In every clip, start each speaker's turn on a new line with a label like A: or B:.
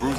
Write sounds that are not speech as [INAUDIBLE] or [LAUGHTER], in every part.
A: News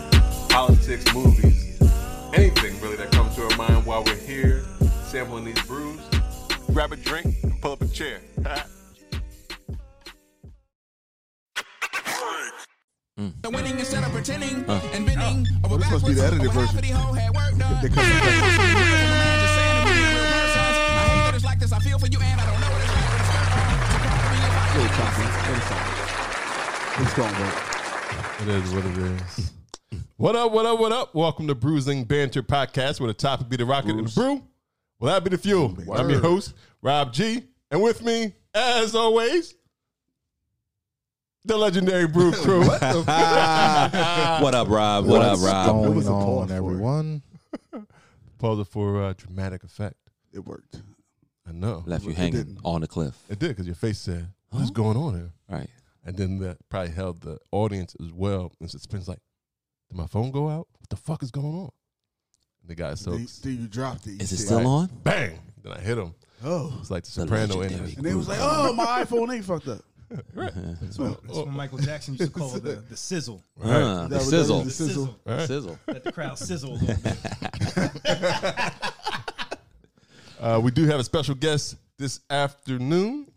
A: politics, movies, anything really that comes to our mind while we're here sampling these brews. Grab a drink and pull up a chair. [LAUGHS]
B: The winning instead of pretending and bending over
C: this must be the edited version. They cut that part. Little choppy. Let it stop. It's going to work.
A: It is what it is. What up, what up, what up? Welcome to Bruising Banter Podcast, where the topic be the rocket and the brew. Well, that be the fuel. I'm your host, Rob G. And with me, as always, the legendary Brew Crew.
D: What up, Rob? What
E: What's
D: up, Rob?
E: going
C: was a pause
E: on,
C: for
A: [LAUGHS]
C: it.
E: everyone?
A: Pause it for uh, dramatic effect.
C: It worked.
A: I know.
D: Left you hanging
C: didn't.
D: on the cliff.
A: It did because your face said, "What's going on here?"
D: Right.
A: And then that probably held the audience as well in suspense. Like, did my phone go out? What the fuck is going on? And the guy so
C: They- Steve, you dropped it. You
D: Is it
C: said,
D: still on?
A: bang. Then I hit him.
C: Oh.
A: It's like the Soprano in
D: legendary.
A: it.
C: And they was like, oh, my iPhone ain't fucked up.
F: That's when Michael Jackson used to call it
E: [LAUGHS]
F: the, the sizzle.
D: Uh, the
C: That was- that was
D: sizzle.
C: The sizzle.
D: The sizzle.
F: Let the crowd sizzle a little bit.
A: Uh, we do have a special guest this afternoon.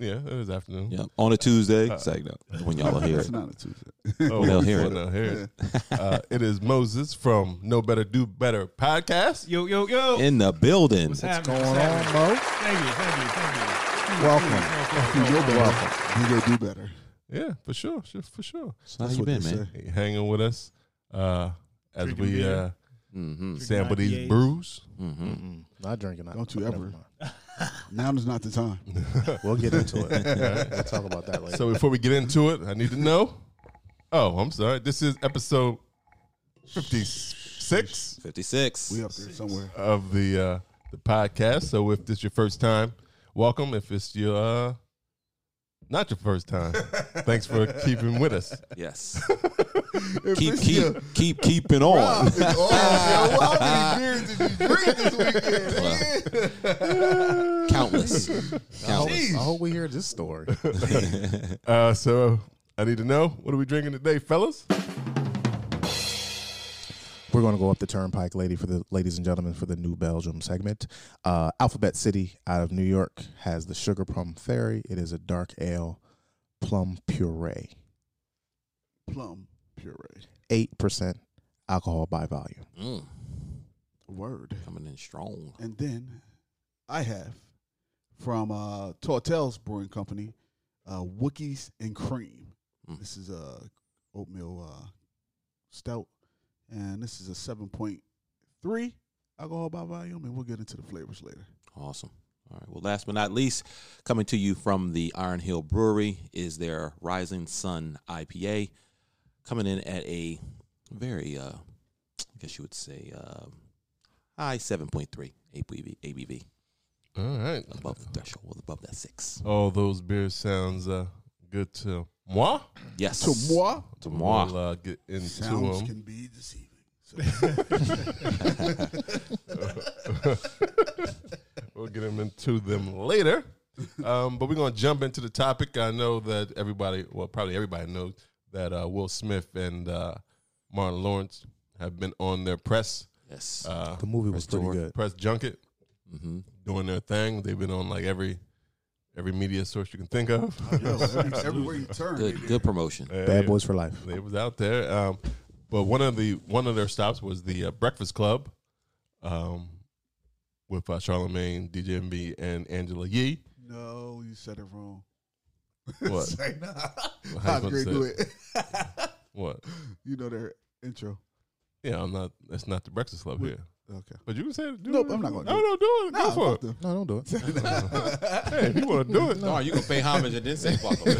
A: Yeah, it is afternoon.
D: Yep. On a Tuesday. segment. when y'all will hear
C: [LAUGHS] That's
D: it.
C: not a Tuesday.
A: Oh,
D: They'll hear it.
A: They'll hear it. Uh, it is Moses from No Better Do Better podcast.
F: Yo, yo, yo.
D: In the building.
F: What's happening?
E: Going
F: What's
E: on,
F: happening?
E: Mo?
F: Thank you, thank you, thank you.
E: Welcome.
C: You know better. You go do better.
A: Yeah, for sure, sure for sure.
D: How you
C: what
D: been,
C: they
D: man?
C: say.
A: Hey, hanging with us uh, as
F: Drinking
A: we uh,
F: beer.
D: Mm-hmm.
A: sample these
F: IPAs.
A: brews.
E: Not drinking.
C: Don't you
E: Never
C: ever.
E: mind.
C: Now is not the time.
E: [LAUGHS] We'll get into it. we'll talk about that later.
A: So before we get into it, I need to know. Oh, I'm sorry. This is episode 56
D: 56.
C: We
D: [LAUGHS]
C: up there somewhere.
A: of the uh, the podcast. So if this is your first time, welcome. If it's your uh, not your first time, thanks for keeping with us.
C: [LAUGHS]
D: Yes.
C: If
D: keep
C: it's
D: keep
C: your-
D: keep keeping on.
C: Oh, yo,
D: [LAUGHS]
C: how many beers did you drink this weekend?
D: Countless. Countless.
E: I hope we hear this story.
A: Uh, so I need to know what are we drinking today, fellas?
E: We're going to go up the turnpike, lady, for the ladies and gentlemen, for the New Belgium segment. Uh, Alphabet City out of New York has the Sugar Plum Fairy. It is a dark ale, plum puree,
C: Plum puree.
E: eight percent alcohol by volume.
D: Mm,
C: Word.
D: coming in strong.
C: And then I have from uh, Tortell's Brewing Company, uh, Wookies and Cream.
D: Mm.
C: This is a oatmeal uh, stout, and this is a seven point three alcohol by volume, and we'll get into the flavors later.
D: Awesome. All right. Well, last but not least, coming to you from the Iron Hill Brewery is their Rising Sun IPA, coming in at a very, uh, I guess you would say, uh, high seven point three ABV, ABV
A: All right.
D: above the threshold, above that six.
A: All those beers sounds uh, good to moi.
D: Yes.
C: To moi,
D: To moi. um,
A: We'll uh, get into
C: sounds
A: 'em.
C: can be deceiving. So
A: We'll get them into them later. Um, but we're going to jump into the topic. I know that everybody, well, probably everybody knows that uh, Will Smith and uh, Martin Lawrence have been on their press
D: Yes.
A: uh,
E: The movie was pretty good.
A: press junket,
D: mm-hmm.
A: doing their thing. They've been on like every every media source you can think
C: [LAUGHS]
A: of.
D: [LAUGHS]
C: yo, every- everywhere you turn, they
D: Good. Good promotion.
E: Bad Boys for Life.
A: They was out there. Um, but one of the one of their stops was the uh, Breakfast Club, um, with uh, Charlemagne, DJ MB, and Angela
C: [LAUGHS]
A: Yee.
C: did- no, you said it wrong.
A: What?
C: Say nah.
A: how you
C: How
A: gonna
C: great
A: say
C: do it? [LAUGHS]
A: What?
C: you know their intro.
A: Yeah, I'm not. That's not the Breakfast Club here.
C: Okay.
A: But you can say, it. do
C: Nope,
A: it.
C: I'm not gonna
A: No,
C: do
A: no, do it.
C: Nah,
A: Go
C: fuck
A: for it.
C: them.
E: No, don't [LAUGHS] do it.
A: Hey, if you want to do
C: [LAUGHS]
A: it,
D: No, you gonna pay homage and then say fuck 'em.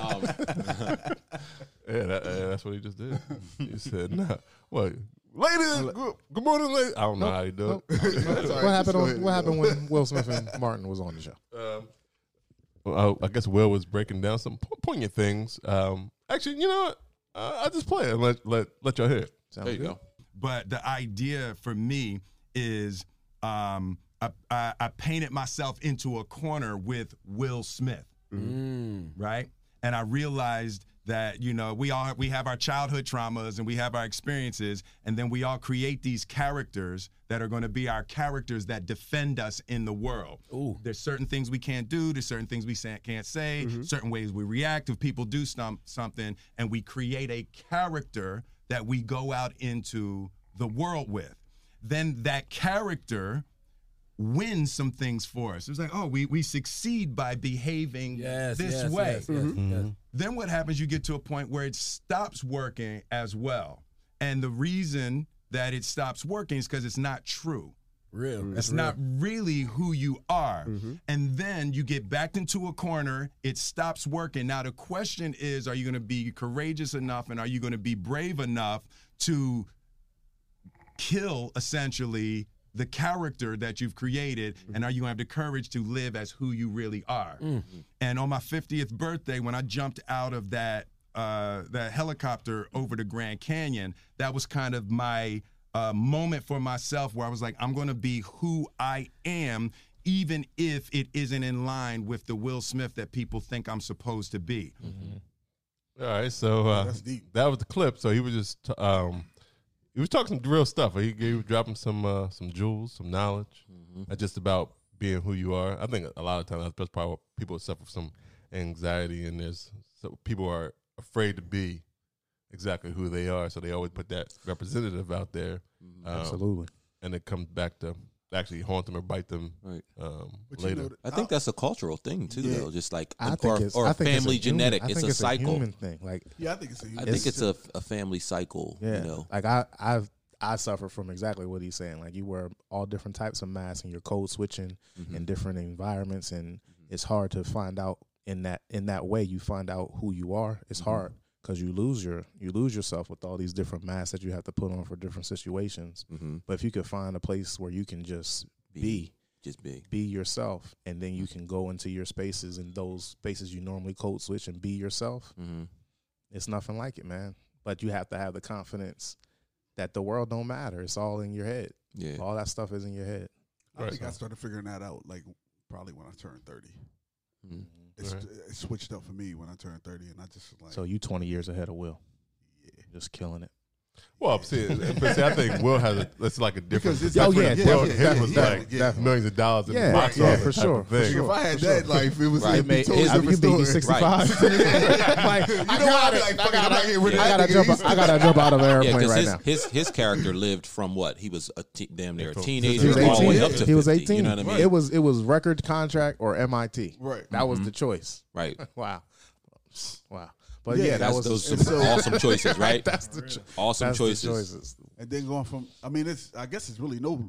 D: um,
A: yeah, that, yeah, that's
G: That's what he
E: [LAUGHS]
G: just did. he said, "Nah, what, ladies? Good, good morning, ladies." I don't know how he did it.
E: what happened? On, what happened when Will Smith and Martin was on the show?
G: Well, I, I guess Will was breaking down some po- poignant things. Um, actually, you know what? Uh, I just play it and let let let y'all hear it.
D: There you go.
H: but the idea for me is um, I, I, I painted myself into a corner with Will Smith, right? And I realized that you know we all we have our childhood traumas and we have our experiences, and then we all create these characters that are going to be our characters that defend us in the world. There's certain things we can't do. There's certain things we sa- can't say. Certain ways we react if people do stum- something, and we create a character that we go out into the world with. Then that character win some things for us. It's like, oh, we we succeed by behaving
I: Yes,
H: this
I: yes,
H: way.
I: yes, yes, yes.
H: Then what happens? You get to a point where it stops working as well, and the reason that it stops working is because it's not true.
I: Real. Mm-hmm.
H: That's not really who you are. And then you get backed into a corner, it stops working. Now, the question is are you going to be courageous enough and are you going to be brave enough to kill essentially the character that you've created and are you going to have the courage to live as who you really are and on my 50th birthday when i jumped out of that uh, that helicopter over the grand canyon that was kind of my uh, moment for myself where i was like i'm going to be who i am even if it isn't in line with the will smith that people think i'm supposed
C: [LAUGHS]
H: to be
G: All right, so uh, that was the clip. So he was just t- um, he was talking some real stuff. He, he was dropping some uh, some jewels, some knowledge, not just about being who you are. I think a lot of times that's probably what people suffer from anxiety, and there's so people are afraid to be exactly who they are, so they always put that representative out there, um,
E: Absolutely.
G: and it comes back to actually haunt them or bite them
D: Right.
G: um,
C: But you
G: later.
C: know that-
D: I think that's a cultural thing too, though. Just like
E: I
D: an-
E: think
D: or,
E: it's
D: or
E: I think
D: family
E: it's a human-
D: genetic.
E: I think
D: it's, a cycle.
E: A human thing. Like
C: yeah, I think it's a
D: I
C: human.
D: think it's a, a family cycle.
E: yeah,
D: You know.
E: like I I I suffer from exactly what he's saying. Like you wear all different types of masks and you're code switching in different environments, and it's hard to find out in that in that way. You find out who you are. It's hard because you lose your you lose yourself with all these different masks that you have to put on for different situations. But if you could find a place where you can just be
D: Just be.
E: be yourself and then you can go into your spaces and those spaces you normally code switch and be yourself
D: Mm-hmm.
E: it's nothing like it man but you have to have the confidence that the world don't matter it's all in your head
D: Yeah.
E: all that stuff is in your head
C: I think I started figuring that out like probably when I turned thirty.
D: Mm-hmm.
C: It's, It switched up for me when I turned thirty, and I just was like [LAUGHS]
E: so [LAUGHS] you 20 years ahead of will just killing it
G: Well, see, but see, I think Will has a, it's like a different.
C: Because it's
G: that's
E: Oh, yeah,
G: when Will
E: definitely,
G: him was
C: yeah,
G: like
C: yeah.
G: millions of dollars in
E: Yeah,
G: the box
E: yeah,
G: office
E: for
G: type
E: sure,
G: of
E: for
G: thing.
E: sure.
C: if I had that life, it was
D: Right.
C: it'd be
D: Made-
C: totally
D: it's-
E: I mean, you
C: different
E: beat me
C: story.
D: [LAUGHS]
E: 65 like,
C: You know what?
E: [LAUGHS] I,
C: I'd
E: got
C: be
E: it.
C: like, fuck it, I'm not getting rid
E: I
C: of
E: gotta
C: that.
E: jump out, I gotta jump out of an
D: Yeah,
E: airplane
D: because
E: right
D: his,
E: now
D: his his character lived from what he was a te- damn near a teenager
E: He was
D: all the
E: 18.
D: way up to
E: he was
D: 50,
E: 18.
D: You know what I mean?
E: It was it was record contract or MIT.
C: Right.
E: That
D: Mm-hmm.
E: was the choice. [LAUGHS]
D: right.
E: Wow. Wow. But yeah, that
D: That's
E: was [LAUGHS]
D: those some
E: and so-
D: awesome
E: [LAUGHS]
D: choices, right?
E: That's the cho-
D: awesome
E: that's the
D: choices.
E: choices.
C: And then going from, I mean, it's I guess it's really no,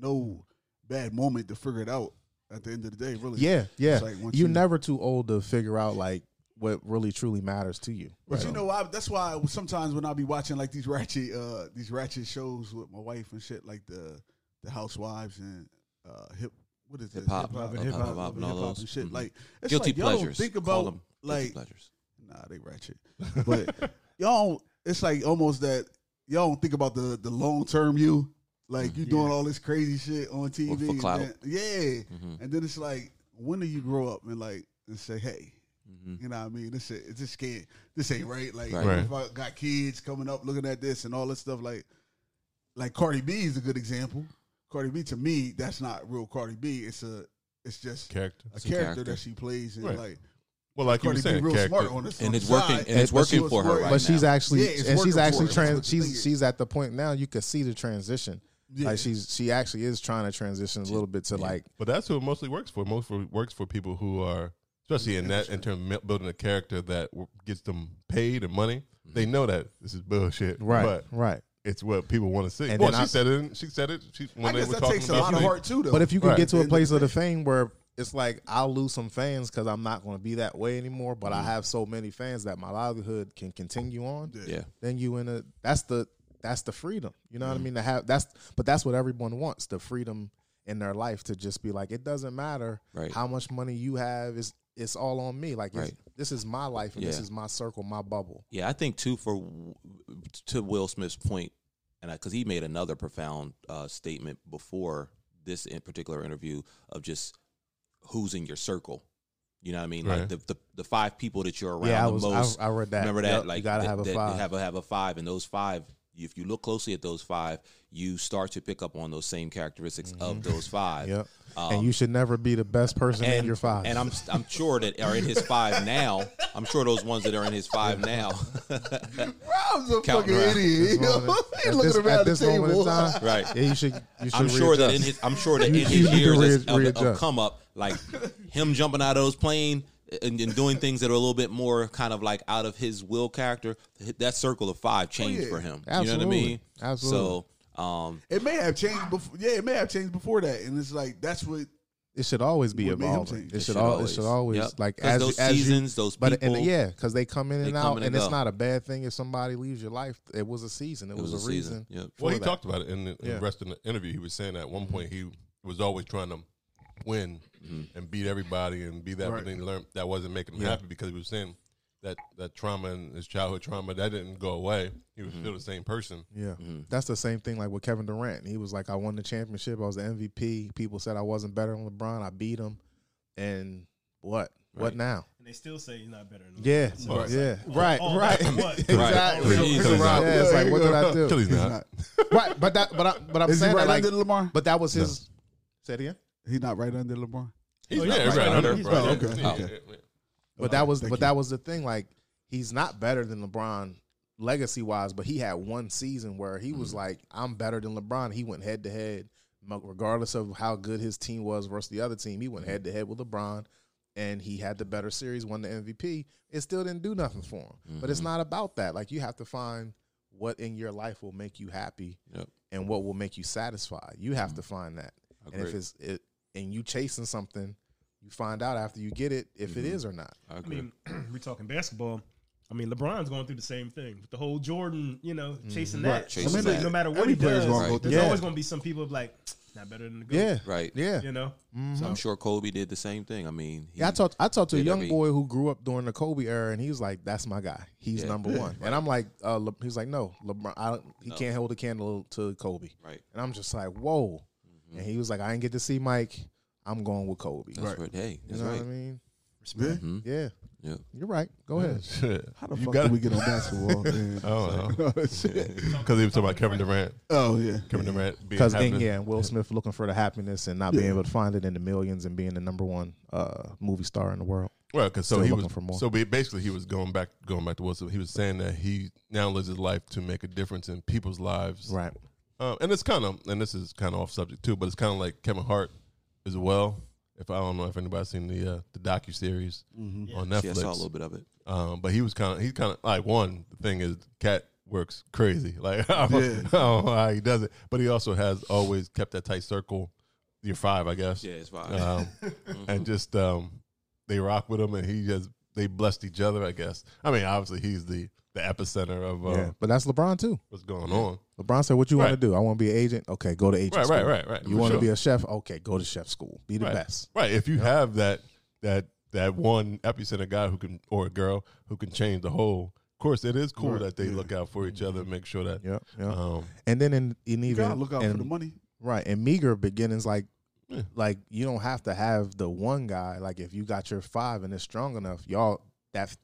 C: no bad moment to figure it out. At the end of the day, really.
E: Yeah, yeah.
C: It's like once
E: You're
C: you-
E: never too old to figure out like what really truly matters to you.
C: But you know, I, that's why I- sometimes when I be watching like these ratchet, uh, these ratchet shows with my wife and shit, like the the Housewives and uh, hip, what is it?
D: Hip hop,
C: Hip-hop
D: hip
C: and
D: hop, hip hop, and all
C: hip-hop
D: those.
C: and shit.
D: Mhm.
C: Like it's
D: Guilty
C: like, y'all don't
D: pleasures.
C: Think
D: Call
C: about
D: them guilty
C: like
D: pleasures.
C: nah, they ratchet, but y'all, don't- it's like almost that y'all don't think about the the long term you. Like you
D: Mm-hmm.
C: doing all this crazy shit on TV,
D: for
C: and
D: clout.
C: then- yeah.
D: Mm-hmm.
C: And then it's like, when do you grow up and like and say, hey,
D: Mm-hmm.
C: you know what I mean? This shit, it's just scared. This ain't right. Like
D: Right.
C: if I got kids coming up looking at this and all this stuff, like like Cardi B is a good example. Cardi B to me, that's not real Cardi B. It's a it's just
G: Character.
C: a
D: It's a
C: character,
D: character.
C: that she plays and
G: Right.
C: like
G: Well, like you were
C: Cardi B
G: saying,
C: real
G: character.
C: smart on this.
D: And
C: on
D: it's
C: the
D: working-
C: side,
D: and it's
C: but she
D: working
C: was
D: for her
C: working-
D: right
E: but she's
D: now.
E: actually
C: Yeah, it's
E: and she's
C: working
E: actually
C: for her. That's what
E: trans
C: the
E: she's
C: thing
E: she's at the point now you can see the transition.
C: Yeah.
E: Like she's she actually is trying to transition a little bit to like
G: But that's who it mostly works for. Most for, works for people who are, especially in that, in terms of mil- building a character that w- gets them paid and money.
E: Mm-hmm.
G: They know that this is bullshit,
E: right
G: But
E: right.
G: it's what people want to see.
E: And
G: well,
E: then
G: she
E: I-
G: said it. She said it. She, when
C: I
G: they
C: guess
G: were
C: that
G: talking
C: takes a
G: about
C: lot of
G: the-
C: heart too, though.
E: But if you can
G: Right.
E: get to a place of the fame where it's like I'll lose some fans because I'm not going to be that way anymore. But I have so many fans that my livelihood can continue on.
D: Yeah.
E: Then you in a that's the that's the freedom. You know what I mean? To have that's but that's what everyone wants the freedom in their life to just be like it doesn't matter
D: Right.
E: how much money you have is it's all on me. Like it's,
D: Right.
E: this is my life and this
D: Yeah.
E: is my circle, my bubble.
D: Yeah, I think too for to Will Smith's point, and because he made another profound uh, statement before this in particular interview of just who's in your circle. You know what I mean? Like
A: Right.
D: the, the the five people that you're around
E: Yeah, I
D: the
E: was
D: most.
E: I, I read that.
D: Remember that?
E: Yep,
D: like
E: you gotta
D: that-
E: have a
D: that you
E: five.
D: Have a have a five, and those five. If you look closely at those five, you start to pick up on those same characteristics
E: Mm-hmm.
D: of those five.
E: Yep.
D: Um,
E: and you should never be the best person in your five.
D: and I'm I'm sure that are in his five now. I'm sure those ones that are in his
E: [LAUGHS]
D: five now.
C: Rob's a
D: Counting
C: fucking
D: around. [LAUGHS]
E: This
C: idiot. yo.
E: moment-
C: [LAUGHS] He
E: at
C: looking
E: this-
C: around the
E: at this moment in
C: table.
E: time,
D: Right.
E: Yeah, you should. You should
D: I'm sure that in
E: readjust.
D: his I'm
E: [LAUGHS]
D: sure that in
E: You- you
D: his
E: need to
D: years of-
E: rea-
D: of, of
E: readjust.
D: come up, like him jumping out of those plane and, and doing things that are a little bit more kind of like out of his will character, that circle of five changed for him. You know what I
E: Oh, Absolutely.
D: mean?
E: Absolutely.
D: So um,
C: [LAUGHS] It may have changed before. Yeah, it may have changed before that, and it's like that's what.
E: it should always be
C: Would make him
E: evolving.
C: change.
E: It should always. It should always
D: Yep.
E: like
D: 'Cause
E: as
D: those
E: as you-
D: seasons, those
E: But and,
D: people,
E: yeah, because they come in
D: they
E: and
D: come
E: out,
D: in
E: and,
D: and
E: it's
D: go.
E: not a bad thing if somebody leaves your life. It was a season. It,
D: it was, a season.
E: reason.
D: Yep.
A: Well, he
E: that.
A: talked about it in the, in the
E: Yeah.
A: rest of the interview. He was saying that at one point he was always trying to win and beat everybody and be that, but
C: Right.
A: then he learned that wasn't making him happy because he was saying that that trauma and his childhood trauma that didn't go away. He was still the same person.
E: Yeah,
D: Mm-hmm.
E: that's the same thing. Like with Kevin Durant, he was like, "I won the championship. I was the MVP. People said I wasn't better than LeBron. I beat him, and what? What now?
J: And they still say he's not better than
E: Yeah,
J: LeBron. So it's like,
E: yeah,
J: oh,
E: right,
J: oh,
E: right, [LAUGHS]
J: what?
E: exactly.
D: He's
E: Right.
A: not.
E: Yeah, it's like, what did I [LAUGHS] do?
A: Achilles not.
C: not.
E: right, but that, but I, but I'm
C: Is he
E: saying
C: right
E: that, like,
C: under Lamar?
E: but that was his. Say it again.
C: He's not right under Lamar.
A: He's
J: Oh,
A: yeah,
J: yeah,
A: right,
J: right.
A: under.
J: He's
A: right.
C: right. Okay,
A: Yeah,
C: okay.
A: yeah, yeah.
E: But that was but that was the thing. Like he's not better than LeBron legacy wise, but he had one season where he was like, "I'm better than LeBron." He went head to head, regardless of how good his team was versus the other team. He went head to head with LeBron, and he had the better series, won the MVP. It still didn't do nothing for him. But it's not about that. Like you have to find what in your life will make you happy
D: Yep.
E: and what will make you satisfied. You have to find that. And if
D: Agreed.
E: it's it, and you chasing something, you find out after you get it if it is or not.
D: I
J: I
D: agree.
J: mean, [CLEARS THROAT] we're talking basketball. I mean, LeBron's going through the same thing with the whole Jordan, you know, chasing that.
D: Right, chasing
J: So
D: that.
J: No matter what
C: Every
J: he
C: player's
J: does,
C: gonna
D: go
J: there's
E: through
J: always
E: that.
J: going to be some people like not better than the GOAT.
E: Yeah.
D: right.
E: Yeah. mm-hmm.
J: you know.
D: So I'm sure Kobe did the same thing. I mean, he-
E: Yeah, I talked. I talked to a
D: did
E: young
D: every-
E: boy who grew up during the Kobe era, and he was like, "That's my guy. He's
D: Yeah.
E: number one." And I'm like, uh, Le- "He's like, no, LeBron. I don't, he
D: No.
E: can't hold a candle to Kobe."
D: Right.
E: And I'm just like, "Whoa!" And he was like, "I didn't get to see Mike. I'm going with Kobe."
D: Mm-hmm. That's right. Hey,
E: You
D: that's
E: know
D: right. Mm-hmm.
E: what I mean?
C: Respect.
E: Yeah,
D: Yep.
E: you're right. Go ahead.
C: How the fuck did we get on basketball? man? [LAUGHS]
A: Because he was talking about Kevin Durant.
C: oh yeah.
A: Kevin Durant being
E: Because
A: happy to-
E: yeah, and Will Smith looking for the happiness and not being able to find it in the millions and being the number one uh, movie star in the world.
A: Well, because so
E: Still
A: he
E: looking
A: was
E: for more.
A: so ba- basically he was going back going back to Wilson. He was saying that he now lives his life to make a difference in people's lives,
E: Right.
A: Um, and it's kind of and this is kind of off subject too, but it's kind of like Kevin Hart as well. If I don't know if anybody's seen the uh, the docu series
E: Mm-hmm.
A: on Netflix,
D: Yeah, I saw a little bit of it.
A: um, but he was kind of he kind of like one the thing is cat works crazy [LAUGHS] like I don't,
C: Yeah.
A: I don't know how he does it, but he also has always kept that tight circle. Your five, I guess.
D: Yeah, Mm-hmm. it's fine.
C: Uh,
A: um, and just um, they rock with him, and he just they blessed each other. I guess. I mean, obviously, he's the the epicenter of uh,
E: yeah. But that's LeBron too.
A: what's going on.
E: LeBron said, "What you want
A: Right.
E: to do? I want to be an agent. Okay, go to agent.
A: Right,
E: school.
A: right, right, right.
E: You
A: For
E: want to
A: sure.
E: be a chef? Okay, go to chef school. Be the
A: right.
E: best.
A: right? If you have that that that one epicenter guy who can or a girl who can change the whole. Of course, it is cool that they look out for each other and make sure that.
E: Yeah, yeah.
A: Um,
E: And then in, in
C: Uh-huh. You
E: even
C: gotta look out
E: and,
C: for the money.
E: right and meager beginnings like like you don't have to have the one guy. Like if you got your five and it's strong enough, y'all that f-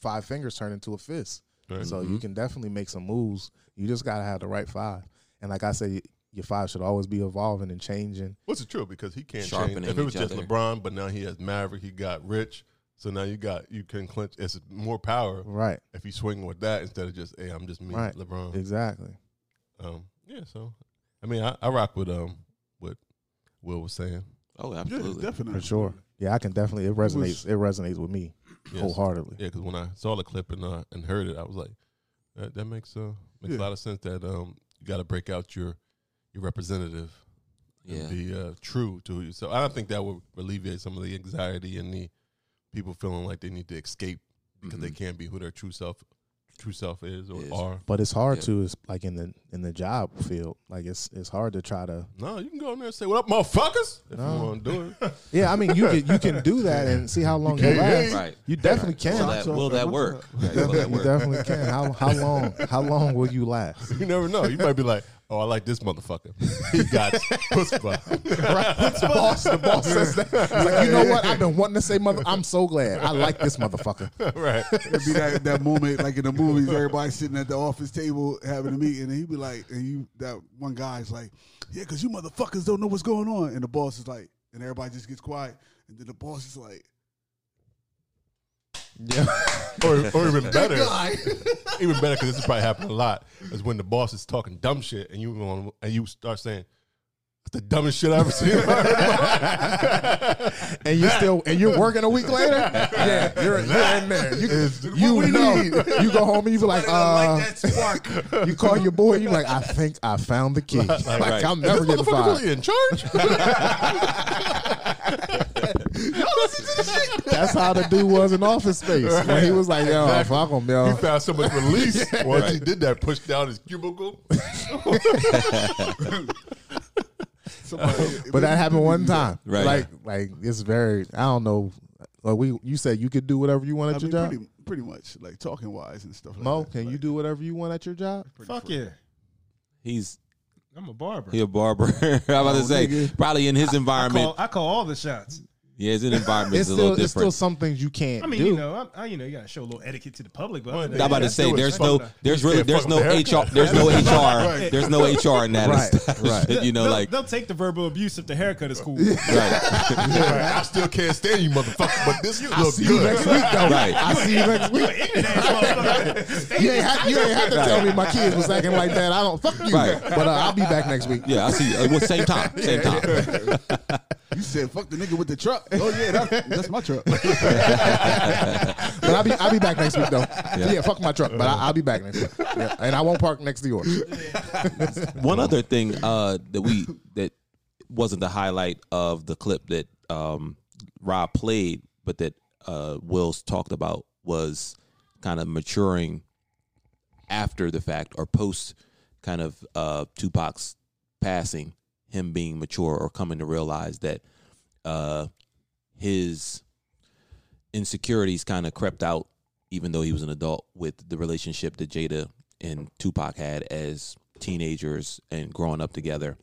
E: five fingers turn into a fist. So
C: Mm-hmm.
E: you can definitely make some moves. You just gotta have the right five. And like I said, your five should always be evolving and changing.
A: What's it true? Because he can't
D: Sharpening
A: change. If it was
D: each
A: just
D: other.
A: LeBron, but now he has Maverick. He got Rich. So now you got you can clinch. It's more power
E: Right,
A: if you swing with that instead of just hey, I'm just me,
E: Right.
A: LeBron.
C: Uh-huh.
E: exactly.
A: Um, yeah, so I mean, I, I rock with um what Will was saying.
D: oh,
C: Yeah,
D: absolutely.
C: definitely.
E: For sure. Yeah, I can definitely. It resonates. It resonates with me
A: Yes.
E: wholeheartedly.
A: Yeah, because when I saw the clip and uh, and heard it, I was like, that, that makes uh makes a lot of sense. That um you got to break out your your representative
D: Yeah.
G: and be uh, true to yourself. I think that would alleviate some of the anxiety and the people feeling like they need to escape because they can't be who their true self true self is or
D: Is.
G: are.
E: But it's hard
D: Yeah.
E: to it's like in the in the job field. Like it's it's hard to try to.
G: No, you can go in there and say, "What up, motherfuckers?" If you
E: No.
G: want to do it,
E: Yeah, I mean you can you can do that and see how long it
G: can't-
E: lasts.
D: Right.
E: You definitely can.
D: Will that, will that work? Right, will that
E: You
D: work?
E: definitely can. How how long how long will you last?
G: you never know. You might be like, "Oh, I like this motherfucker. he got chutzpah."
E: [LAUGHS] The boss, the boss says that. It's like, you know what? I've been wanting to say mother. I'm so glad. I like this motherfucker.
G: [LAUGHS] right?
C: It'd be that, that moment, like in the [LAUGHS] movies, everybody sitting at the office table having a meeting, and he'd be like, and you, that one guy's like, yeah, because you motherfuckers don't know what's going on. And the boss is like, and everybody just gets quiet. And then the boss is like,
G: Or, or even better,
C: guy.
G: even better because this is probably happening a lot is when the boss is talking dumb shit and you going and you start saying. That's the dumbest shit I ever seen. in my life."
E: And you still and you're working a week later. Yeah, you're, you're in there. You, you know. You go home and you be like, uh,
A: like that spark.
E: you call your boy. You like, I think I found the key. Like,
D: right.
E: I'm never
G: This
E: getting
G: motherfucker
E: fired.
G: really in charge?
E: That's how the dude was in Office Space when he was like, yo, fuck him, yo.
G: He found so much release once he did that. Pushed down his cubicle.
C: [LAUGHS] somebody,
E: But that happened one time.
D: Right.
E: Like like it's very I don't know. Like we you said you could do whatever you want
C: I
E: at
C: mean,
E: your job.
C: pretty, pretty much, like talking wise and stuff like
E: Mo,
C: that.
E: can you do whatever you want at your job?
J: Fuck yeah.
D: He's
J: I'm a barber.
D: he a barber. [LAUGHS] I'm about
E: Oh,
D: to say probably in his
J: I,
D: environment.
J: call, I call all the shots.
D: yeah, his environment is
E: It's
D: a little
E: still it's still
D: different.
E: some things you can't
J: I mean,
E: do.
J: you know, I, I, you know, you gotta show a little etiquette to the public. But other than
G: I'm
D: I'm about
J: that,
D: to
J: that's
D: say
J: still
D: there's
J: respect-
D: no there's really
G: can't
D: there's
G: fuck
D: no
G: with the
D: HR there's no HR
G: [LAUGHS]
D: there's no HR in [LAUGHS] that
E: Right,
D: establishment.
E: right.
D: You know,
J: they'll,
D: like
J: they'll take the verbal abuse if the haircut is cool.
D: right,
G: I still can't stand you, motherfucker. But this you look
E: See you
G: good.
E: next week though.
D: right.
E: I see you next week.
J: [LAUGHS]
E: You ain't have, you ain't have to tell me my kids was acting like that. I don't fuck you.
D: Right.
E: But uh, I'll be back next week.
D: Yeah, I see. Uh, well, same time, same time.
C: You said, fuck the nigga with the [LAUGHS] truck. Oh, yeah, that, that's my truck.
E: But I'll be I'll be back next week though. Yeah, fuck my truck. But I, I'll be back next week. Yeah. And I won't park next to yours.
D: One other thing uh, that we that wasn't the highlight of the clip that um, Rob played, but that uh, Will's talked about was kind of maturing after the fact or post kind of uh, Tupac's passing, him being mature or coming to realize that uh, his insecurities kind of crept out, even though he was an adult, with the relationship that Jada and Tupac had as teenagers and growing up together,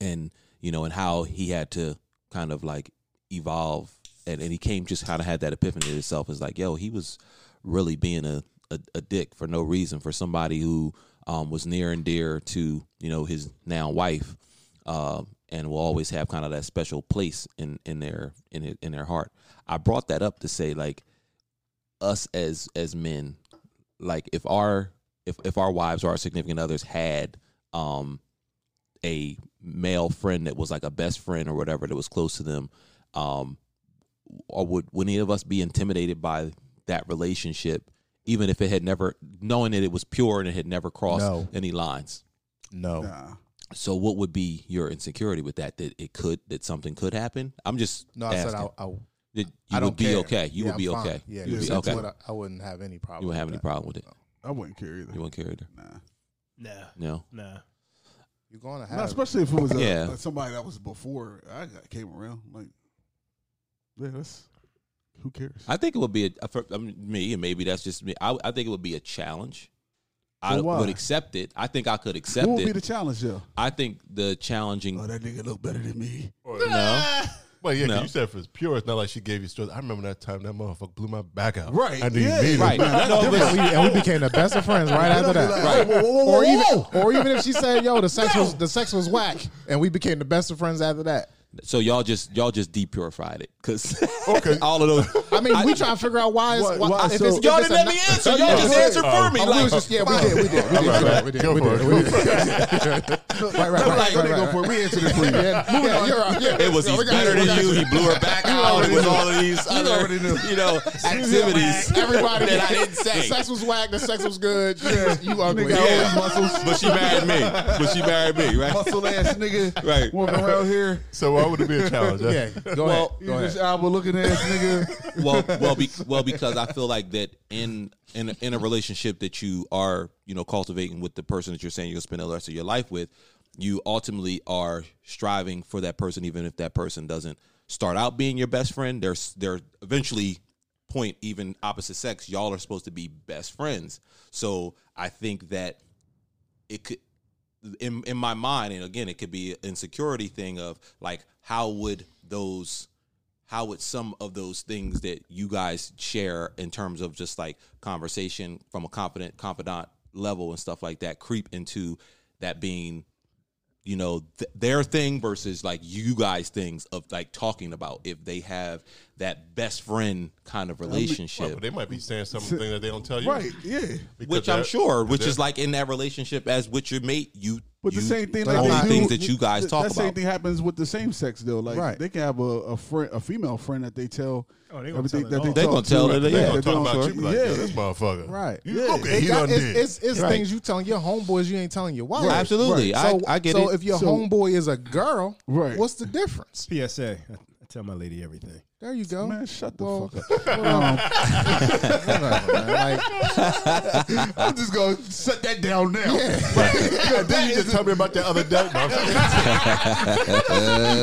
D: and you know, and how he had to kind of like evolve, and, and he came just kind of had that epiphany to himself. Is like, yo, he was really being a, a a dick for no reason for somebody who um, was near and dear to you know his now wife. Uh, and will always have kind of that special place in, in their in their- in their heart. I brought that up to say like us as as men, like if our if if our wives or our significant others had um a male friend that was like a best friend or whatever that was close to them, um or would would any of us be intimidated by that relationship, even if it had never knowing that it was pure and it had never crossed
E: No.
D: any lines?
E: No.
C: Nah.
D: So what would be your insecurity with that? That it could that something could happen? I'm just
E: No, I said
D: asking.
E: I, I
D: That you
E: I don't
D: would be
E: care.
D: okay. You
E: Yeah,
D: would be
E: I'm fine.
D: okay.
E: Yeah,
D: you would be
E: that's
D: okay.
E: what I, I wouldn't have any problem.
D: you wouldn't have
E: with
D: any
E: that.
D: problem with it.
C: I wouldn't care either.
D: You wouldn't care either.
C: Nah.
J: Nah,
D: No.
J: nah.
E: You're going to
C: Nah,
E: have.
C: especially if it was a,
D: Yeah.
C: somebody that was before I got- came around. Like, yeah, that's who cares.
D: I think it would be a, for I mean, me, and maybe that's just me. I, I think it would be a challenge. I
C: Then why?
D: would accept it. I think I could accept
C: What would
D: it.
C: be the challenge, though?
D: I think the challenging.
C: Oh, that nigga look better than me.
D: no,
G: Well, yeah, 'cause
D: No.
G: you said for it's pure. It's not like she gave you stories. I remember that time that motherfucker blew my back out.
C: Right,
G: I didn't
C: yeah.
G: mean
D: right?
G: it.
D: No, but-
E: We- and we became the best of friends [LAUGHS] right after that.
C: Right. Whoa, whoa, whoa,
E: Or even,
C: whoa.
E: or even if she said, "Yo, the sex was the sex was whack," and we became the best of friends after that.
C: [LAUGHS]
D: so y'all just y'all just depurified it because [LAUGHS] all of those
E: I mean, we trying to figure out why. Is,
C: Why-
E: why,
C: why-
E: if
C: so-
E: it's,
D: Y'all
E: if it's
D: didn't
E: a
D: let
E: not-
D: me answer. Y'all just answered for me.
E: Oh, we
D: Like,
E: was just, yeah, we did, we did, [LAUGHS] we did, we did, we did, we did, [LAUGHS] we did. No, Right, right, right, right,
D: Go
E: right, right. We answered it for you. Yeah, yeah, you're right, yeah.
D: it was
E: Yeah,
D: he's
E: we got
D: better
E: we
D: than
E: got
D: you. He blew her back out
E: already
D: with
E: knew.
D: all of these
E: [LAUGHS] You
D: other,
E: already knew.
D: you know, activities.
E: Everybody
D: that I didn't
E: The
D: say.
E: sex was whack. The sex was good. Yeah, you ugly.
D: Yeah.
E: Yeah.
D: But she married me. But she married me, right?
C: Muscle ass nigga
D: Right.
C: walking around here.
G: So why would it be a challenge? huh?
E: [LAUGHS] Yeah, go
D: Well,
E: ahead.
C: You
E: Go
C: just
E: ahead.
C: album looking ass nigga.
D: well, well, be, well, because I feel like that in in a, in a relationship that you are, you know, cultivating with the person that you're saying you're gonna spend the rest of your life with, you ultimately are striving for that person, even if that person doesn't start out being your best friend. There's they're eventually point even opposite sex. Y'all are supposed to be best friends. So I think that it could in in my mind and again it could be an insecurity thing of like how would those how would some of those things that you guys share in terms of just like conversation from a confident confidant level and stuff like that creep into that being you know th- their thing versus like you guys things of like talking about if they have that best friend kind of relationship
G: Well, but they might be saying something that they don't tell you.
C: Right, yeah.
G: Because
D: which I'm
G: they're-
D: sure, which
G: they're-
D: is like in that relationship as with your mate, you.
C: But
D: you,
C: the same thing,
D: the
C: like
D: only
C: they do-
D: things that you guys
C: th-
D: talk
C: That same
D: about.
C: thing happens with the same sex though. Like
E: Right.
C: they can have a, a friend, a female friend that they tell
J: Oh, they gonna
C: everything
J: tell it
C: that they
J: all.
D: They
C: talk
D: gonna
C: to.
D: tell it,
C: They
D: yeah.
C: gonna
G: They
C: talk
G: talk about you be like,
C: yeah.
G: yo, this motherfucker.
E: Right.
G: You-
C: Yeah.
G: Okay,
E: It
G: he
E: got-
G: done
E: it's,
G: did.
E: It's, it's
D: Right.
E: things you telling your homeboys you ain't telling your wife.
D: Right. Absolutely.
E: So,
D: I- I get
E: so
D: it.
E: if your
C: So-
E: homeboy is a girl,
C: Right.
E: what's the difference?
J: PSA. I, I tell my lady everything.
E: There you go.
C: Man, shut the
E: Well,
C: fuck up. Um,
E: Whatever, man. Like,
C: I'm just gonna set that down now. [LAUGHS]
G: Yeah, then you just tell me about that other day. No, I'm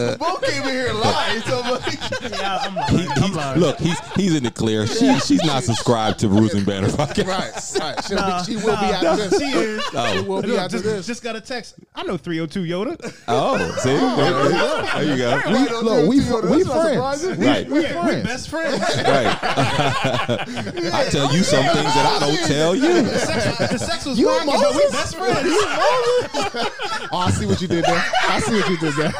G: just-
C: Bo came in here lying. So like,
J: Yeah, I'm
D: He- he's- look, he's he's in the clear. She she's not subscribed to Bruce and Banner podcast.
E: right, right. She'll
J: Nah,
E: be, she will be
J: nah,
E: out of this.
J: She is.
E: She will be out of
J: just,
E: this.
J: just got a text. I know 302 Yoda.
D: Oh, [LAUGHS] see, there, you go.
E: we, look, we, we friends. We,
D: Right.
E: we
J: Yeah, we're
E: friends.
J: best friends.
D: Right. [LAUGHS] I tell you some things that I don't tell you.
J: The sex, the sex was
E: You
J: wrong, but we
E: Moses?
J: best friends.
E: Oh, I see what you did there. I see what you did there.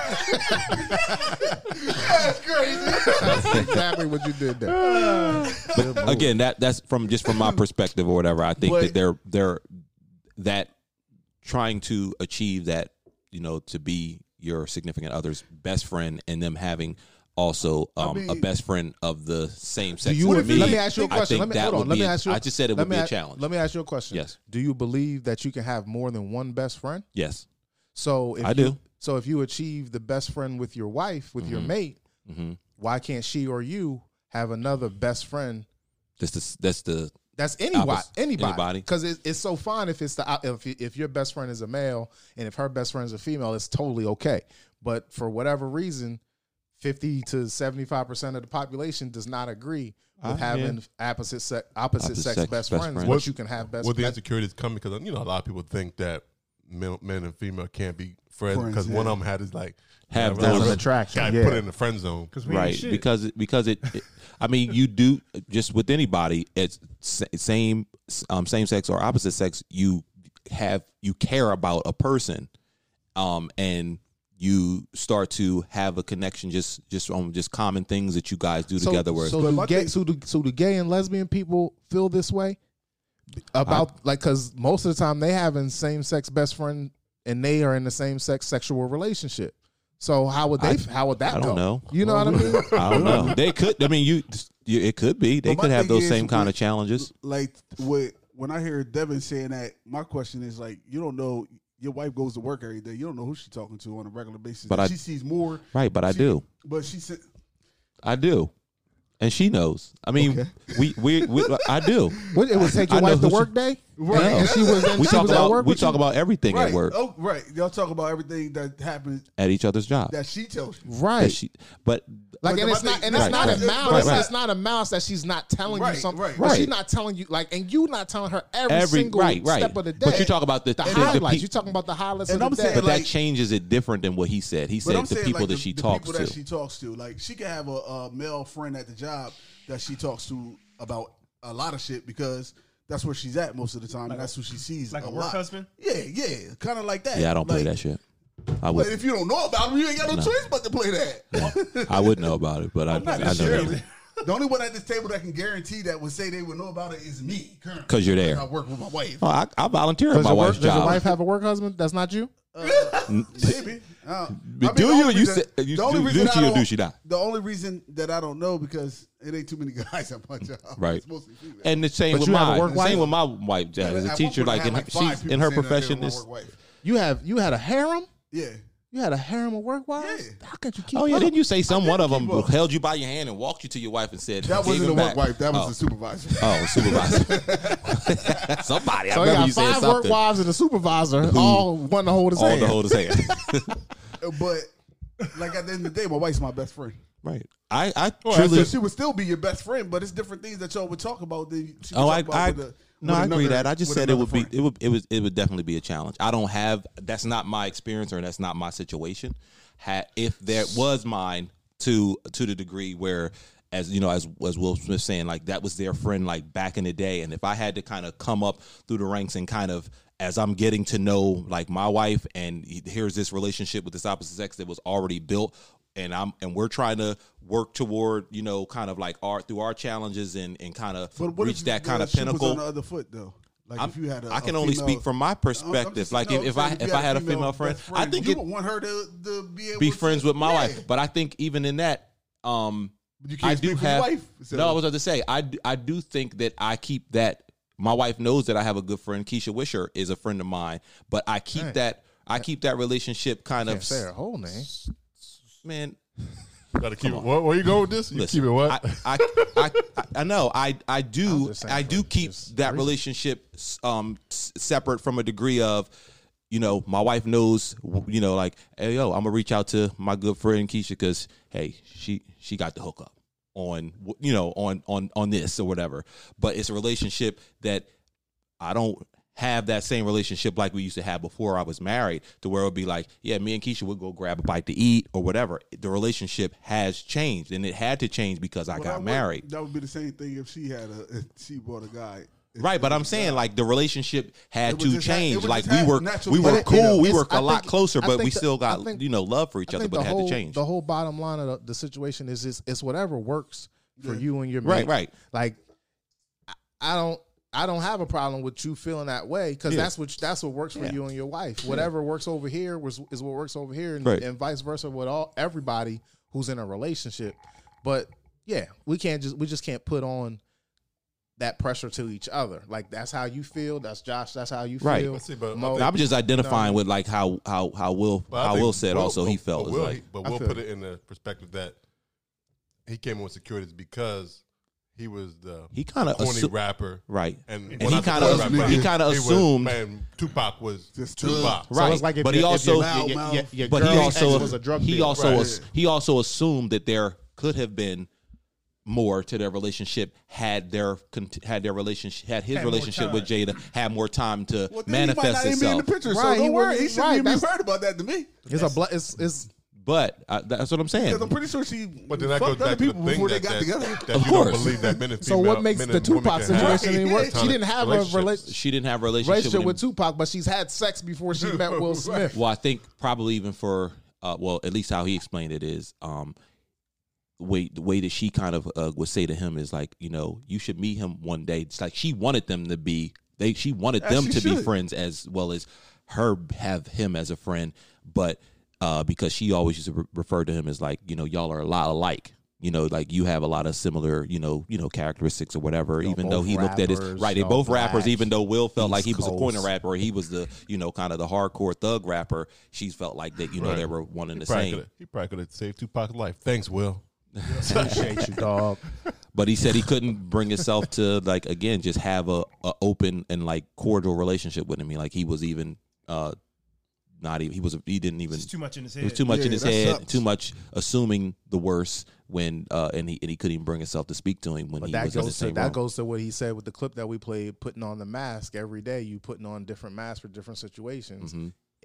E: That's crazy. That's exactly what you did there.
D: But again, that that's from just from my perspective or whatever. I think that they're they're that trying to achieve that you know to be your significant other's best friend and them having also um, a best friend of the same sex.
E: you
D: To
E: let me- let me ask you a
D: I
E: question.
D: think
E: Let me-
D: that
E: hold on.
D: would
E: Let
D: be
E: me
D: a-
E: ask you-
D: I just said it
E: Let
D: would
E: me,
D: be a
E: a-
D: challenge.
E: let me ask you a question.
D: Yes.
E: Do you believe that you can have more than one best friend?
D: yes.
E: So if
D: I
E: you-
D: do. Mm-hmm.
E: So if you achieve the best friend with your wife, with your mate, why can't she or you have another best friend
D: That's the that's the
E: That's anybody,
D: Opposite-
E: anybody,
D: anybody.
E: because it, it's so fine if it's the op- if if your best friend is a male and if her best friend is a female, it's totally okay. But for whatever reason, fifty to seventy five percent of the population does not agree with having opposite sex opposite,
D: Opposite
E: sex,
D: sex
E: best,
D: best
E: friends.
D: friends.
E: But you can have best
G: Well, the
E: friends.
G: insecurities come because you know a lot of people think that men, men and female can't be friends
C: Friends,
G: because
C: yeah.
G: one of them had is like
D: Have
G: yeah,
D: those-
E: attraction,
G: Got
E: yeah.
G: put in the friend zone.
J: we ain't
D: right
J: shit.
D: because it, because it, it- I mean you do just with anybody it's sa- same um same sex or opposite sex you have you care about a person um and you start to have a connection just just on just common things that you guys do together where
E: so do gay, so do so do gay and lesbian people feel this way about like because most of the time they having same sex best friend and they are in the same sex sexual relationship. So how would they?
D: I-
E: how would that?
D: I don't
E: go?
D: know.
E: You know what I mean?
D: [LAUGHS] I don't know they could I mean you, you it could be they
C: But my
D: could have
C: thing
D: those
C: is,
D: same kind
C: we-
D: of challenges
C: like what when I hear Devin saying that, my question is like, you don't know your wife goes to work every day. You don't know who she's talking to on a regular basis.
D: But I-
C: she sees more.
D: right but I
C: she-
D: do
C: But she said,
D: I do and she knows I mean we, we we I do
E: What, it would take your
D: I know
E: wife to
D: who she-
E: work day?
D: No.
E: And she was, in,
D: we
E: she
D: talk
E: was
D: about
E: at work
D: we
E: with you?
D: talk about everything
C: right,
D: at work
C: oh right, y'all talk about everything that happens
D: at each other's job
C: that she tells you.
D: that
E: Right.
D: she, but
E: like, and
C: my
E: it's
C: thing-
E: not, and it's
D: Right,
E: not
D: right,
E: a mouse.
D: right,
E: it's,
D: right.
E: it's not a mouse that she's not telling
C: Right,
E: you something.
C: right,
E: But She's
D: right.
E: not telling you, like, and you not telling her every,
D: every
E: single
D: right, right.
E: step of the day.
D: But you talk about the,
E: the
D: the- the
E: highlights.
D: peop-
E: You're talking about the highlights
C: And
E: of
C: I'm
E: the
C: saying,
E: day.
D: but
C: like-
D: that changes it different than what he said. He
C: But
D: said
C: I'm
D: the
C: saying
D: people
C: like
D: that
C: the,
D: she
C: the
D: talks
C: people that
D: to.
C: she talks to, like she can have a, a male friend at the job that she talks to about a lot of shit because that's where she's at most of the time. and that's who she sees.
J: like a work
C: lot.
J: husband?
C: Yeah, yeah, kind of like that.
D: yeah, I don't play
C: Like,
D: that shit. I
C: But
D: would
C: if you don't know about him, you ain't got no, choice but to play that.
D: I would know about it, but I, I
J: not
D: know
J: necessarily.
D: that.
C: the only one at this table that can guarantee that would say they would know about it is me. currently,
D: 'Cause you're there.
C: I work with my wife.
D: Oh, I, I volunteer at
E: Does,
D: my
E: your, work,
D: wife's
E: does your
D: job.
E: wife have a work husband? That's not you.
C: Maybe. Uh,
D: But do
C: the
D: you?
C: only
D: You
C: reason-
D: said- you
C: the only
D: do-
C: reason
D: do
C: I
D: she or
C: don't-
D: do she not?
C: The only reason that I don't know because it ain't too many [LAUGHS] guys at my job.
D: Right.
C: It's mostly females.
D: and the same
E: But
D: with
E: you have a
D: my
E: work
D: same
E: wife?
D: with my wife. Yeah, as
C: At
D: a
C: one
D: teacher,
C: point, I
D: like
C: had,
D: in her,
C: five
D: she's
C: people
D: in her
C: saying that they
D: profession
C: were my
D: is.
C: work wife.
E: You have you had a harem.
C: Yeah.
E: You had a harem of work wives.
C: Yeah.
E: How could you keep?
D: Oh yeah,
E: up?
D: didn't you say some one of them held you by your hand and walked you to your wife and said
C: That
D: gave
C: wasn't
D: him
C: a
D: back.
C: work wife. That was
D: oh.
C: the supervisor. [LAUGHS]
D: Oh, supervisor. Somebody, I
E: So you
D: remember
E: got
D: you said
E: Oh, five work
D: something.
E: wives and a supervisor, all one to hold his
D: on
E: hand.
D: the hold his hand.
C: but like at the end of the day, my wife's my best friend.
D: right. I, I
C: So
D: truly.
C: Oh, she would still be your best friend, but it's different things that y'all would talk about. That she would
D: Oh,
C: talk
D: I,
C: about
D: I
C: with a-
D: no,
C: with
D: I agree
C: another-
D: that. I just
C: with
D: said it
C: another
D: would be,
C: friend.
D: it would, it was, it would definitely be a challenge. I don't have. That's not my experience, or that's not my situation. Ha if there was mine to to the degree where, as you know, as as Will Smith saying, like that was their friend, like back in the day, and if I had to kind of come up through the ranks and kind of as I'm getting to know like my wife, and here's this relationship with this opposite sex that was already built, and I'm and we're trying to work toward you know kind of like our through our challenges and and kind of
C: But what if
D: reach that
C: the
D: kind of
C: shoe was
D: pinnacle.
C: on the other foot though. Like
D: I'm-
C: if you had a,
D: I can
C: a
D: only
C: female-
D: speak from my
C: I'm- I'm just
D: perspective.
C: saying,
D: like if,
C: no,
D: if
C: I'm
D: I
C: saying
D: if I had a female
C: best
D: friend, I think
C: you
D: it
C: would want her to, to be able
D: be
C: to-
D: friends with my
C: Yeah.
D: wife. But I think even in that, um,
C: But you can't
D: I do
C: speak for your
D: have.
C: wife, so-
D: No, I was about to say I d- I do think that I keep that. My wife knows that I have a good friend. Keisha Wisher is a friend of mine, but I keep that. I keep that relationship kind of
E: Can't say her whole name.
D: man.
G: Gotta keep it. What, where you go with this? You keep it what?
D: I, I, I, I know. I, I
E: I'm
D: do.
E: just saying
D: I
E: for
D: do keep
E: just
D: that
E: reasons.
D: relationship s- um s- separate from a degree of, you know, my wife knows. w- You know, like, hey, yo, I'm gonna reach out to my good friend Keisha because hey, she she got the hookup on w- you know on on on this or whatever. But it's a relationship that I don't have that same relationship like we used to have before I was married, to where it would be like, yeah, me and Keisha would go grab a bite to eat or whatever. The relationship has changed, and it had to change because I
C: But
D: got
C: would-
D: married.
C: That would be the same thing if she had a if she brought a guy. If
D: Right, but
C: it
D: I'm
C: was a
D: saying
C: guy.
D: like the relationship
C: It
D: had
C: would
D: to
C: just ha- it
D: change.
C: would
D: Like
C: just
D: we
C: ha-
D: were,
C: naturally
D: we were
C: happen.
D: cool, we
E: It's-
D: were
E: I
D: a lot
E: think-
D: closer,
E: I
D: but
E: think
D: we
E: the-
D: still
E: I
D: got
E: think-
D: you know love for each
E: I
D: other,
E: think
D: but
E: the
D: it had
E: whole,
D: to change.
E: The whole bottom line of the, the situation is it's, it's whatever works for you and your
D: Right,
E: mate.
D: right.
E: Like I- I don't I don't have a problem with you feeling that way because that's what that's what works for you and your wife. Whatever works over here was is what works over here, and,
D: Right.
E: and vice versa with all everybody who's in a relationship. But yeah, we can't just we just can't put on that pressure to each other. Like that's how you feel. That's Josh. That's how you
D: Right.
E: feel.
D: Let's
G: see, but I
E: Mo.
G: think-
D: I'm just identifying with like how how how Will
G: But I
D: how
G: think
D: Will said also he
G: but-
D: felt
G: But
D: It's
G: Will,
D: like
G: he- but
E: I
G: Will
E: feel
G: put
E: it.
G: it in the perspective that he came on securities because he was the
D: He kinda
G: corny
D: assu-
G: rapper,
D: right,
G: And,
D: And
G: well,
D: he
G: not the
D: kinda
G: corny rapper,
D: assumed-
G: but
D: he kinda
G: was-
D: assumed-
G: man, Tupac was
C: Just
G: Tupac,
D: Right.
E: it's like if
D: but
E: your-
D: he
E: if your
D: also,
C: loud
D: y- y-
C: mouth-
E: your
D: but he
E: girl's
D: also
E: ex was a drug
D: he
E: dealer.
D: also
G: Right.
D: ass- he also assumed that there could have been more to their relationship had their cont- had their relationship had his
J: Had more
D: relationship with
J: time.
D: Jada had more time to
C: Well, then he might
D: manifest
C: not even be in the
D: itself.
C: picture,
E: Right,
C: so
E: he
C: don't worry.
E: wouldn't-
C: He shouldn't
E: right,
C: even be
E: that's-
C: worried about that to me.
E: It's a bl- it's it's
D: But uh, that's what I'm saying.
C: Because I'm pretty sure she
G: But
C: but
G: then that goes
C: fucked other
G: back to the
C: people
G: thing
C: before they
G: that,
C: got
G: that,
C: together.
G: that you
D: course.
G: don't believe that
C: [LAUGHS]
G: men and
E: So
G: female,
E: what makes
G: men
E: the
G: and women
E: Tupac
G: can have
E: situation any worse?
G: Right.
E: She didn't have a
G: Relationships.
E: rela-
D: she didn't have a relationship.
E: relationship
D: with him.
E: with Tupac, but she's had sex before she met Will Smith.
D: Well, I think probably even for uh, well, at least how he explained it is um, the way the way that she kind of uh, would say to him is like, you know, you should meet him one day. It's like she wanted them to be they she wanted
C: As
D: them
C: she
D: to be
C: should.
D: friends as well as her have him as a friend, but uh, because she always used to re- refer to him as like, you know, y'all are a lot alike. You know, like you have a lot of similar, you know, you know, characteristics or whatever. even though
E: both
D: he looked at his
E: rappers,
D: right, they
E: y'all
D: both rappers.
E: black,
D: Even though Will felt like
E: East
D: he was a corner
E: Coast.
D: rapper rapper. He was the you know kind of the hardcore thug rapper. She felt like that you know they were one and the
G: Probably
D: same.
G: could've- He probably could have saved Tupac's life. Thanks, Will.
E: Appreciate you, dog.
D: But he said he couldn't bring himself to like again just have a, a open and like cordial relationship with him. He, like he was even uh not even he was he didn't even
J: It's too much in his
D: it was
J: head.
D: too much in
C: Yeah,
D: his
C: that
D: head,
C: sucks.
D: too much assuming the worst when uh and he and he couldn't even bring himself to speak to him when
E: But
D: he
E: that
D: was in the
E: goes to
D: same
E: that
D: room.
E: goes to what he said with the clip that we played, putting on the mask every day. You putting on different masks for different situations.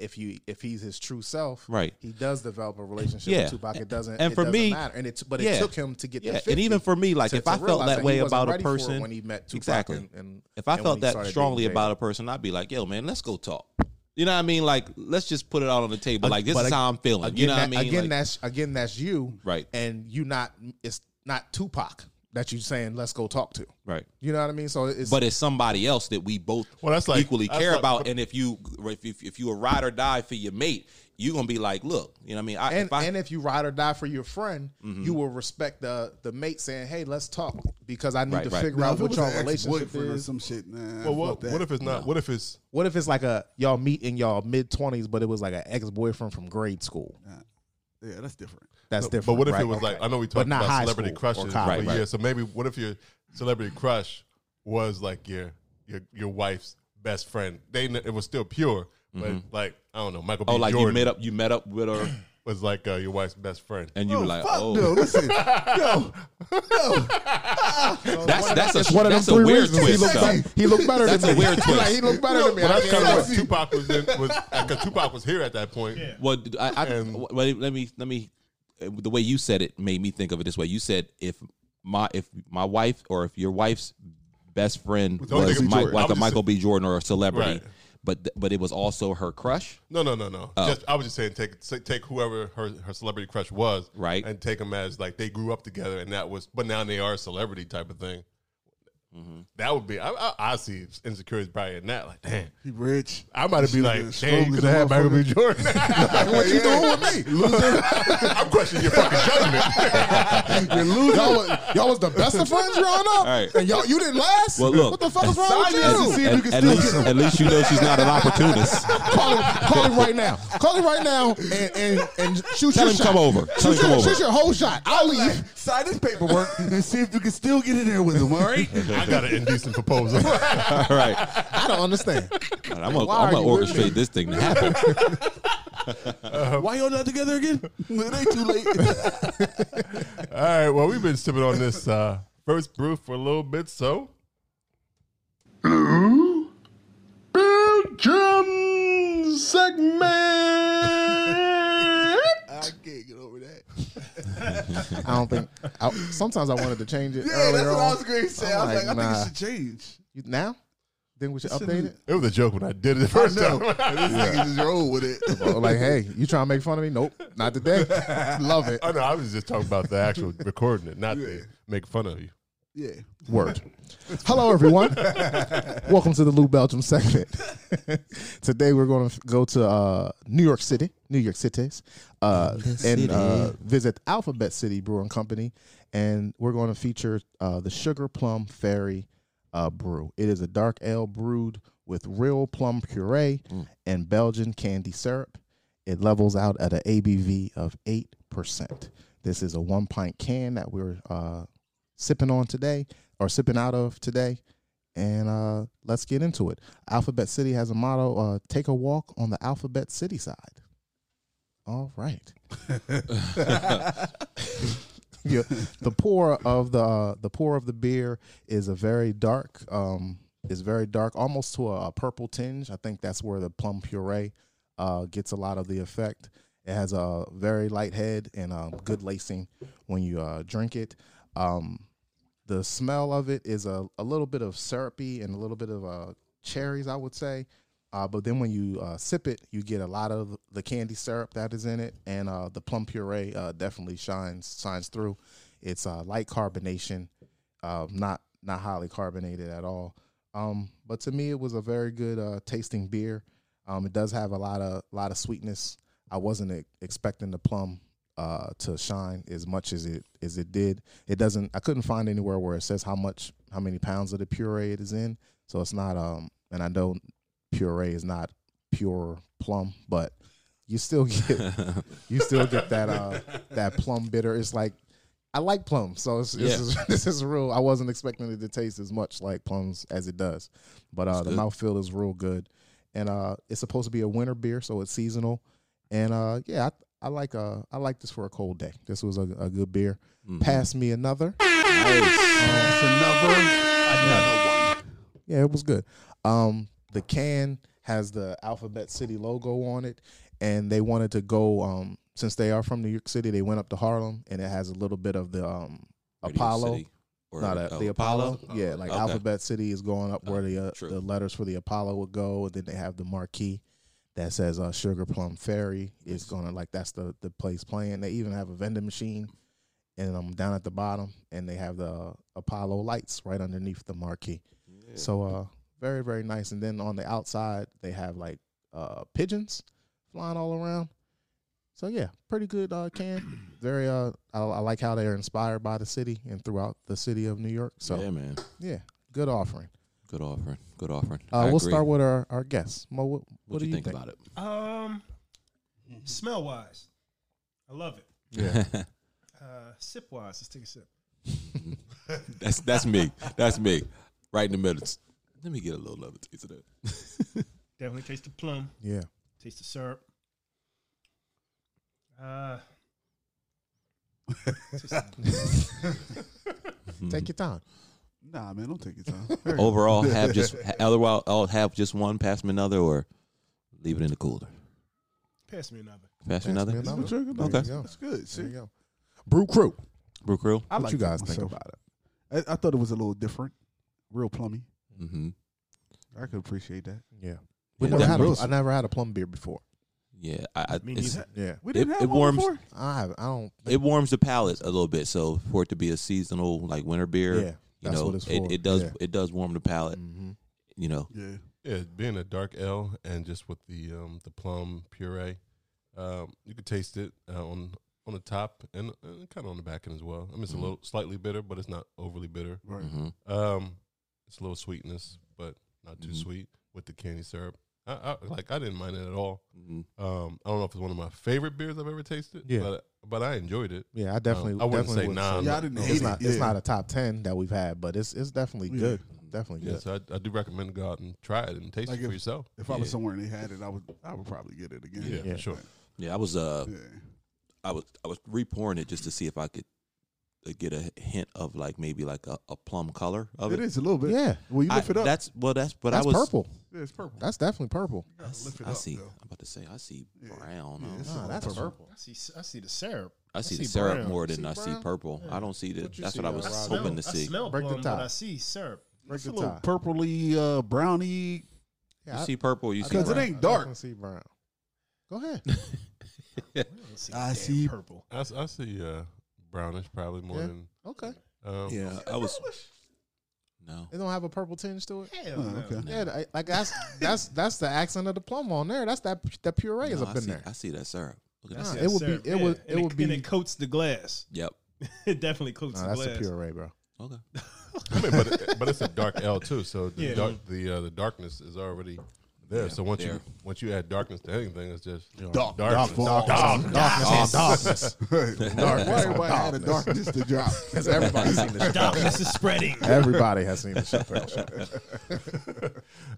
E: If you if he's his true self,
D: Mm-hmm. Right.
E: he does develop a relationship
D: Yeah.
E: with Tupac. It doesn't
D: And
E: it
D: for
E: doesn't
D: me-
E: matter. And it but it
D: yeah.
E: took him to get
D: Yeah,
E: to
D: and
E: 50
D: even for me, like,
E: to-
D: if
E: to
D: I felt
E: realize
D: that way
E: he wasn't
D: about a
E: ready for it
D: person-
E: when he met Tupac
D: Exactly.
E: and, and
D: if I
E: and when
D: felt
E: he
D: that
E: started
D: strongly
E: dating
D: about a person, I'd be like, "Yo, man, let's go talk." You know what I mean? Like, let's just put it out on the table.
E: Ag-
D: like, this
E: but
D: is
E: ag-
D: how I'm feeling.
E: Again,
D: you know what I
E: that-
D: mean?
E: Again,
D: Like-
E: that's again that's you,
D: Right.
E: And you not it's not Tupac. that you saying let's go talk to.
D: Right.
E: You know what I mean? So it's
D: But it's somebody else that we both
G: Well, that's like-
D: equally
G: that's
D: care
G: like-
D: about. And if you if, if, if you a ride or die for your mate, you gonna be like, look, you know what I mean? I,
E: and
D: if I, Mm-hmm.
E: and if you ride or die for your friend, you will respect the the mate saying, "Hey, let's talk because I need
D: Right,
E: to
D: right.
E: figure
C: Now,
E: out
C: if it
E: what
C: was
E: your
C: an
E: relationship
C: ex-boyfriend or
E: is."
C: some shit, man.
G: Well, what,
C: fuck
G: what
C: that.
G: if it's not? What if it's
E: What if it's like a y'all meet in y'all mid twenties, but it was like an ex boyfriend from grade school?
C: yeah, that's different.
E: That's different.
G: But what if
E: right?
G: it was like
E: Okay.
G: I know we
E: But
G: talked
E: not
G: about
E: high
G: celebrity
E: school or college.
G: crushes, but
D: Right,
G: yeah.
D: right.
G: So maybe what if your celebrity crush was like your your your wife's best friend? They kn- it was still pure, but
E: Mm-hmm.
G: like I don't know, Michael B.
D: oh, like
G: Jordan
D: you met up, you met up with her,
G: was like uh, your wife's best friend.
D: and you were like,
C: Fuck
D: oh,
C: no, listen.
D: that's that's a
E: It's one of them
D: that's a
E: three
D: weird
E: reasons. He
D: twist.
E: looked,
D: though.
E: better, he looked better
D: That's
E: than
D: a
E: me.
D: weird
E: [LAUGHS] like,
D: twist.
E: he looked better than me.
G: But
E: I
G: that's kind
E: can't
G: of
E: see.
G: what Tupac was in. Was because Tupac was here at that point.
D: Well, d- I, I-
G: And-
D: w- well, let me let me. uh, The way you said it made me think of it this way. You said if my if my wife or if your wife's best friend
G: Don't
D: was
G: think of
D: Mi-
G: Jordan.
D: like
G: I'm
D: a
G: just
D: Michael B. Jordan or a celebrity,
G: Right.
D: but th- but it was also her crush.
G: No, no, no, no. Just, I was just saying, take say- take whoever her, her celebrity crush was,
D: Right.
G: and take them as like they grew up together, and that was. But now they are a celebrity type of thing. That would be. I, I, I see insecurities probably in that. Like, damn,
C: [LAUGHS]
G: [LAUGHS]
C: He rich.
G: I might have
C: This
G: been
C: nigga
G: like,
C: is
G: damn,
C: strong
G: you
C: as
G: could
C: a
G: have had Michael B.
C: motherfucker. [LAUGHS]
G: Jordan. what you doing with me? I'm questioning your fucking judgment. [LAUGHS]
E: You're losing. Y'all was, y'all was the best of friends growing up,
D: right.
E: and y'all you didn't last.
D: Well, look.
E: what the fuck is wrong with
D: At,
E: you?
D: at- at least, at least you know she's not an opportunist.
E: [LAUGHS] call him, call him right now. Call him right now and and, and shoot
D: Tell
E: your
D: him
E: shot.
D: come over. Tell him
E: shoot,
D: come
E: your,
D: over.
E: shoot your whole shot. I'll leave.
C: Sign this paperwork
G: [LAUGHS]
C: and see if you can still get in there with him. All right.
G: I got an indecent proposal.
D: All right.
E: I don't understand.
D: All right, I'm gonna,
E: Why
D: I'm gonna
E: are you with me?
D: orchestrate this thing to happen.
C: Why y'all not together
G: [LAUGHS]
C: again? it ain't too late. [LAUGHS]
G: [LAUGHS] All right. Well, we've been sipping on this uh, first brew for a little bit, so. Belgium segment.
C: I can't get over that.
E: I don't think. I, sometimes I wanted to change it
C: Yeah,
G: Oh,
E: earlier
C: that's what I
E: on.
C: was going to say.
E: I'm
C: I was like, I
E: nah.
C: think it should change.
E: You- now. Then we should update it.
G: it was a joke when I did it the
C: I
G: first
C: know.
G: time.
C: And [LAUGHS] this nigga just roll with it.
E: Or like, hey, you trying to make fun of me? Nope, not today. Love it.
G: oh no, I was just talking about the [LAUGHS] actual recording it, not the make fun of you.
C: Yeah.
E: Word. Hello, everyone. Welcome to the Lou Belgium segment. [LAUGHS] Today, we're going to go to uh, New York City, New York cities, uh, and uh, visit Alphabet City Brewing Company. And we're going to feature uh, the Sugar Plum Fairy uh, Brew. It is a dark ale brewed with real plum puree and Belgian candy syrup. It levels out at an ABV of 8%. This is a one pint can that we're uh, sipping on today or sipping out of today. And uh, let's get into it. Alphabet City has a motto uh, take a walk on the Alphabet City side. All right. [LAUGHS] yeah, the pour of the uh, the pour of the beer is a very dark um is very dark almost to a, a purple tinge. I think that's where the plum puree uh, gets a lot of the effect. It has a very light head and um, good lacing when you uh, drink it. Um, the smell of it is a, a little bit of syrupy and a little bit of uh, cherries, I would say. Uh, but then when you uh, sip it, you get a lot of the candy syrup that is in it, and uh, the plum puree uh, definitely shines shines through. It's uh, light carbonation, uh, not not highly carbonated at all. Um, but to me, it was a very good uh, tasting beer. Um, it does have a lot of lot of sweetness. I wasn't e- expecting the plum uh, to shine as much as it as it did. It doesn't. I couldn't find anywhere where it says how much, how many pounds of the puree it is in. So it's not. Um, and I know puree is not pure plum, but you still get you still get that uh, that plum bitter. It's like I like plum, so it's, this is [LAUGHS] this is real. I wasn't expecting it to taste as much like plums as it does, but uh, the mouthfeel is real good, and uh, it's supposed to be a winter beer, so it's seasonal, and uh, yeah, I, I like uh, I like this for a cold day. This was a, a good beer. Pass me another.
C: That's another.
E: Yeah, it was good. Um, the can has the Alphabet City logo on it, and they wanted to go. Um, since they are from New York City, they went up to Harlem, and it has a little bit of the um, Apollo.
D: or
E: Not
D: uh,
E: the Apollo. Yeah, like
D: Okay. Oh,
E: Alphabet City is going up where the uh,
D: true.
E: the letters for the Apollo would go, and then they have the marquee that says uh, Sugar Plum Ferry is going to like that's the the place playing. They even have a vending machine and I'm down at the bottom, and they have the Apollo lights right underneath the marquee. So uh, very very nice. And then on the outside, they have like uh, pigeons flying all around. So yeah, pretty good uh, can. [CLEARS THROAT] Very uh, I, I like how they are inspired by the city and throughout the city of New York. So
D: yeah, man.
E: yeah, good offering.
D: Good offering. Good offering.
E: Uh,
D: I
E: we'll
D: agree.
E: start with our, our guest. Mo, what, what,
D: What
E: do
D: you think, about it?
J: Um, smell wise, I love it.
D: Yeah.
J: [LAUGHS] Uh, sip wise, let's take a sip.
D: [LAUGHS] that's that's me. That's me. Right in the middle. Just, Let me get a little of it. Taste of that.
J: Definitely taste the plum.
E: Yeah,
D: Mm-hmm.
J: Taste the syrup.
E: [LAUGHS]
J: Uh,
E: take your time.
C: Nah, man, don't take your time. Very-
D: Overall, have
E: [LAUGHS]
D: just ha- otherwise, I'll have just one, pass me another, or leave it in the cooler.
J: pass me another.
D: Pass me another.
E: It's
C: It's good.
D: Okay.
E: There you go.
C: It's good.
E: There you
C: See,
E: go. Brew Crew.
D: Brew Crew.
C: I
E: what
C: like
E: you guys think
C: myself.
E: about it?
C: I, I thought it was a little different, real plummy.
D: Mm-hmm.
C: I could appreciate that.
E: Yeah,
D: Yeah,
E: we never had a,
D: definitely.
E: I never had a plum beer before.
D: Yeah, I, I,
J: Me
D: it's-
J: neither.
E: Yeah,
C: We
D: It-
C: didn't have
D: it
C: one
D: warms-
C: before.
E: I have. I don't.
D: it warms the palate a little bit. So for it to be a seasonal like winter beer,
E: yeah,
D: you
E: that's
D: know,
E: what it's for.
D: it, it does
E: Yeah.
D: it does warm the palate.
E: Mhm.
D: You know,
C: Yeah.
G: Yeah, being a dark L and just with the um, the plum puree, um, you could taste it uh, on on the top and, and kind of on the back end as well. I mean, it's a little slightly bitter, but it's not overly bitter.
C: Right.
D: hmm
G: Um, it's a little sweetness, but not too
D: Mhm.
G: sweet with the candy syrup. I, I like. I didn't mind it at all.
D: hmm
G: Um, I don't know if it's one of my favorite beers I've ever tasted.
E: Yeah.
G: but, but I enjoyed it.
E: Yeah, Uh, I definitely.
G: I wouldn't
E: definitely
G: say nah,
C: Yeah, I didn't
G: It's
C: hate
E: It's
C: it.
E: not. It's
C: Yeah.
E: not a top ten that we've had, but it's it's definitely
C: Yeah.
E: good. Definitely
G: Yeah,
E: good.
G: so I, I do recommend go out and try it and taste
C: Like
G: it for
C: if-
G: yourself.
C: If I was
D: Yeah.
C: somewhere and they had it, I would I would probably get it again.
G: Yeah,
E: Yeah.
G: for sure.
D: Yeah, I was uh,
C: Yeah.
D: I was I was repouring it just to see if I could uh, get a hint of like maybe like a, a plum color of it.
C: It is a little bit.
E: yeah,
C: When you
D: I-
C: lift it up,
D: That's well, that's but
E: that's
D: I was
E: purple.
C: yeah, it's purple.
E: That's definitely purple.
C: You gotta lift it
D: I
C: up,
D: see.
C: though.
D: I'm about to say I see
C: Yeah.
D: brown.
C: Yeah,
D: I, don't
C: it's
D: know.
E: Nah,
C: all
E: that's purple.
J: I see. I see the syrup.
D: I see
E: I
D: the
E: see
D: syrup
E: brown.
D: more than
E: See
D: I see
E: brown?
D: purple. I don't see the.
G: What you
D: that's
G: see,
D: what I
G: uh,
D: was
G: Rob?
J: Smell-
D: hoping to
J: I
D: see.
J: smell
E: Break the
J: plum, but
E: tie.
J: I see syrup.
E: Break
C: It's a
E: the
C: little
E: tie.
C: purpley, uh, browny.
D: you
E: Yeah, I-
D: see purple. You
E: I
D: see
E: think
C: Because
D: brown.
C: it
E: brown.
C: ain't
E: I
C: dark.
E: definitely See brown. Go ahead.
J: I don't see,
C: I
J: damn
C: see-
J: purple.
G: I, s- I see uh, brownish probably more
E: Yeah.
G: than.
E: Okay.
G: Um,
D: Yeah, I was. No,
E: It don't have a purple tinge to it.
J: Hell
C: Oh,
J: no.
C: okay.
E: Yeah, th- like that's that's that's the accent of the plum on there. That's that that puree is
D: No,
E: up
D: I
E: in
D: see,
E: there.
D: I see that syrup. Look at
E: Nah,
D: that.
E: it would be-
J: Syrup,
E: it would-
J: yeah.
E: it
J: And
E: would
J: and
E: be-
J: it coats the glass. [LAUGHS]
D: Yep.
J: it definitely coats
E: Nah,
J: the
E: that's
J: glass.
E: the puree, bro.
D: Okay.
G: I mean, but it, but it's a dark L too, so the
J: Yeah.
G: dark, the uh, the darkness is already there. so once you
D: there.
G: once you add darkness to anything, it's just
C: Dark,
G: darkness.
C: dark,
G: Darkness.
E: Darkness, darkness.
C: Why everybody had a darkness to
E: [LAUGHS]
C: drop?
E: Because everybody's seen the Chappelle.
J: [LAUGHS] Darkness is spreading.
E: Everybody has [LAUGHS] seen the Chappelle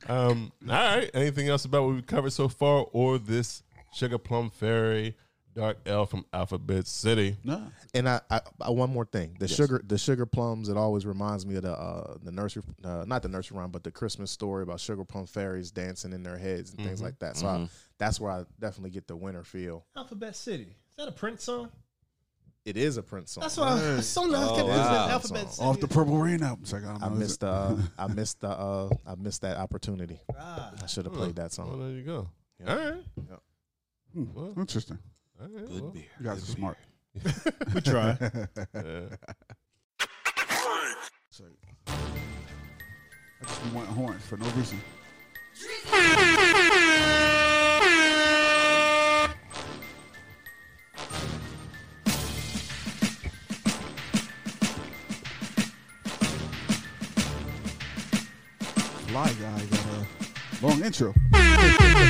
E: show.
G: Um, all right. Anything else about what we covered so far, or this sugar plum fairy dark L from Alphabet City?
C: Nah.
E: And I, I, I one more thing. The sugar the sugar plums, it always reminds me of the uh, the nursery uh, not the nursery rhyme, but the Christmas story about sugar plum fairies dancing in their heads and
C: Mm-hmm.
E: things like that. So I, that's where I definitely get the winter feel.
J: [LAUGHS] Alphabet City. Is that a Prince song?
E: It is a Prince song.
J: That's why I, [LAUGHS] sometimes I
D: Oh,
J: kept thinking
D: wow.
J: Alphabet City.
C: Off the Purple Rain album. It's like, I, don't know,
E: I
C: is
E: missed
C: it-
E: the uh, I missed the uh, I missed that opportunity.
J: Ah,
E: I should have played that
G: Well,
E: song.
G: there you go.
E: Yeah.
G: All right.
C: Hmm,
G: Well,
C: Interesting.
G: All right. well,
D: Good beer.
C: You guys are smart.
D: [LAUGHS]
J: we
G: [LAUGHS]
J: try.
G: yeah.
C: So, I just want horns for no reason. Fly guy got a long intro.
B: Every time you see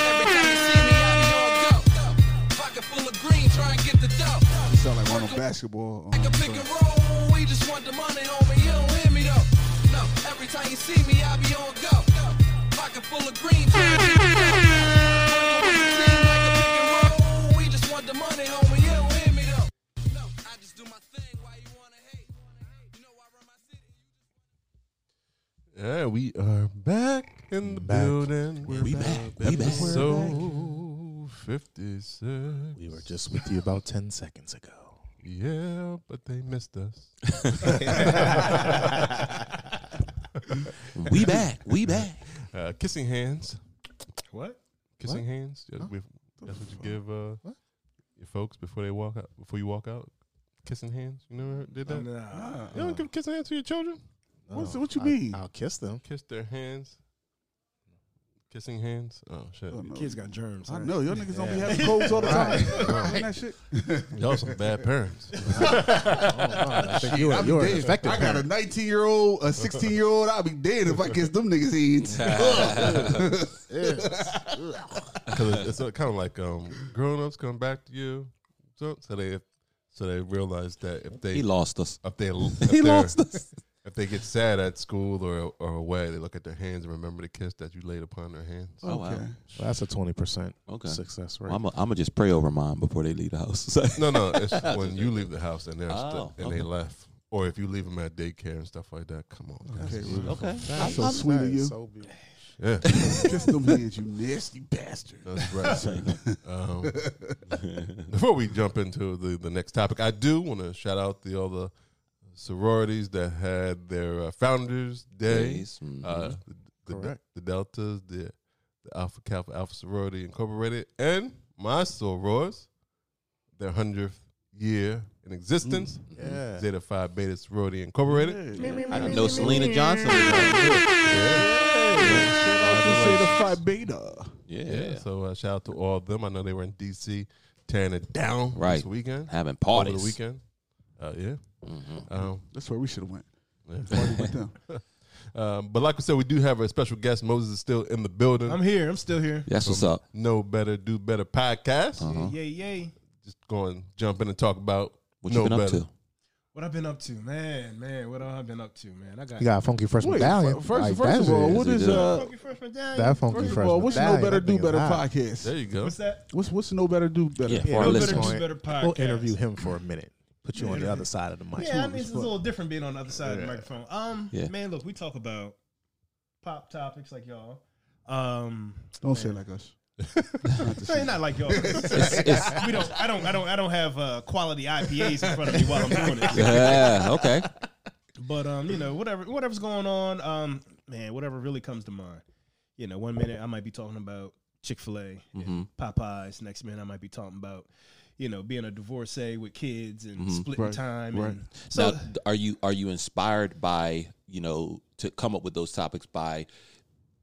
B: me out in your go. Pocket full of green, try and get the dough.
C: It sound like one on basketball.
B: Like
C: um,
B: a pick and roll, we just want the money, homie. You don't hear me though. No, every time you see me, I be on go. Pocket full of green, try and get the dough. Team like a pick and roll, we just want the money, homie. You don't hear me though. No, I just do my thing. Why you wanna hate? You know I run my city.
G: Yeah, we are back in the building. We're
D: We back. We back.
G: Episode 56.
E: We were just with you about ten seconds ago.
G: Yeah, but they missed us.
D: We back. We back.
G: Uh, kissing hands.
J: What?
G: Kissing hands. Yeah, we- that's what you give uh, your folks before they walk out. Before you walk out, kissing hands. You never did that?
J: Nah.
G: You don't give kissing hands to your children?
C: What's- what you
E: Oh, I-
C: mean?
E: I'll
C: [LAUGHS]
E: kiss them.
G: Kiss their hands. Kissing hands. Oh shit.
J: Kids got germs.
C: I
J: right?
C: know y'all niggas don't be having colds all the time. Ain't that shit?
G: Y'all some bad parents. [LAUGHS]
E: I think you're,
C: I'll be
E: you're an
C: dead.
E: effective
C: I got a
E: parent.
C: 19 year old, a 16 year old. I'll be dead if I kiss them niggas' hands.
G: Because it's kind of like um, grown ups come back to you, so so they so they realize that if they
D: He lost us.
G: if they if
D: [LAUGHS] He
G: they're-
D: lost us.
G: if they get sad at school or or away, they look at their hands and remember the kiss that you laid upon their hands.
D: Oh, wow.
E: That's a 20%
D: Okay.
E: success rate.
D: Well, I'm going to just pray over mine before they leave the house. [LAUGHS]
G: No, no, it's when you leave the house and they're
D: Oh,
G: st- and
D: okay.
G: they left, or if you leave them at daycare and stuff like that. Come on, guys.
D: okay.
C: [LAUGHS] That's so sweet of you.
E: So beautiful.
G: yeah,
C: kiss them hands, you nasty bastard.
G: that's right. um, before we jump into the the next topic, I do want to shout out the all the sororities that had their uh, founders days.
D: Days, mhm.
G: uh, the, the,
E: Correct.
G: the Deltas, the, the Alpha Kappa Alpha Sorority Incorporated, and my sorors, their 100th year in existence,
E: Yeah.
G: Zeta Phi Beta Sorority Incorporated.
D: I didn't know Selena Johnson was
C: You say the Phi Beta.
D: Yeah.
G: Yeah, so uh, shout out to all of them. I know they were in D.C. tearing it down
D: Right.
G: this weekend,
D: Having
G: over
D: parties.
G: the weekend. Uh, yeah. Um,
C: That's where we should have went.
G: Yeah.
C: Party with them.
G: um, but like we said, we do have a special guest. Moses is still in the building.
J: I'm here. I'm still here.
D: That's what's up.
G: Know Better, Do Better podcast.
D: Uh-huh.
J: Yay, yay.
G: Just go and jump in and talk about
D: What
G: Know
D: you been up
G: Better.
D: to?
J: What I've been up to, man, man. What I've been up to, man. I got,
E: You got a funky
C: [LAUGHS]
E: fresh
C: Wait,
E: medallion.
C: first,
E: Like,
C: first
E: that
C: of all,
E: is-
C: what
D: Yes,
C: is
D: we do.
C: uh?
J: funky freshman day.
E: that funky
C: First
E: fresh
C: of all, what's
E: medallion?
C: no better do
E: That thing is
C: better
E: hot.
G: There
C: podcast?
G: you go.
J: What's that?
C: What's what's no better do better?
E: Yeah,
D: for
E: for
D: our
E: our
D: No
J: Better
D: Listen.
J: Do Better podcast.
E: We'll interview him for a minute. Put you on the other side of the mic.
J: Yeah, I mean, it's a little different being on the other side of the
E: Yeah.
J: microphone. Um,
D: Yeah.
J: man, look, we talk about pop topics like y'all. Um,
C: Don't say it like us.
J: no, not like y'all. we don't. I don't. I don't. I don't have uh, quality IPAs in front of me while I'm doing it.
C: [LAUGHS]
D: Yeah. Okay.
J: But um, you know, whatever, whatever's going on, um, man, whatever really comes to mind. You know, one minute I might be talking about Chick Fil A,
C: Mm-hmm.
J: and Popeyes. Next minute I might be talking about, you know, being a divorcee with kids and splitting
C: Mm-hmm. Right,
J: time.
C: right.
J: And so
D: now, d- are you are you inspired by you know to come up with those topics by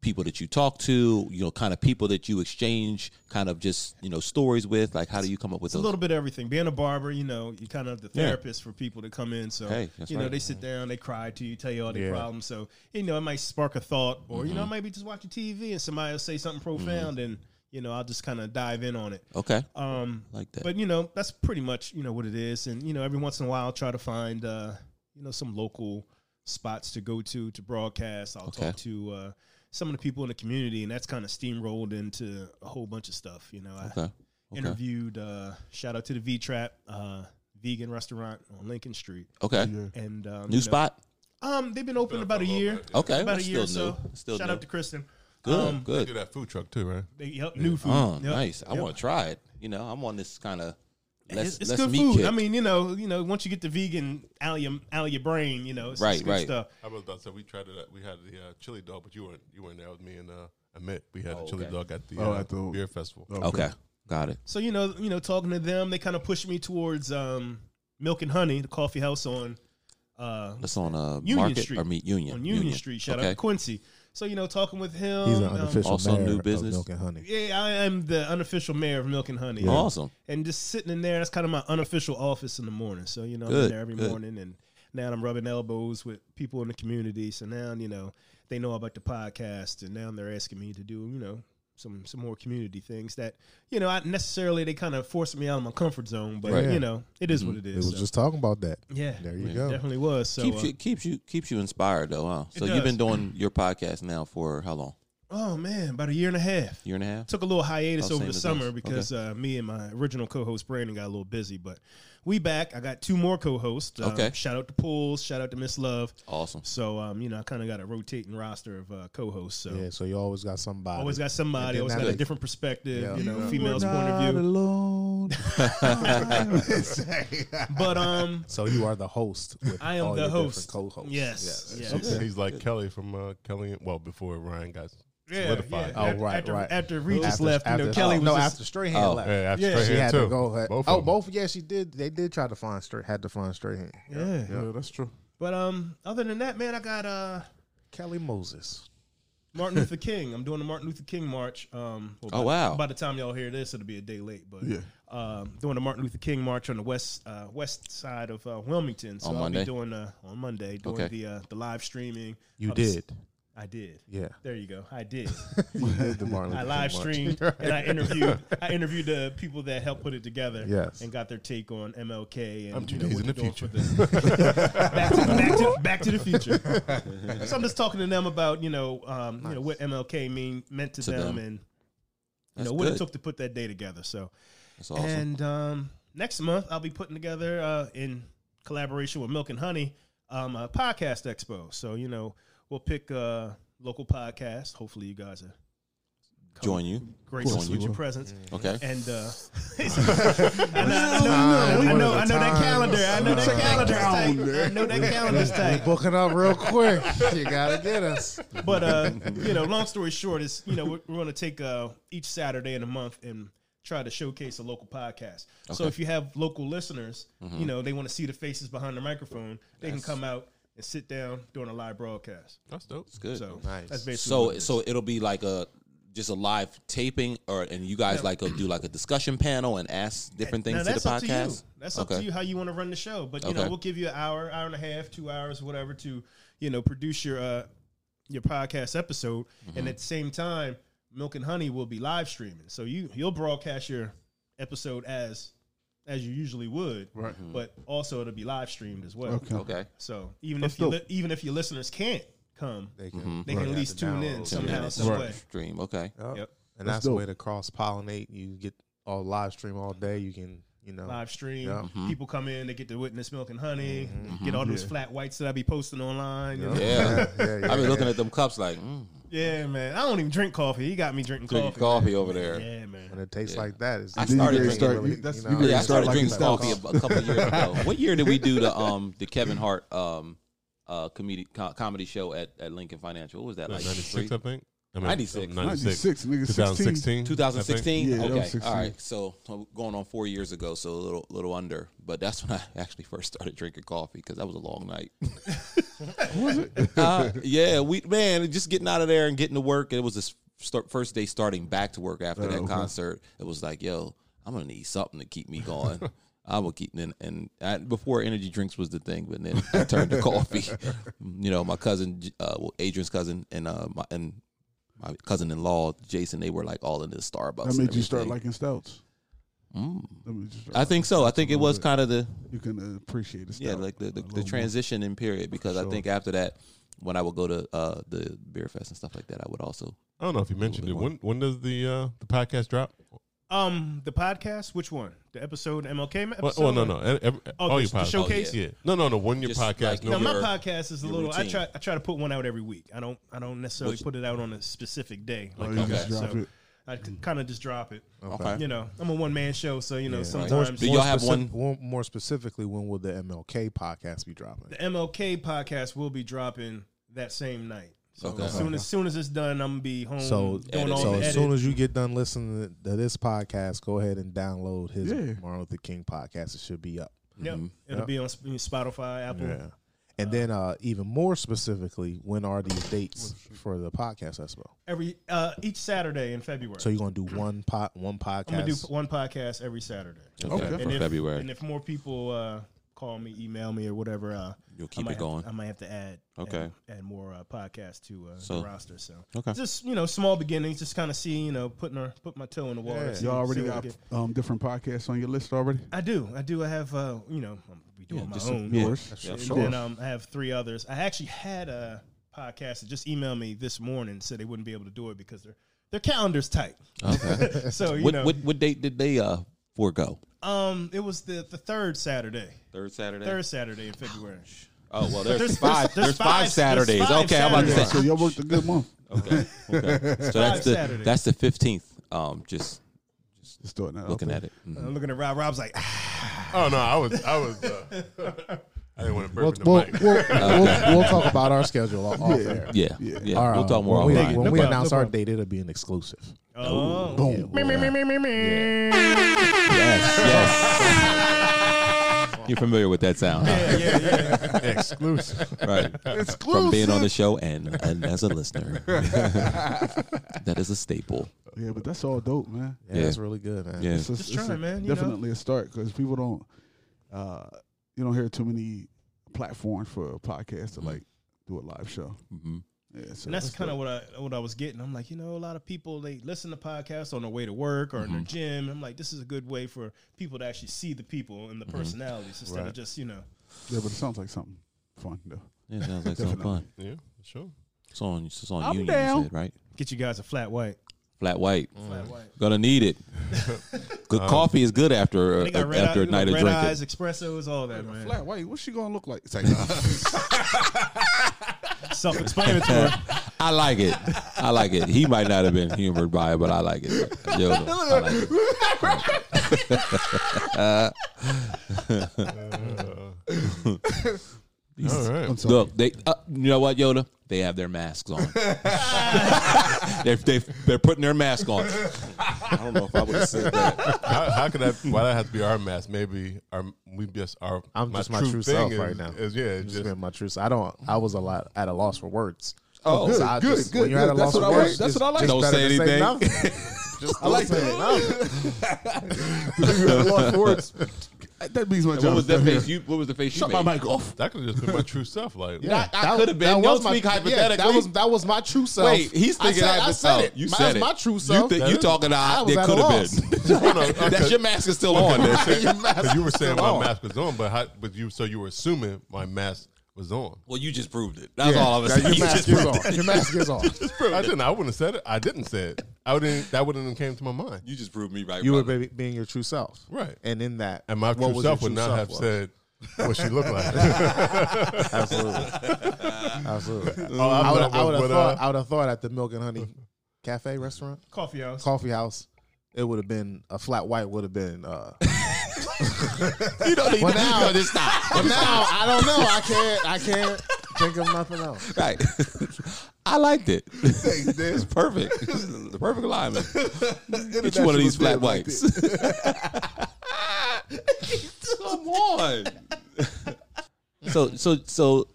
D: people that you talk to, you know, kind of people that you exchange, kind of just you know stories with? Like, how do you come up with
J: It's
D: those?
J: a little bit of everything. Being a barber, you know, you kind of the
D: Yeah.
J: therapist for people to come in. So
D: Hey, that's
J: you know,
D: right.
J: they sit down, they cry to you, tell you all their problems. So you know, it might spark a thought, or
D: Mm-hmm.
J: you know, maybe just watching TV and somebody will say something profound, and you know, I'll just kind of dive in on it.
D: okay,
J: Um,
D: like that.
J: but you know, that's pretty much you know what it is. And you know, every once in a while, I'll try to find uh, you know some local spots to go to to broadcast. I'll
D: Okay.
J: talk to uh, some of the people in the community, and that's kind of steamrolled into a whole bunch of stuff. You know, I
D: okay. Okay.
J: interviewed uh, shout out to the V Trap uh, vegan restaurant on Lincoln Street.
D: Okay.
J: And um,
D: Mm.
J: you
D: New
J: know-
D: spot.
J: Um, they've been open about a year.
D: Okay,
J: about a
D: that's
J: year or
D: still
J: so.
D: new. Still
J: shout
D: new.
J: out to Kristen.
D: Good.
J: Um,
G: They
D: good.
G: do that food truck too, right?
J: They, yep, new food.
D: Oh,
J: Yep,
D: nice. I
J: yep.
D: want to try it. You know, I'm on this kind of less
J: It's, it's
D: less
J: good
D: meat
J: food.
D: kick.
J: I mean, you know, you know, once you get the vegan out of your, out of your brain, you know, it's,
D: Right,
J: it's good
D: right.
J: stuff.
G: I was about to say we tried it. At, we had the uh, chili dog, but you weren't. You weren't there with me and uh, Amit. We had the chili
D: okay.
G: dog at the,
C: Oh,
G: uh,
C: at the-
G: beer festival.
D: okay. Got it.
J: So you know, you know, talking to them, they kind of pushed me towards um, Milk and Honey, the coffee house on uh,
D: That's on uh,
J: Union
D: Market
J: Street.
D: or meet Union.
J: on Union, Street. Shout out
D: okay.
J: to Quincy. So you know, talking with him,
E: He's an
J: um,
E: unofficial
D: Also
E: mayor
D: new
E: of
D: business.
E: Milk and Honey.
J: Yeah, I am the unofficial mayor of Milk and Honey.
D: Oh, Awesome.
J: And just sitting in there, that's kind of my unofficial office in the morning. So, you know, I'm in
D: Good,
J: there every
D: good.
J: morning and now I'm rubbing elbows with people in the community. So now, you know, they know about the podcast and now they're asking me to do, you know, some some more community things that, you know, I necessarily they kind of forced me out of my comfort zone, but
E: Right.
J: you know, it is what it
E: We
J: is.
E: was
J: so.
E: just talking about that.
J: yeah.
E: There you go.
J: Definitely was. So
D: keeps
J: uh,
D: you keeps you keeps you inspired though. Huh? So
J: does.
D: you've been doing your podcast now for how long?
J: Oh man, about a year and a half.
D: Year and a half.
J: took a little hiatus
D: Oh,
J: over
D: same
J: the
D: as
J: summer
D: us.
J: because uh, me and my original co-host Brandon got a little busy, but we back. I got two more co-hosts. Um,
D: Okay.
J: Shout out to Pools. Shout out to Miss Love. [LAUGHS]
D: Awesome.
J: So um, you know, I kind of got a rotating roster of uh, co-hosts. So
E: Yeah, so you always got somebody.
J: always got somebody.
E: And
J: Always
E: then
J: got
E: that
J: a
E: is-
J: different perspective.
E: Yeah.
J: You know,
E: You
J: female's point of view.
E: alone.
H: [LAUGHS]
J: But um,
E: so you are the host. With
J: I am
E: all
J: the
E: your different
J: host.
E: Co-hosts.
J: Yes.
E: Yeah.
J: Yes.
G: He's like Kelly from uh, Kelly. Well, before Ryan got
J: yeah.
G: solidified.
E: Oh,
J: After-
E: right,
J: after-
E: right.
J: after Regis
E: After-
J: left, you know,
E: after-
J: Kelly
E: oh,
J: was
E: no
J: just-
E: after straight hand
D: Oh.
E: left.
G: Yeah, after
J: Yeah.
G: straight
E: she
G: hand
E: had
G: too.
E: to go. Ahead.
G: Both of
E: oh,
G: them.
E: both. Yeah, she did. They did try to find straight. Had to find straight hand.
J: Yeah.
E: yeah that's true.
J: But um, other than that, man, I got uh
E: Kelly Moses.
J: Martin Luther King. I'm doing the Martin Luther King march. Um, well,
D: Oh,
J: by-
D: wow.
J: By the time y'all hear this, it'll be a day late. But um, doing the Martin Luther King march on the west uh, west side of uh, Wilmington. So
D: On
J: I'll
D: Monday?
J: be doing uh, on Monday doing
D: Okay.
J: the uh, the live streaming.
E: You
J: I'll be s-
E: did.
J: I did.
E: Yeah.
J: There you go. I
D: [LAUGHS]
J: did.
E: you did the Martin
J: [LAUGHS] I
E: Luther King
J: live
E: march.
G: [LAUGHS]
J: streamed and I interviewed I interviewed the people that helped put it together.
E: Yes.
J: And got their take on MLK and
G: I'm two
J: you know,
G: days
J: what
G: in the
J: they're doing for [LAUGHS]
G: future.
J: back, to, back, to, back to the future.
G: [LAUGHS]
J: so I'm just talking to them about you know um, you know what MLK mean meant to,
D: To
J: them,
D: them.
J: and you
D: That's
J: know what
D: good.
J: it took to put that day together. So
D: That's awesome.
J: and um, next month I'll be putting together uh, in collaboration with Milk and Honey um, a podcast expo. So you know we'll pick uh, local podcasts. Hopefully you guys are
D: Join you.
J: gracious
D: Join you.
J: with your presence.
D: Okay.
J: And
D: [LAUGHS]
J: uh, I know, I know, I know, I know, I know that calendar. I know that calendar's tight. I know that
D: [LAUGHS]
J: calendar's tight.
E: Booking up real
J: [LAUGHS]
E: quick. you gotta get us.
J: But uh, you know, long story short is you know we're, we're going to take uh, each Saturday in the month and try to showcase a local podcast. So
D: Okay. Mm-hmm.
J: if you have local listeners, you know they want to see the faces behind the microphone. They can come out and sit down during a live broadcast.
G: That's dope.
D: It's good.
J: So
D: So,
J: that's basically what
D: so,
J: it is.
D: it'll be like a just a live taping, or and you guys like a, do like a discussion panel and ask different things
J: now,
D: to
J: that's
D: the
J: up
D: podcast.
J: To you. That's up to you how you want to run the show. But you know,
D: Okay.
J: we'll give you an hour, hour and a half, two hours, whatever, to you know produce your uh, your podcast episode.
D: Mm-hmm.
J: And at the same time, Milk and Honey will be live streaming, so you you'll broadcast your episode as as you usually would, right? But also it'll be live streamed as well.
C: Okay.
D: Mm-hmm. Okay.
J: So even if you li- even if your listeners can't come, they can,
D: Mm-hmm.
J: at least tune in somehow, some way. [LAUGHS]
D: Stream. Okay.
J: Yep.
E: And that's the
C: dope.
E: way to cross pollinate. You get all live stream all day. You can, you know,
J: live stream.
E: Yeah.
J: People come in, they get to witness milk and honey,
E: Mm-hmm.
J: get all those flat whites that I be posting online. you know? Yeah.
D: Yeah.
J: [LAUGHS]
E: yeah, yeah,
D: I've been
E: yeah.
D: looking at them cups like mm,
J: man. I don't even drink coffee. He got me drinking
D: coffee,
J: coffee.
D: coffee over there. Yeah,
J: Yeah,
E: when
J: man.
E: it tastes like that. It's
D: I
E: then you
D: started
E: really-
D: drinking-
E: really,
C: that's-
E: you
C: you
E: know,
C: really
D: I started
C: start like
D: drinking
C: the stouts.
D: coffee a, a couple
J: [LAUGHS]
D: of years ago. what year did we do the um the Kevin Hart um uh comedy co- comedy show at, at Lincoln Financial? What was that like?
G: 96, I think. I mean,
D: 96.
C: 96, nigga,
G: 2016.
D: 2016.
C: Yeah, that was
D: okay,
C: 16.
D: all right. So so going on four years ago, so a little little under. But that's when I [LAUGHS] actually first started drinking coffee because that was a long
C: [LAUGHS]
D: night. [LAUGHS] Uh, yeah, we man, just getting out of there and getting to work. It was this start, first day starting back to work
C: Oh,
D: after that concert. It was like, yo, I'm gonna need something to keep me
C: [LAUGHS]
D: going. I will keep and and I, before energy drinks was the thing, but then I turned to coffee.
C: [LAUGHS]
D: You know, my cousin, uh, well, Adrian's cousin, and uh, my and my cousin-in-law Jason, they were like all in this Starbucks.
C: That
D: and
C: made you start
D: everything. Mm.
C: liking stouts. That made you start-
D: I think so. I think it was kind of the
C: you can appreciate it.
D: yeah, like the the, the transitioning period because I think after that, when I would go to uh, the beer fest and stuff like that, I would also
G: I don't know if you mentioned it. When when does the uh, the podcast drop?
J: Um, the podcast, which one? The episode, MLK ma-
G: Well,
J: episode?
G: oh no no, E- ev-
J: Oh,
G: all
J: the-
G: your
J: the
G: podcasts.
J: showcase?
G: yeah. No no no, when your
D: Just
G: podcast.
D: like-
G: no,
J: Now, my
D: your-
J: podcast is a
D: your
J: little. I
D: routine.
J: try. I try to put one out every week. I don't. I don't necessarily
D: Which-
J: put it out on a specific day. Like
C: you
J: y'all
C: just
J: guys,
C: drop
J: so
C: it.
J: I kind of just drop it.
D: okay.
J: You know, I'm a one man show, so you know
D: More-
J: sometimes
D: Do y'all have one?
E: specif- one- More specifically, when will the MLK podcast be dropping?
J: the MLK podcast will be dropping that same night. So
D: Okay.
J: as soon as soon as it's done, I'm gonna be home
E: So,
J: doing
D: Edit.
J: all
E: so
J: the
E: as
J: edit.
E: soon as you get done listening to this podcast, go ahead and download his
C: Yeah.
E: Martin Luther King podcast. It should be up.
J: yep,
D: Mm-hmm.
J: it'll be on Sp- Spotify, Apple.
E: Yeah. And then, uh, even more specifically, when are these dates for the podcast expo?
J: Every uh, each Saturday in February,
E: So you're gonna do one pot, one
J: I'm gonna do
E: podcast.
J: one podcast every Saturday.
D: Okay, for
J: if,
D: February.
J: and if more people uh, call me, email me, or whatever, uh,
D: You'll
J: I
D: keep
J: might
D: it
J: have
D: going.
J: To, I might have to add
D: Okay.
J: add, add more uh, podcasts to uh,
D: So-
J: the roster. So
D: Okay.
J: just you know, small beginnings, just kind of see you know, putting our, put my toe in the water. see-
C: Y'all already
J: see what I
C: got
J: get.
C: um, different podcasts on your list already.
J: I do. I do. I have, uh, you know, I'm be doing my
D: just
J: own.
D: yeah,
C: Yours?
D: yeah,
J: And
D: sure.
J: then um, I have three others. I actually had a podcast that just emailed me this morning, said they wouldn't be able to do it because their their calendar's tight.
D: Okay.
J: [LAUGHS] So you
D: what,
J: know,
D: what what date did they uh forego?
J: um, it was the the third Saturday,
D: Third Saturday.
J: third Saturday in February.
D: Oh well, there's,
J: There's- there's-
D: five. There's,
J: there's
D: five
J: five- there's
D: Saturdays.
J: five
D: okay, I'm about to
J: Saturdays.
D: say.
C: So y'all worked a
D: [LAUGHS]
C: good month.
D: Okay. okay. So
J: Five
D: that's the
J: Saturdays.
D: that's the fifteenth. Um, just
C: Just throwing that out
D: looking Mm-hmm.
C: there.
D: at it. Mhm.
J: I'm looking at Rob. Rob's like, ah,
D: [LAUGHS]
G: oh no, I was I was. Uh, I I didn't want to
E: We'll,
G: burp
E: we'll,
G: in the mic.
E: we'll, we'll, we'll talk about our schedule off off air.
D: Yeah, yeah.
E: Our,
D: we'll
E: uh,
D: talk more
E: when
D: offline.
E: we,
J: No
E: when we
J: problem,
E: announce
J: no
E: our
J: problem.
E: date. It'll be an exclusive.
J: Oh,
E: Boom.
D: Yes, yes. You're familiar with that sound, huh?
J: yeah, yeah.
G: Exclusive.
D: right? [LAUGHS] From being on the show and, and as
J: [LAUGHS]
D: a listener, that is a staple.
C: Yeah, but that's all dope, man.
E: Yeah,
D: Yeah.
E: that's really good, man.
D: Yeah,
C: It's a-
J: Just
C: it's
J: try,
C: a-
J: man, you know?
C: definitely a start because people don't, uh, you don't hear too many platforms for a podcast
D: Mm.
C: to like do a live show.
D: hmm
C: Yeah, so
J: And that's kind of what I what I was getting. I'm like, you know, a lot of people they listen to podcasts on their way to work or in
D: Mm-hmm.
J: their gym. I'm like, this is a good way for people to actually see the people and the
D: Mm-hmm.
J: personalities instead of
C: Right.
J: just you know.
C: yeah, but it sounds like something fun though.
D: yeah, sounds like some fun.
G: Yeah, sure.
D: It's on, it's on
C: I'm
D: Union, you
C: down.
D: said, right?
J: Get you guys a flat white.
D: Flat white.
J: Flat white.
D: Gonna need it. Good coffee is good after
J: They
D: a,
J: got red,
D: after
J: eye,
D: a night of
J: red
D: drinking.
J: eyes, espressos, all that, man.
C: Flat white, what's she gonna look like?
D: [LAUGHS]
C: It's like, uh,
D: [LAUGHS]
C: nah.
J: Self-explanatory. [LAUGHS]
D: I like it. I like it. He might not have been humored by it, but I like it. Yo, I like it.
G: All right.
D: Look, they. Uh, you know what, Yoda? They have their masks
E: [LAUGHS]
D: on. they they they're putting their mask on. I don't know if I would have said that.
G: How, how could that? Why that have to be our mask? Maybe our we just our.
E: I'm just my true, self
G: thing
E: right
G: is-
E: now.
G: Is, yeah,
E: I'm
G: it's
E: just,
G: just,
E: being my true. self. I don't. I was a lot at a loss for words.
D: Oh,
E: So
D: good,
E: I
C: good,
E: just-
C: good,
E: When you're at a
C: good. That's
E: loss for
C: what I like.
E: words,
C: That's
E: it's
C: what I like.
E: just
D: Don't
E: better
D: say
E: to
D: anything.
E: nothing.
D: [LAUGHS]
E: just don't
C: like
E: say
C: that.
E: nothing.
C: lost words. That means my job.
D: what was
C: is
D: that
C: done
D: face?
C: here.
D: You what was the face?
C: Shut
D: you made?
C: my mic
E: [LAUGHS]
C: off.
G: that could have just been my true self. Like,
E: Yeah,
D: I could've been.
E: that
D: Don't
E: was my-
D: speak
E: yeah,
D: hypothetically.
E: that was that was my true self.
D: Wait, he's thinking
E: I said, I said
D: oh,
E: it.
D: You
E: My-
D: said
E: that's
D: it.
E: my true self.
D: You, think you talking? I,
E: I was
D: it
E: at
D: could
E: a [LAUGHS]
D: have been.
G: okay.
D: That's your mask is still on. That's it.
E: Your mask
G: Because you were
E: is
G: saying
E: still
G: my
E: on.
G: mask was on, but how, but you so you were assuming my mask was on.
D: Well, you just proved it. That's
E: Yeah,
D: all I was
E: that
D: saying. [LAUGHS] You
E: Your
D: just
E: mask is
D: proved
E: on.
D: it.
E: Your mask is on.
G: I didn't. I wouldn't have said it. I didn't say it. I wouldn't. That wouldn't have came to my mind.
D: You just proved me right.
E: You were
D: brother.
E: be- being your true self,
G: Right.
E: And in that,
G: And my
E: what
G: true
E: was
G: self
E: your
G: would
E: true
G: not
E: self
G: have
E: was?
G: said what she
E: [LAUGHS]
G: looked like.
E: Absolutely.
D: [LAUGHS]
E: Absolutely.
G: Oh, I'm
E: I would,
G: not
E: I would have
G: what,
E: thought.
G: uh,
E: I would have thought at the Milk
D: [LAUGHS]
E: and Honey Cafe restaurant,
J: Coffee house.
E: coffee house, it would have been a flat white. Would have been. Uh,
D: [LAUGHS] You don't need
E: Well,
D: to
E: now-
D: no, just stop.
E: but now I don't know. I can't. I can't think of nothing else.
D: Right. [LAUGHS] I liked it. It's perfect. the perfect alignment. Get you one of these flat whites. [LAUGHS] Come on. so so so,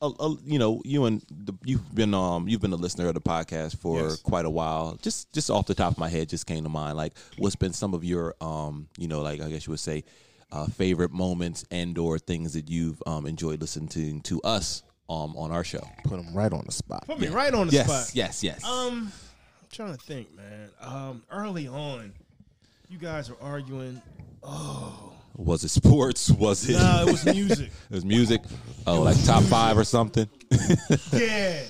D: uh, uh, you know, you and the, you've been um you've been a listener of the podcast for quite a while. Just just off the top of my head, just came to mind like what's been some of your um you know like I guess you would say uh, favorite moments and or things that you've um enjoyed listening to us um on our show.
E: Put him right on the spot.
J: Put me right on the
D: Yes,
J: spot.
D: yes, yes.
J: Um, I'm trying to think, man. Um, early on, you guys were arguing.
D: was it sports? Was [LAUGHS] it?
J: Nah, it was music.
D: It was music. Oh, like top five or something. [LAUGHS]
J: yeah.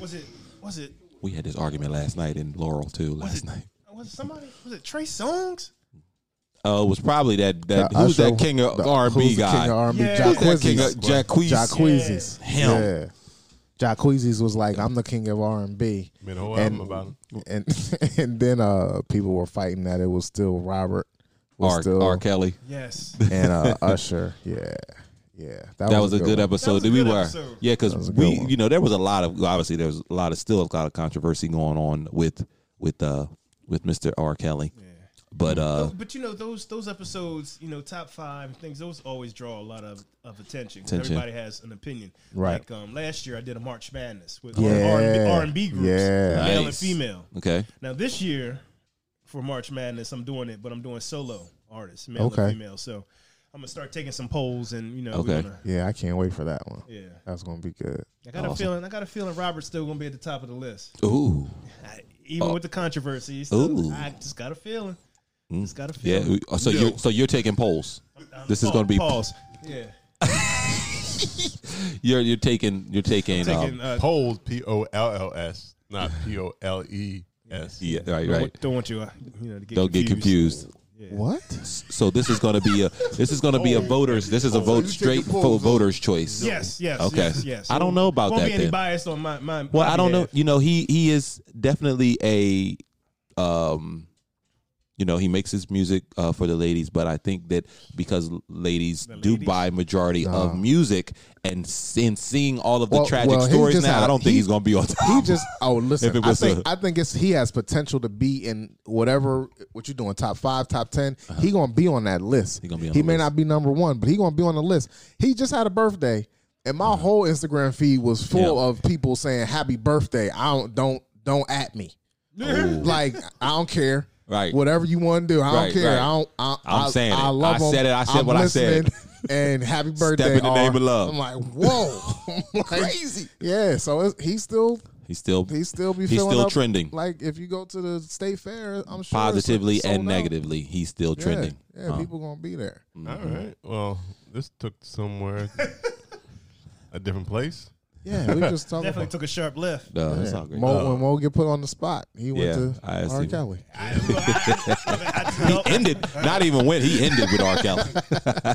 J: Was it? Was it?
D: We had this argument last night in Laurel too. Last night.
J: Was it somebody? Was it Trey Songs?
D: Oh, it was probably that that
E: The
D: who's
E: Usher-
D: that king of
E: the-
D: R and B
E: who's the
D: guy?
E: King of R&B,
J: Yeah.
D: Who's that king of
E: Jacquees.
D: Jacquees?
E: Jacquees.
D: Him.
E: Yeah. Jacquees was like, I'm the king of R and B.
G: Made a whole album about him.
E: And [LAUGHS] and then uh people were fighting that it was still Robert was
D: R,
E: still
D: R. Kelly.
J: Yes.
D: [LAUGHS]
E: and uh Usher. Yeah. Yeah.
D: That was a good
E: one.
D: episode.
J: That was a
D: we
J: good
D: were,
J: episode.
D: yeah, because
E: was a
D: we,
E: good one.
D: you know, there was a lot of obviously there was a lot of still a lot of controversy going on with with uh with Mr. R. Kelly. But uh,
J: but you know those those episodes, you know, top five and things. Those always draw a lot of, of attention. 'cause
D: Attention.
J: Everybody has an opinion.
E: Right.
J: Like um, last year, I did a March Madness with
E: Yeah.
J: R and B groups,
E: Yeah.
J: male and
D: Nice.
J: female.
D: okay,
J: Now this year, for March Madness, I'm doing it, but I'm doing solo artists, male
E: Okay.
J: and female. So I'm gonna start taking some polls, and you know,
D: Okay.
J: we're gonna,
E: Yeah, I can't wait for that one.
J: yeah.
E: That's gonna be good.
J: I got a
D: Awesome.
J: feeling. I got a feeling Robert's still gonna be at the top of the list,
D: ooh,
J: I, even with the controversy.
D: Ooh. Mm.
J: Still, I just got a feeling. Just got a
D: yeah.
J: feeling.
D: So you're so you're taking polls.
J: I'm-
D: This is
J: pa-
D: going to be
J: pause. Yeah.
D: You're you're taking you're taking, um,
J: Taking, uh,
G: Polls. P O L L S, not P O L E S.
D: yeah right
J: Don't-
D: right.
J: Don't want you, uh, you know, to get
D: Don't get confused.
E: What?
D: So this is going to be a this is going to be
J: Oh.
D: a voters this is a vote straight for voters choice.
J: Yes, yes,
D: Okay.
J: yes, yes.
D: I don't know about
J: Won't
D: that
J: be any
D: then.
J: bias on my, my
D: Well,
J: my
D: I don't know.
J: behalf.
D: You know, he he is definitely a um You know, he makes his music uh, for the ladies, but I think that because ladies do buy majority of music and, s- and seeing all of the
E: Uh-huh. Well-
D: tragic
E: well, he
D: stories
E: just
D: now,
E: had-
D: I don't think
E: he-
D: he's going to be on top.
E: [LAUGHS] He just oh
D: If
E: listen,
D: it
E: I
D: was
E: think
D: a-
E: I think it's he has potential to be in whatever what you're doing, top five, top 10 He gonna be on that list. He,
D: Uh-huh. gonna be on the
E: may
D: list.
E: not be number one, but he gonna be on the list. He just had a birthday, and my whole Instagram feed was full
D: Uh-huh. Yeah.
E: of people saying happy birthday. I don't don't don't at me. like I don't care.
D: Right.
E: Whatever you want to do, I don't
D: Right,
E: care.
D: right.
E: I don't. I,
D: I'm
E: I-
D: saying it.
E: I love
D: I
E: 'em.
D: said it. I said
E: I'm
D: what I said. [LAUGHS]
E: listening. And happy birthday.
D: in the name
E: R.
D: of love.
E: I'm like, whoa, [LAUGHS] crazy. Yeah. So it's, he's still
D: He's still
E: he still be
D: he's
E: filling
D: still
E: up-
D: trending
E: Like if you go to the state fair, I'm sure
D: positively
E: it's, like,
D: and
E: sold out.
D: negatively. He's still
E: Yeah,
D: trending.
E: Yeah,
D: Uh,
E: people gonna be there.
G: All right. Well, this took somewhere a different place.
E: Yeah,
D: [LAUGHS]
E: we just talking
J: Definitely
E: about.
J: took a sharp left.
D: no,
E: Yeah.
D: that's all great.
E: Mo,
D: Uh, [LAUGHS]
E: when Mo get put on the spot, he went
D: Yeah,
E: to
D: I
E: R.
D: see.
E: Kelly.
J: I, I, I, I,
D: ended, not even went. He ended with R. Kelly.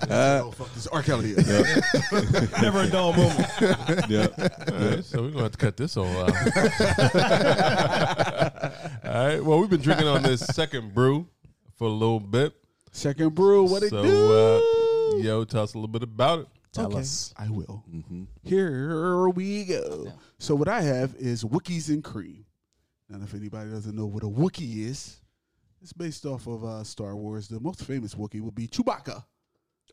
C: oh, fuck this R. Kelly. Yeah.
J: never a dull
D: [LAUGHS]
J: moment.
G: All right, so we're gonna have to cut this all [LAUGHS] out. all right. Well, we've been drinking on this second brew for a little bit.
C: Second brew, what it
G: so,
C: do?
G: Uh, yo, tell us a little bit about it.
E: Tell us.
C: I will. Here we go. So what I have is Wookiees and cream. And if anybody doesn't know what a Wookiee is, it's based off of uh, Star Wars. The most famous Wookiee would be Chewbacca.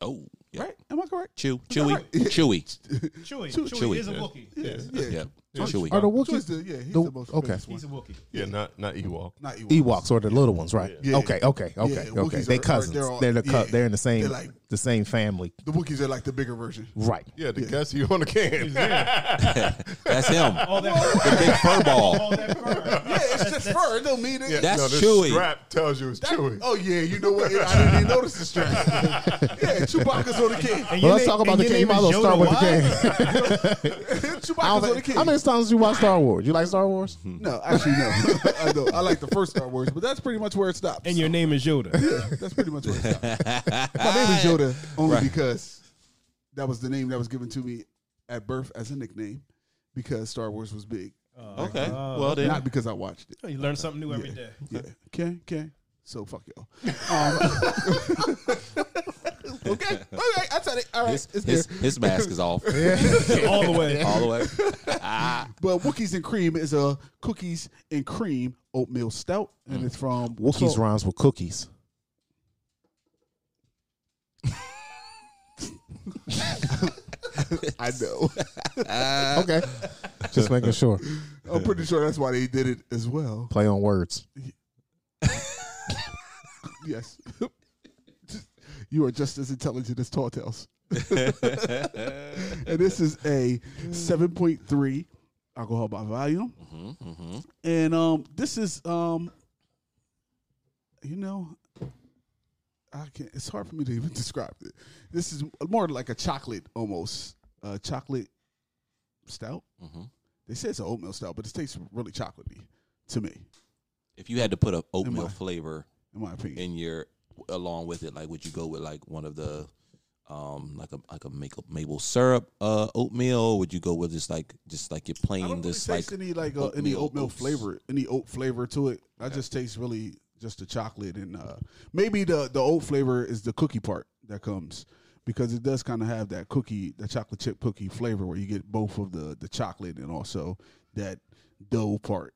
D: Oh, yeah.
C: Right? Am I correct?
D: Chew,
C: that
D: chewy,
C: right?
D: chewy.
J: Chewy,
C: Chewy.
J: Chewy,
D: Chewy.
J: is a Wookiee.
C: Yeah.
D: Yeah,
G: Yeah.
D: chewy.
E: Are the
C: Chewie's
E: Wookiees
C: the, yeah, he's
E: the-
C: the, most
E: okay.
C: famous one.
J: He's a Wookiee.
G: Yeah, not not Ewok.
C: Not Ewoks.
E: Ewoks or the little ones, right?
C: Yeah.
E: Okay, okay,
C: Yeah,
E: okay, okay.
C: Wookiees
E: They
C: are-
E: cousins.
C: they're all-
E: they're the cou-
C: yeah.
E: they're in the same
C: They're like-
E: the same family,
C: The Wookiees are like the bigger version.
E: right?
G: Yeah, the guess you on the can.
D: That's him.
J: All that
D: The big fur
J: all
D: ball.
J: that
D: [LAUGHS]
J: fur.
C: Yeah, it's just fur. It don't mean it.
D: That's
G: this
D: Chewy.
G: strap [LAUGHS] tells you it's Chewy.
C: Oh yeah, you know what? I didn't even notice the
E: [LAUGHS]
C: strap. yeah, Chewbacca's on the kid.
J: And
E: Well,
J: your
E: let's
J: name-
E: talk about
J: and
E: the
J: your
E: game.
J: name
E: I'll
J: is
E: start
J: Yoda
E: with the
J: Wise?
E: game. I
C: Chewbacca's
E: don't
C: on the
E: think-
C: kid.
E: How many times do you watch Star Wars? You like Star Wars?
D: Mm-hmm.
C: no, actually no. [LAUGHS] I know. I like the first Star Wars, but that's pretty much where it stops.
J: And your name is Yoda.
E: [LAUGHS]
C: that's pretty much where it stops.
D: [LAUGHS]
C: My name is Yoda only because that was the name that was given to me at birth as a nickname because Star Wars was big,
D: Okay. Well then,
C: not because I watched it.
J: You learn something new every day.
C: Yeah. Okay. Okay. So fuck [LAUGHS] y'all. Um, [LAUGHS] okay. Okay. I said it. All right.
D: his,
C: it's
D: his,
C: there.
D: his mask is off
J: All the way.
D: all the way.
C: But Wookiees and Cream is a cookies and cream oatmeal stout,
D: Mm.
C: and it's from
E: Wookiees
C: so-
E: rhymes with cookies.
C: I
D: [LAUGHS]
C: know.
E: Okay, [LAUGHS] just making sure.
C: I'm pretty sure that's why they did it as well.
E: Play on words.
C: Yes. [LAUGHS] you are just as intelligent as Tall Tales. and this is a 7.3 alcohol by volume. And um, this is, um, you know, I can It's hard for me to even [LAUGHS] describe it. This is more like a chocolate almost, uh, chocolate stout.
D: Mm-hmm.
C: They say it's an oatmeal stout, but it tastes really chocolatey to me,
D: If you had to put an oatmeal
C: Am I-
D: flavor
C: in my opinion.
D: in your along with it, like would you go with like one of the um like a like a maple maple syrup uh oatmeal? Would you go with just like just like you're
C: I
D: playing
C: don't
D: this
C: really
D: like
C: taste any like uh, any
D: oatmeal
C: oatmeal
D: oats.
C: flavor, any oat flavor to it. I just taste really just the chocolate and uh, maybe the the oat flavor is the cookie part that comes because it does kind of have that cookie, that chocolate chip cookie flavor where you get both of the the chocolate and also that dough part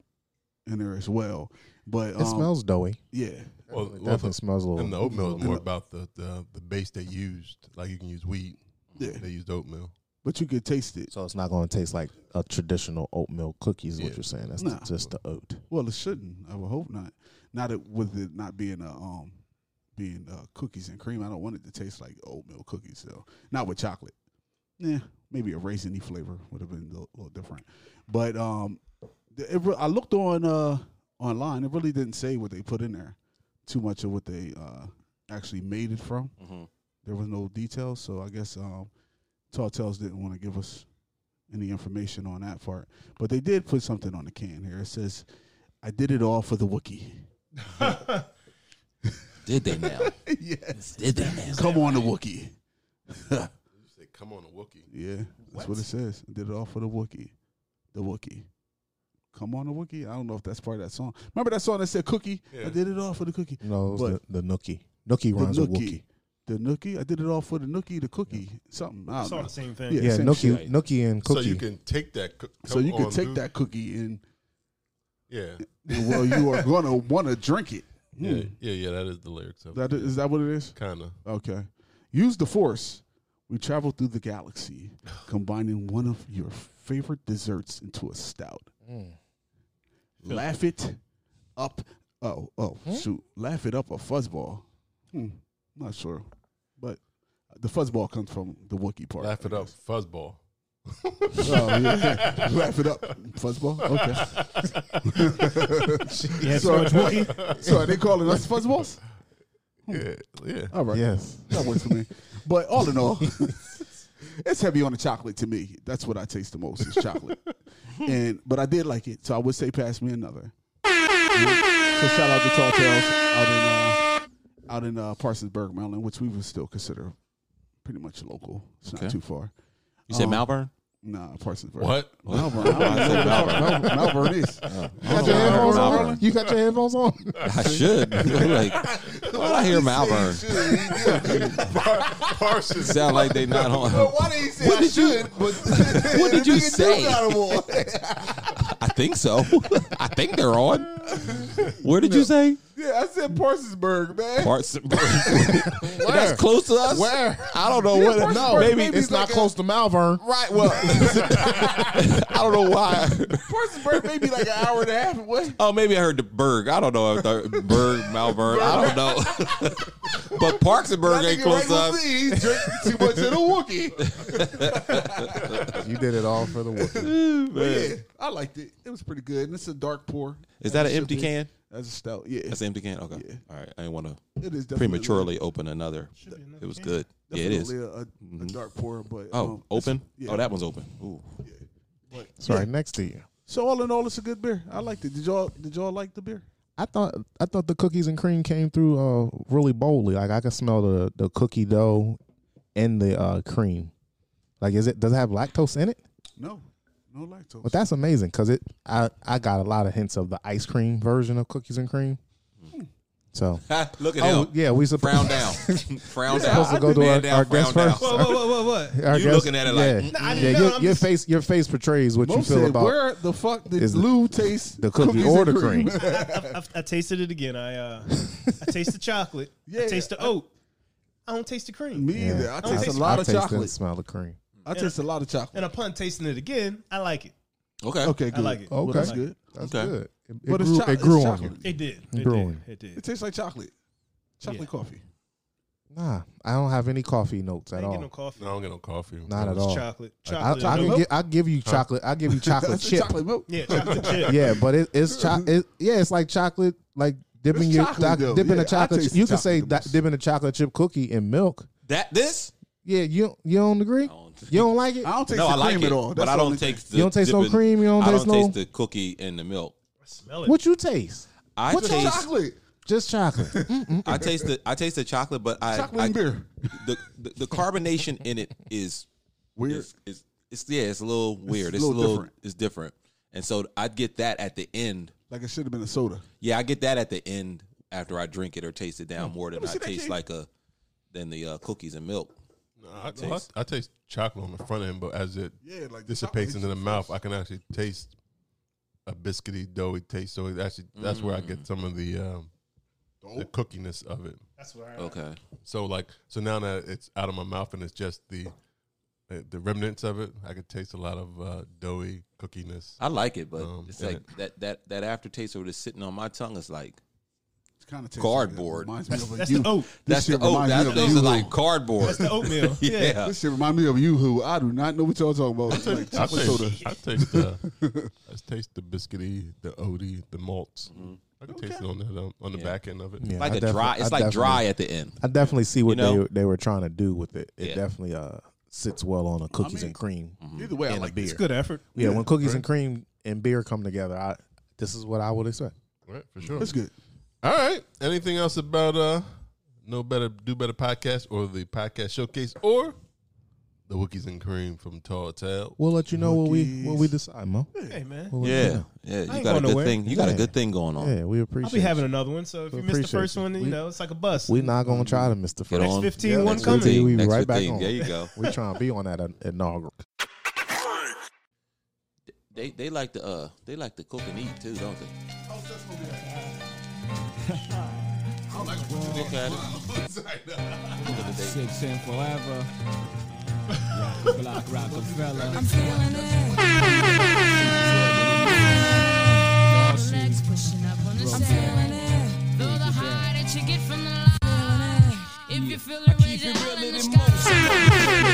C: in there as well. But um,
E: It smells doughy.
C: yeah. uh,
G: Well,
E: It
G: well,
E: definitely smells a little.
G: and the oatmeal is more about the, the the base they used. Like you can use wheat.
C: Yeah.
G: They used oatmeal.
C: But you could taste it.
E: So it's not going to taste like a traditional oatmeal cookie. Is
G: Yeah.
E: what you're saying? That's
C: Nah.
E: just the oat.
C: Well, it shouldn't. I would hope not. Not it, with it not being a um being uh, cookies and cream. I don't want it to taste like oatmeal cookies though. Not with chocolate. Yeah, maybe a raisiny flavor would have been a little, little different. But um, the- it, re- I looked on uh online. It really didn't say what they put in there. Too much of what they uh actually made it from. There was no details, so I guess um, Tall Tales didn't want to give us any information on that part. But they did put something on the can here. It says, I did it all for the Wookiee.
D: did they now?
C: yes.
D: Did they now?
C: Come on, the Wookiee.
G: You say, come on, a Wookie.
C: Yeah, that's what it says. I did it all for the Wookiee. The Wookiee. Come on, a Wookie. I don't know if that's part of that song. Remember that song that said Cookie? I did it all for the cookie.
E: No, it was
C: But-
E: the, the Nookie. Nookie
C: The
E: rhymes with Wookie.
C: nookie. The nookie. I did it all for the nookie, the cookie, something. I
J: It's all
C: don't know.
J: the same thing.
C: Yeah.
E: Yeah,
C: same
E: Nookie,
C: shit.
E: Nookie and
G: So
E: Cookie.
G: you can take that. co-
C: So
G: come
C: you can
G: on,
C: take
G: dude.
C: that cookie and
G: Yeah.
C: well, you are gonna want to drink it.
G: Yeah, yeah, yeah. That is the lyrics of
C: That is, is that what it is?
G: kind of.
C: Okay. Use the force. We travel through the
G: [SIGHS]
C: galaxy, combining one of your favorite desserts into a stout.
G: Mm.
C: Laugh it up. Oh, oh,
G: Hmm?
C: shoot. Laugh it up a fuzzball. Hmm. Not sure. But the fuzzball comes from the Wookiee part.
G: Laugh it up, fuzzball.
C: Oh, yeah. [LAUGHS] Laugh it up. Fuzzball? Okay.
J: [LAUGHS] Yeah,
C: so,
J: so much
E: [LAUGHS]
J: Wookiee.
C: [LAUGHS] so are they calling us fuzzballs?
G: Yeah, yeah.
C: All right.
E: yes.
C: That works for me. But all in all, [LAUGHS] it's heavy on the chocolate to me. That's what I taste the most is chocolate. and but I did like it, so I would say pass me another. So shout out to Tall Tales out in uh, out in uh, Parsonsburg, Maryland, which we would still consider pretty much local. It's
D: Okay.
C: not too far.
D: You said
C: Um,
D: Malvern?
C: Nah, Parsonsburg.
G: What?
C: Malvern. I don't even know what Malvern, Malvern is.
E: You got
D: Oh,
E: your headphones on?
D: Malvern.
E: Roland? You got your headphones on?
D: I should. [LAUGHS] like, why do I hear Malvern?
G: Parsons.
D: Sound like they not on.
A: Why did he say
D: What
A: I
D: did you-
A: should? But
D: [LAUGHS]
A: [LAUGHS]
D: What did you say?
A: got him on.
D: [LAUGHS] I think so. [LAUGHS] I think they're on. Where did you say?
A: Yeah, I said Parsonsburg, man.
D: Parts.
A: [LAUGHS]
D: That's close to us.
E: Where?
D: I don't know what.
E: No,
D: maybe,
E: maybe it's not close to Malvern.
D: Right. Well, [LAUGHS] I don't know why.
A: Parsonsburg may be like an hour and a half away.
D: Oh, maybe I heard the Berg. I don't know if the Berg Malvern. I don't know. [LAUGHS] but Parks and Berg ain't close to us.
A: He's drinking too much of the Wookiee.
E: You did it all for the Wookiee.
C: But yeah,
D: [LAUGHS]
C: I liked it. It was pretty good. And it's a dark pour.
D: Is that
C: As
D: an
C: it should
D: empty
C: be.
D: can?
C: That's a stout. Yeah.
D: That's an empty can. Okay.
C: Yeah.
D: All right. I didn't want to
C: it is definitely-
D: prematurely open another.
J: be another
D: It was
J: can.
D: good. Yeah, it
C: definitely
D: is. Mm-hmm.
C: A, a dark pour, but
D: Oh,
C: um,
D: open.
C: yeah.
D: Oh, that one's open. Ooh.
E: It's right next to you.
C: So all in all, it's a good beer. I liked it. Did y'all did y'all like the beer?
E: I thought I thought the cookies and cream came through uh, really boldly. Like I could smell the, the cookie dough and the uh, cream. Like is it does it have lactose in it?
C: No, no lactose.
E: But that's amazing because it I, I got a lot of hints of the ice cream version of cookies and cream. So
D: Look at
E: oh
D: him.
E: yeah, we supposed
D: Frown
E: [LAUGHS]
D: down. Frown down.
E: supposed to go to
D: Man
E: our,
D: down,
E: our guest
D: frown
E: first.
D: down.
J: Whoa, whoa, whoa, whoa, whoa.
E: Our
D: You
E: guest-
D: looking at it like, mm,
E: yeah,
J: I didn't
E: yeah
J: know,
E: your,
J: I'm
E: your
J: just-
E: face your face portrays what
C: Mo
E: you feel
C: said,
E: about
C: where the fuck did
E: is the-
C: Lou taste
E: the cookie
C: cookies
E: or
C: and
E: the cream.
J: I, I tasted it again. I uh,
E: [LAUGHS]
J: I taste the chocolate.
C: Yeah.
J: I taste the oat. I don't taste the cream.
C: [LAUGHS] Me
E: Yeah.
C: either. I
J: don't
C: taste
J: taste-
C: a lot
E: I
C: of
E: taste and
C: chocolate.
E: smell the cream.
C: I taste a lot of chocolate.
J: And upon tasting it again, I like it.
D: okay.
C: Okay,
J: I
C: good.
J: like it.
C: Well,
E: Okay.
C: that's good.
E: That's
D: Okay.
E: good. It, it
C: But it's
E: grew,
C: cho-
E: it
C: it's
E: grew on
C: chocolate.
E: you.
J: It did. It
E: Brewing.
J: did. It did.
C: It tastes like chocolate. Chocolate coffee.
E: Nah, I don't have any coffee notes
J: I
E: at
J: didn't
E: all.
J: get no coffee.
G: No, I don't get no coffee.
E: Not at
J: It's
E: all.
J: chocolate.
E: I,
J: Chocolate.
E: I
J: milk.
E: can get, I give you chocolate. I give you
C: [LAUGHS]
E: chocolate
C: That's
E: chip.
C: chocolate milk.
J: yeah, chocolate chip.
E: [LAUGHS] Yeah, but it,
C: [LAUGHS]
E: it's cho- it, yeah, it's like chocolate, like dipping
C: It's
E: your
C: chocolate,
E: doc-
C: though.
E: dipping
C: Yeah, I
E: a chocolate.
C: taste
E: chip- You
C: the
E: can say
C: chocolate the
E: di-
C: most.
E: dipping a chocolate chip cookie in milk.
D: That this?
E: Yeah, you you don't agree?
D: don't-
E: You don't like it?
C: I don't taste
D: No,
C: the
D: I like
C: cream
D: it,
C: at all.
D: but
C: That's
D: I
C: the
D: don't
C: only thing.
D: taste the.
E: You don't taste no
D: dipping-
E: cream, you don't
D: I
E: taste
D: don't
E: no-
D: taste the cookie and the milk.
J: Smell it.
E: What you taste?
D: I
E: What's
D: taste.
C: chocolate. [LAUGHS]
E: Just chocolate.
D: I taste the. I taste the chocolate, but I.
C: Chocolate
D: I-
C: and beer.
D: The, the the carbonation in it is
C: Weird.
D: Is, is, it's yeah, it's a little weird. It's,
C: little
D: a little.
C: different.
D: It's different, and so I get that at the end.
C: Like it should have been a soda.
D: Yeah, I get that at the end after I drink it or taste it down more than I
C: see that
D: taste
C: cake.
D: like a than the uh, cookies and milk.
G: No, I, taste. I, taste chocolate on the front end, but as it
C: Yeah, like the
G: dissipates
C: chocolate
G: into the mouth, I can actually taste a biscuity doughy taste. So it actually, that's where I get some of the um, the cookiness of it.
J: That's what I
D: Okay,
G: So like, so now that it's out of my mouth and it's just the uh, the remnants of it, I could taste a lot of uh, doughy cookiness.
D: I like it, but
G: Um,
D: it's
G: yeah.
D: like that that that aftertaste of it is sitting on my tongue is like
C: It's kind of
D: Cardboard.
C: Reminds me of a
J: That's
C: you.
J: the oat.
D: that's the oh that's those are like cardboard.
J: That's the
E: [LAUGHS]
J: oatmeal.
D: [LAUGHS] yeah.
J: yeah.
C: This shit remind me of you who I do not know what y'all talking about. It's like
G: I
C: chocolate soda.
G: taste, I taste the,
E: [LAUGHS]
G: I taste the biscuity, the oaty, the malts. I can taste it on the um, on the back end of it.
E: Yeah,
D: like
E: I
D: a dry.
E: defi- I
D: It's like dry
E: definitely-
D: at the end.
E: I definitely see
D: You
E: what
D: know?
E: they they were trying to do with it. It
D: Yeah. mm-hmm.
E: definitely uh sits well on a cookies
C: mean-
E: and cream.
C: Either way, I
E: And a
C: like beer.
E: beer.
J: It's good effort.
E: Yeah, when cookies and cream and beer come together, I this is what I would expect.
G: Right, for sure.
C: That's good.
G: All right. Anything else about uh No Better Do Better podcast or the podcast showcase or the Wookiees and Cream from Tall Tale.
E: We'll let you know what we what we decide, Mo.
J: Hey man,
E: We'll let you
D: Yeah,
E: know.
D: yeah. You
J: ain't
D: got a
J: going
D: good
J: nowhere.
D: thing. You got a
E: Yeah.
D: good thing going on.
E: yeah, we
J: I'll
E: appreciate.
J: be having
E: you.
J: another one. So if
E: We
J: you missed the
E: appreciate
J: first
E: you.
J: one, then, you
E: We-
J: know it's like a bus.
E: We're not gonna try to miss the
D: Get
E: first.
J: next
D: on.
J: 15,
E: Yeah,
J: one
E: next
J: coming.
E: 15, we
D: Next
E: right back
D: 15.
E: on.
D: There you go.
E: We trying to be on that in- inaugural.
D: They they like to uh they like to cook and eat too, don't they? Look at it. Look at the date.
I: Six and forever. Block Rockefeller.
K: I'm feeling it. Legs pushing up on the ceiling. Feel the high that you get from the line. If you feel it, raise your hand in the [LAUGHS]
I: Won't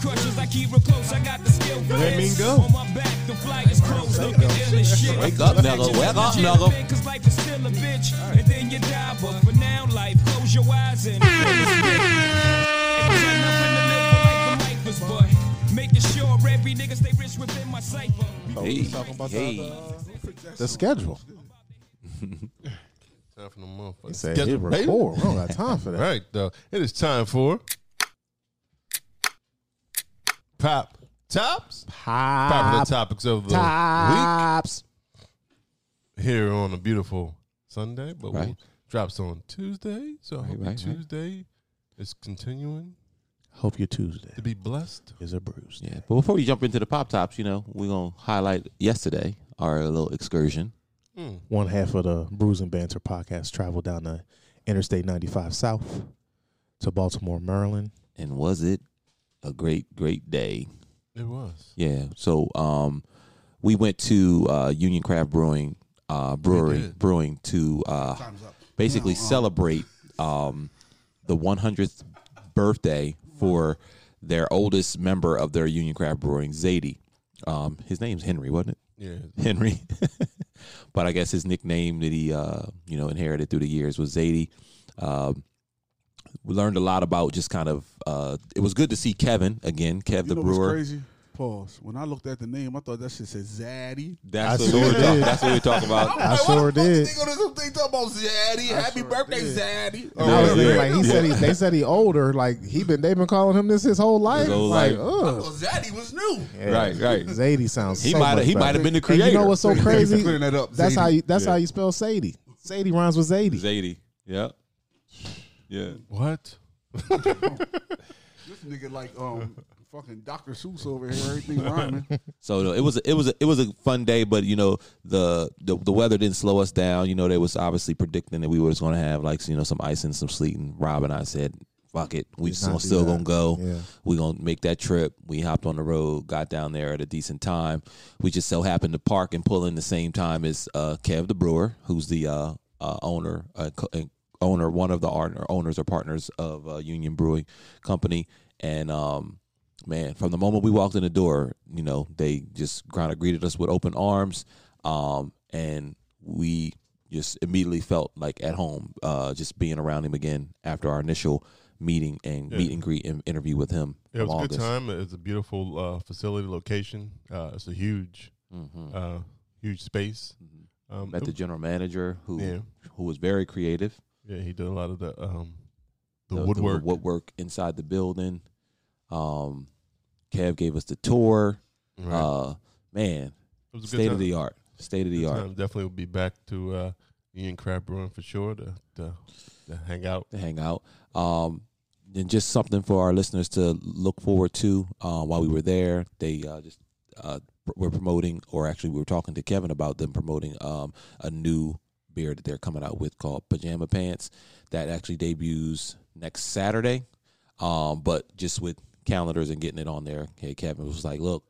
I: crush us, I keep real close. I got the skill. Let me go. On my back, the flight is close. Looking ill as shit.
D: Wake up, nigga. Wake up, nigga.
I: Cause life is still a bitch. And then you die, but for now, life, close your eyes and feel the stick. Got nothing to live for like the life was, but making sure every nigga stay rich within my cipher.
D: Hey, hey.
E: The schedule.
G: Time for the motherfucker.
E: He said
G: Schedule,
E: hit
G: baby.
E: record. We don't got time for
G: All
E: that.
G: right, though. It is time for Pop Tops. Popular
E: Pop
G: topics of the
E: tops.
G: week here on a beautiful Sunday, but
D: Right.
G: we'll, drops on Tuesday. So I
D: Right,
G: hope
D: right, right.
G: Tuesday is continuing
E: Hope your Tuesday
G: to be blessed.
E: is a bruise.
D: Yeah, but before we jump into the pop tops, you know, we're gonna highlight yesterday our little excursion.
E: One half of the Bruising Banter podcast traveled down the Interstate 95 South to Baltimore, Maryland.
D: And was it a great, great day?
G: It was.
D: Yeah. So um we went to uh Union Craft Brewing uh brewery
G: did.
D: brewing to uh basically celebrate um the 100th birthday for their oldest member of their Union Craft Brewing, Zadie. Um his name's Henry, wasn't it?
G: Yeah.
D: Henry. [LAUGHS] but I guess his nickname that he uh, you know inherited through the years was Zadie. Um, we learned a lot about just kind of. Uh, it was good to see Kevin again, Kev the
C: you know What's
D: brewer.
C: crazy? Pause. When I looked at the name, I thought that shit said Zaddy.
D: That's
E: I
D: what, we
E: sure
D: were talking,
E: did.
D: that's what we talk
E: [LAUGHS]
D: about.
E: I sure did.
A: They talking about Zaddy. Happy birthday, Zaddy.
E: And I was
D: Yeah.
E: thinking, like, he said he,
A: [LAUGHS]
E: they said he older. Like he been, they've been calling him this his whole life.
D: whole
E: like,
D: life.
E: ugh.
A: Oh, Zaddy was new.
E: Yeah.
D: Right, right.
E: Zadie sounds.
D: He
E: so
D: might
E: much
D: he
E: better.
D: might have been the
E: And
D: creator.
E: you know what's so
D: [LAUGHS]
C: Thank you for
E: crazy?
C: clearing that up,
E: That's
C: Zadie.
E: how you. That's
D: Yeah.
E: how you spell Sadie. Sadie rhymes with Zadie.
D: Zadie. Yeah. Yeah.
G: What?
C: This nigga like
G: [LAUGHS]
C: um fucking Dr. Seuss over here. Everything rhyming.
D: So no, it was it was it was a fun day, but you know the the, the weather didn't slow us down. You know they was obviously predicting that we was going to have like you know some ice and some sleet, and Rob and I said, "Fuck it, we
E: Let's
D: just
E: not
D: gonna,
E: do
D: still
E: that."
D: gonna go.
E: Yeah.
D: We gonna make that trip." We hopped on the road, got down there at a decent time. We just so happened to park and pull in the same time as uh, Kev the Brewer, who's the uh, uh, owner uh, co- uh, owner one of the art- owners or partners of uh, Union Brewing Company, and um, man, from the moment we walked in the door, you know, they just kind of greeted us with open arms, um, and we just immediately felt like at home, uh, just being around him again after our initial meeting and meet and greet and interview with him.
G: It was
D: from
G: a good
D: August.
G: time. It's a beautiful uh, facility location. Uh, it's a huge, uh, huge space. Um,
D: Mm. Mm-hmm. Met the
G: it-
D: general manager who
G: Yeah.
D: who was very creative.
G: yeah, he did a lot of the um, the, woodwork.
D: woodwork inside the building. Um, Kev gave us the tour.
G: Right.
D: Uh, man,
G: it was a good
D: state
G: time.
D: of the art, state of the
G: Good
D: art.
G: time. Definitely will be back to uh, Ian Crab Brewing for sure to, to, to hang out.
D: to hang out. Um, and just something for our listeners to look forward to uh, while we were there. They uh, just uh, pr- were promoting, or actually, we were talking to Kevin about them promoting um, a new beer that they're coming out with called Pajama Pants that actually debuts next Saturday. Um, but just with calendars and getting it on there, hey, Kevin was like, look,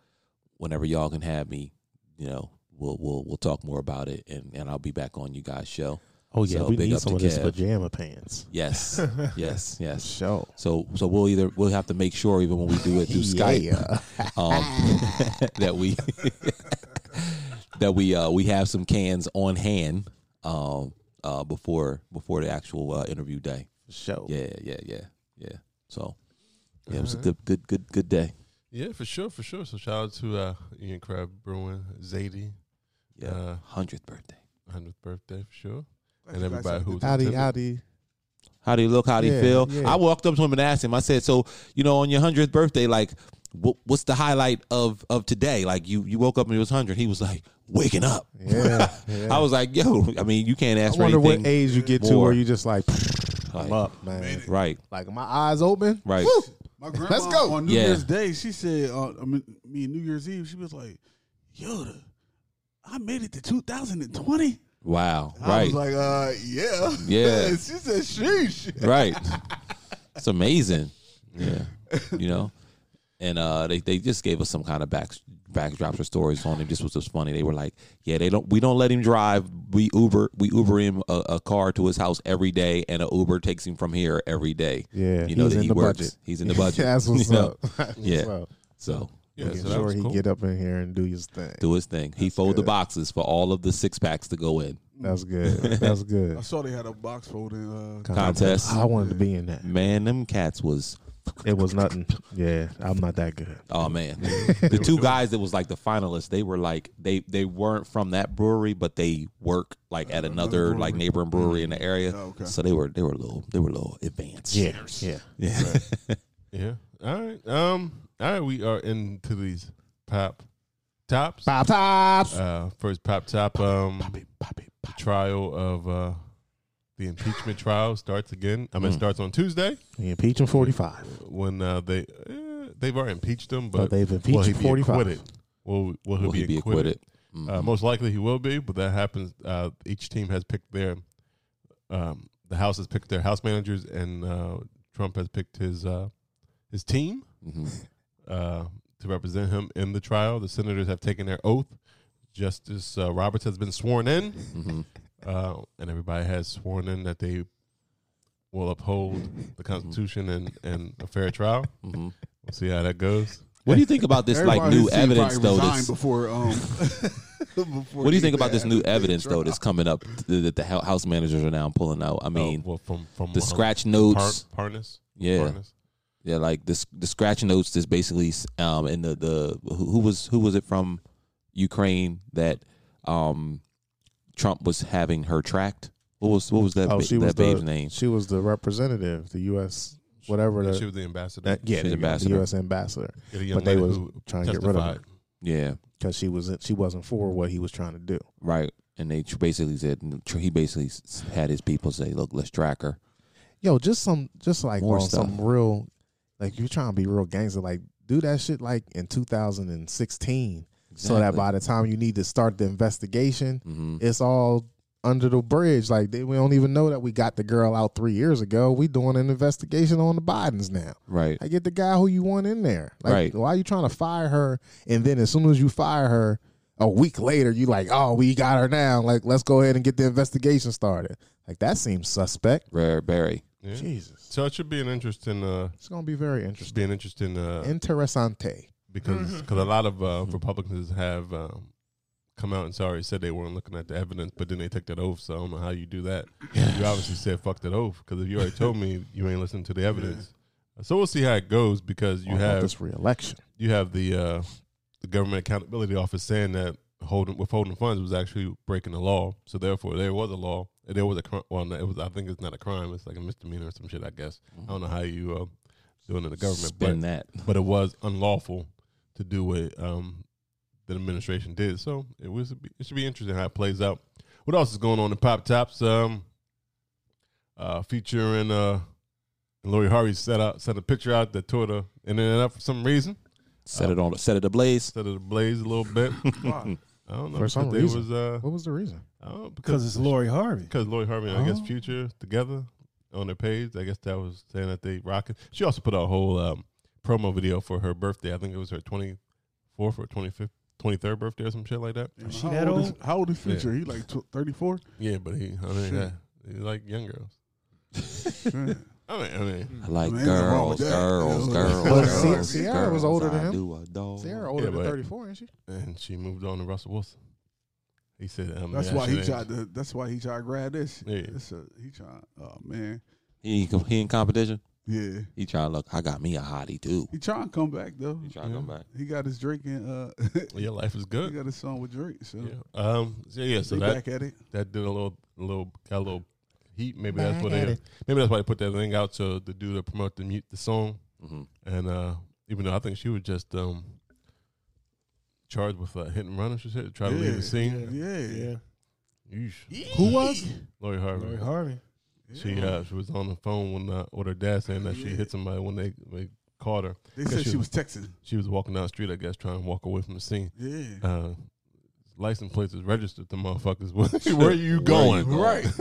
D: whenever y'all can have me, you know, we'll we'll we'll talk more about it, and, and I'll be back on you guys' show.
E: Oh yeah,
D: So
E: we
D: big
E: need
D: up
E: some
D: to
E: of this
D: Kev.
E: pajama pants.
D: Yes, yes, yes.
E: Show.
D: So so we'll either we'll have to make sure even when we do it through Skype
E: [LAUGHS] Yeah.
D: um, [LAUGHS] that we [LAUGHS] that we uh, we have some cans on hand um, uh, before before the actual uh, interview day.
E: Show.
D: Yeah, yeah, yeah, yeah. So yeah, it was a good good good good day.
G: Yeah, for sure, for sure. So shout out to uh, Ian Crab Brewing, Zadie,
D: Yeah,
G: Uh,
D: hundredth birthday.
G: 100th birthday for sure.
C: Glad
G: And
C: you guys
G: everybody
C: had a
G: who
C: good
G: was
E: Howdy,
G: attending.
E: howdy.
D: How do you look? How do you
E: Yeah,
D: feel?
E: yeah.
D: I walked up to him and asked him. I said, "So, you know, on your hundredth birthday, like, wh- what's the highlight of of today? Like, you you woke up and it was hundred. He was like, waking up.
E: Yeah, yeah.
D: [LAUGHS] I was like, yo, I mean, you can't ask
E: I
D: for
E: wonder
D: anything
E: what age you get to
D: more.
E: where you just like, [LAUGHS] I'm up, man.
D: right,
E: Like my eyes open.
D: right.
E: Woo!
C: My grandma
E: Let's go.
C: on New
D: Yeah.
C: Year's Day, she said, uh, I mean, me New Year's Eve, she was like, Yoda, I made it to 2020.
D: Wow,
C: I
D: right,
C: was like, uh, yeah.
D: Yeah.
C: she said, sheesh.
E: [LAUGHS]
D: right. It's amazing. Yeah, you know, and uh, they they just gave us some kind of back backdrops or stories on him. Just was just funny. They were like, yeah, they don't we don't let him drive. We Uber we Uber him a, a car to his house every day, and a Uber takes him from here every day.
E: Yeah,
D: you know
E: he's
D: that
E: in
D: he
E: the
D: works.
E: budget.
D: He's in
G: [LAUGHS]
D: the budget.
E: [LAUGHS] That's what's
D: you know?
E: up. That's
D: Yeah.
E: what's up.
D: So
G: Yeah,
E: Making
G: so that
E: sure
G: was
E: he
G: cool.
E: get up in here and do his thing.
D: do his thing. He fold the
E: good.
D: boxes for all of the six packs to go in
E: That's good.
D: [LAUGHS]
E: That's good.
C: I saw they had a box fold in. Uh,
D: contest.
E: I wanted to be in that.
D: Man, them cats was
E: It was nothing. Yeah, I'm not that good.
D: Oh
C: Mm.
D: man,
C: [LAUGHS]
D: the two guys that was like the finalists, they were like they they weren't from that brewery, but they work like at another like neighboring brewery in the area.
C: Mm. Oh, okay.
D: So they were they were a little they were a little advanced.
E: Yeah, yeah.
D: yeah.
G: Yeah. All right. Um. All right. We are into these pop tops.
E: Pop tops.
G: Uh. First pop top. Um. The trial of uh, the impeachment trial starts again. I mean, it starts on Tuesday
E: We impeach him 45.
G: when uh, they eh, they've already impeached him, but
E: But they've
G: will he
E: impeached
G: be
E: 45.
G: acquitted? Will Will he,
D: Will
G: be,
D: he be
G: acquitted?
D: acquitted?
G: Uh, most likely, he will be. But that happens. Uh, each team has picked their. Um, the house has picked their house managers, and uh, Trump has picked his uh, his team uh, to represent him in the trial. The senators have taken their oath. Justice uh, Roberts has been sworn in, uh, and everybody has sworn in that they will uphold the Constitution and, and a fair trial. We'll see how that goes.
D: What do you think about this like
C: everybody
D: new
C: who's seen
D: evidence
C: probably
D: though?
C: resigned
D: That's,
C: Before, um,
G: [LAUGHS]
C: before
D: what do you think
C: even
D: about this
C: had
D: new
C: the
D: evidence though
C: trial.
D: that's coming up th- that the hou- house managers are now pulling out? I mean,
G: Oh, well, from from
D: the
G: um,
D: scratch
G: Par-
D: notes.
G: Parnas.
D: Yeah,
G: Parnas.
D: yeah, like this the scratch notes is basically um and the the who, who was who was it from Ukraine that um Trump was having her tracked. What was what was that
E: Oh,
D: ba-
E: she
D: that
E: was the
D: babe's name?
E: She was the representative, the U.S. whatever.
G: Yeah,
E: the,
G: she was the ambassador.
E: that- yeah,
D: She's
E: the
D: ambassador.
E: U.S. ambassador.
G: Yeah, the young
E: But they
G: lady
E: was
G: who
E: trying to get rid of her
G: testified.
D: Yeah,
E: because she was she wasn't for what he was trying to do.
D: right. And they tr- basically said tr- he basically s- had his people say, "Look, let's track her."
E: Yo, just some, just like
D: More
E: on
D: stuff.
E: some real, like you're trying to be real gangster. Like do that shit like in 2016, so that
D: Exactly.
E: by the time you need to start the investigation,
D: hmm
E: it's all under the bridge. Like they, we don't even know that we got the girl out three years ago. We doing an investigation on the Bidens now.
D: Right.
E: I get the guy who you want in there. Like,
D: Right.
E: Why you trying to fire her? And then as soon as you fire her, a week later, you like, oh, we got her now. Like, let's go ahead and get the investigation started. Like that seems suspect.
D: Rare Barry.
G: Yeah.
E: Jesus,
G: So it should be an interesting, uh,
E: it's gonna be very
G: should
E: interesting.
G: be an interesting uh,
E: Interessante.
G: because cause a lot of uh,
E: Mm-hmm.
G: Republicans have um, come out and sorry said they weren't looking at the evidence, but then they took that oath. So I don't know how you do that. You obviously said fuck that oath because if you already
E: [LAUGHS]
G: told me you ain't listening to the evidence. So we'll see how it goes because you
E: What about
G: have
E: this reelection.
G: you have the uh, the government accountability office saying that holding withholding funds was actually breaking the law. So therefore, there was a law. and There was a crime. Well, no, it was. I think it's not a crime. It's like a misdemeanor or some shit. I guess I
E: Mm-hmm.
G: don't know how you uh, doing in the government,
D: Spin
G: but
D: that.
G: but it was unlawful to do what um, the administration did. So it was. It should be interesting how it plays out. What else is going on in pop tops? Um, uh, featuring uh, Lori Harvey set out sent a picture out that tore the internet up for some reason
D: Set it on. Set it ablaze.
G: set it ablaze a little
E: [LAUGHS]
G: bit. I don't know.
E: For
G: because
E: some
G: there
E: reason.
G: was uh,
E: What was the reason?
G: I don't know,
J: because
G: because
J: it's Lori Harvey.
G: because Lloyd Harvey and I guess
E: Oh.
G: Future together on their page. I guess that was saying that they rocking. She also put out a whole um, promo video for her birthday. I think it was her twenty fourth or twenty fifth. 23rd birthday or some shit like that.
C: Damn,
J: She
C: how
J: that
C: old is-
J: old?
C: How old is Future? He like tw- 34?
G: Yeah, but he, I mean, yeah, he like young girls.
C: [LAUGHS]
G: I mean, I mean,
C: Hmm.
D: I like
C: Man, ain't nothing wrong with
D: girls,
C: that.
D: girls,
C: Yeah.
D: girls.
E: Well,
D: girls,
E: Sierra- Sierra was
D: girls,
E: older than
D: I
E: him.
D: do adore.
E: Sierra older
G: Yeah,
E: than
G: but-
E: 34,
G: [LAUGHS]
E: isn't she?
G: and she moved on to Russell Wilson. He said, um, I mean,
C: That's
G: I
C: why he
G: shouldn't-
C: tried to. That's why he tried to grab this.
G: Yeah.
C: It's a, he tried. Oh man.
D: He, he in competition.
C: Yeah.
D: He trying to look. I got me a hottie too.
C: He trying to come back though.
D: He trying to come back.
C: He got his Drake and uh, [LAUGHS] he
G: Your life is good.
C: got his song with Drake. So
G: Yeah. Um. So yeah. So
C: they
G: that
C: back at it.
G: that did a little, a little, got a little heat. Maybe that's what they.
E: Back at it.
G: Maybe that's why they put that link out to the dude to promote the mute the song. And uh, even though I think she was just um, charged with uh, hit and run, and she said, try to leave the scene.
C: Yeah.
G: Yeesh.
E: Who was?
G: Lori Harvey.
J: Lori Harvey.
G: She uh, she was on the phone when uh, with her dad saying that she hit somebody when they, they caught her.
C: They said she was texting.
G: She was walking down the street, I guess, trying to walk away from the scene.
C: Yeah.
G: Uh, license plates is registered to motherfuckers. [LAUGHS] Where are you going?
D: Right.
G: [LAUGHS]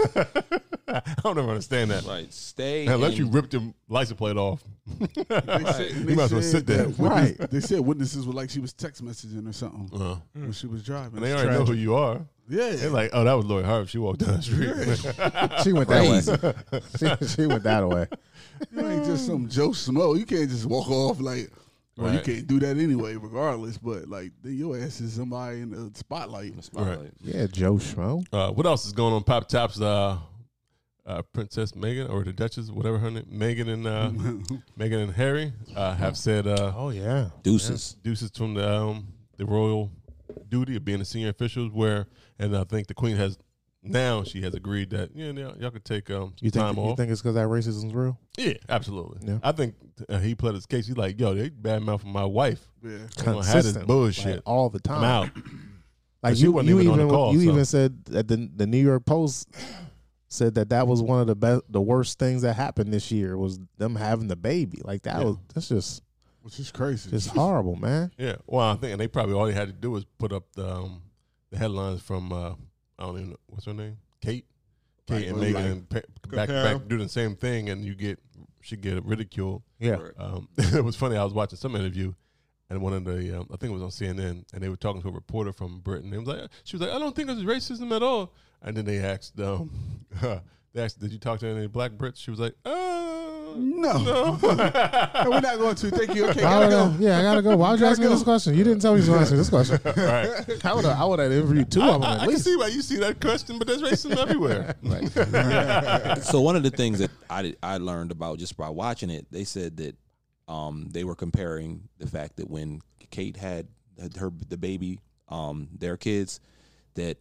G: I don't ever understand that.
D: Right. Stay.
G: Unless
D: in-
G: you ripped your license plate off.
C: They said,
G: You
C: they
G: might as well
C: said
G: sit there.
C: that [LAUGHS] witness- They said witnesses were like she was text messaging or something
G: Uh,
C: when she was driving.
G: and they already know who you are.
C: yeah.
G: They're like, oh, that was Lori Harvey. She walked down the street.
E: She went that way. [LAUGHS] She, she went that way.
C: You ain't just some
E: Mm.
C: Joe Smo. You can't just walk off like, well, you
G: Right.
C: can't do that anyway, regardless. But like, then your ass is somebody in the spotlight.
D: Spotlight.
E: Yeah, Joe Schmo.
G: [LAUGHS] uh, what else is going on? Pop Tops, uh, uh, Princess Megan or the Duchess, whatever her name, Megan and
E: [LAUGHS]
G: uh, Megan and Harry uh, have said uh,
E: Oh yeah.
D: Deuces.
G: deuces from the um, the royal duty of being a senior officials. Where and I think the Queen has now she has agreed that yeah, now y'all can take um,
E: You think
G: time
E: you
G: off.
E: think it's because that racism's real?
G: yeah, absolutely.
E: Yeah.
G: I think uh, he pled his case. He's like, yo, they bad mouthing my wife.
C: Yeah.
G: I don't have this
E: Consistent,
G: bullshit.
E: like, all the time.
G: I'm out.
E: Like
G: 'Cause you
E: you,
G: wasn't
E: you
G: even
E: even,
G: on the call,
E: you
G: so.
E: even said that the the New York Post said that that was one of the best, the worst things that happened this year was them having the baby. Like that was that's just
C: Which is crazy.
E: just horrible, man.
G: Yeah. Well, I think and they probably all they had to do was put up the um, the headlines from uh, I don't even know what's her name, Kate. Kate
C: Right,
G: and
C: well,
G: Megan
C: like,
G: and pa- back to
C: compare.
G: back do the same thing, and you get she get ridiculed.
E: Yeah,
G: Um, [LAUGHS] it was funny. I was watching some interview, and one of the um, I think it was on CNN, and they were talking to a reporter from Britain. It was like uh, she was like, "I don't think it's racism at all." And then they asked, um, [LAUGHS] they asked, "Did you talk to any black Brits?" She was like, "Uh,
C: no.
G: no."
C: [LAUGHS] We're not going to. Thank you. Okay, gotta
E: I don't
C: go.
H: [LAUGHS]
E: know. Yeah, I gotta go. Why would you
C: Gotta
E: ask me
C: go.
E: this question? You didn't tell me you was asking this question. [LAUGHS]
G: right.
E: I would I would have interviewed two of them
G: I, I
E: at
G: can
E: least.
G: see why you see that question, but
C: [LAUGHS]
G: there's racism everywhere.
E: [LAUGHS]
D: so one of the things that I did, I learned about just by watching it, they said that um, they were comparing the fact that when Kate had her the baby, um, their kids, that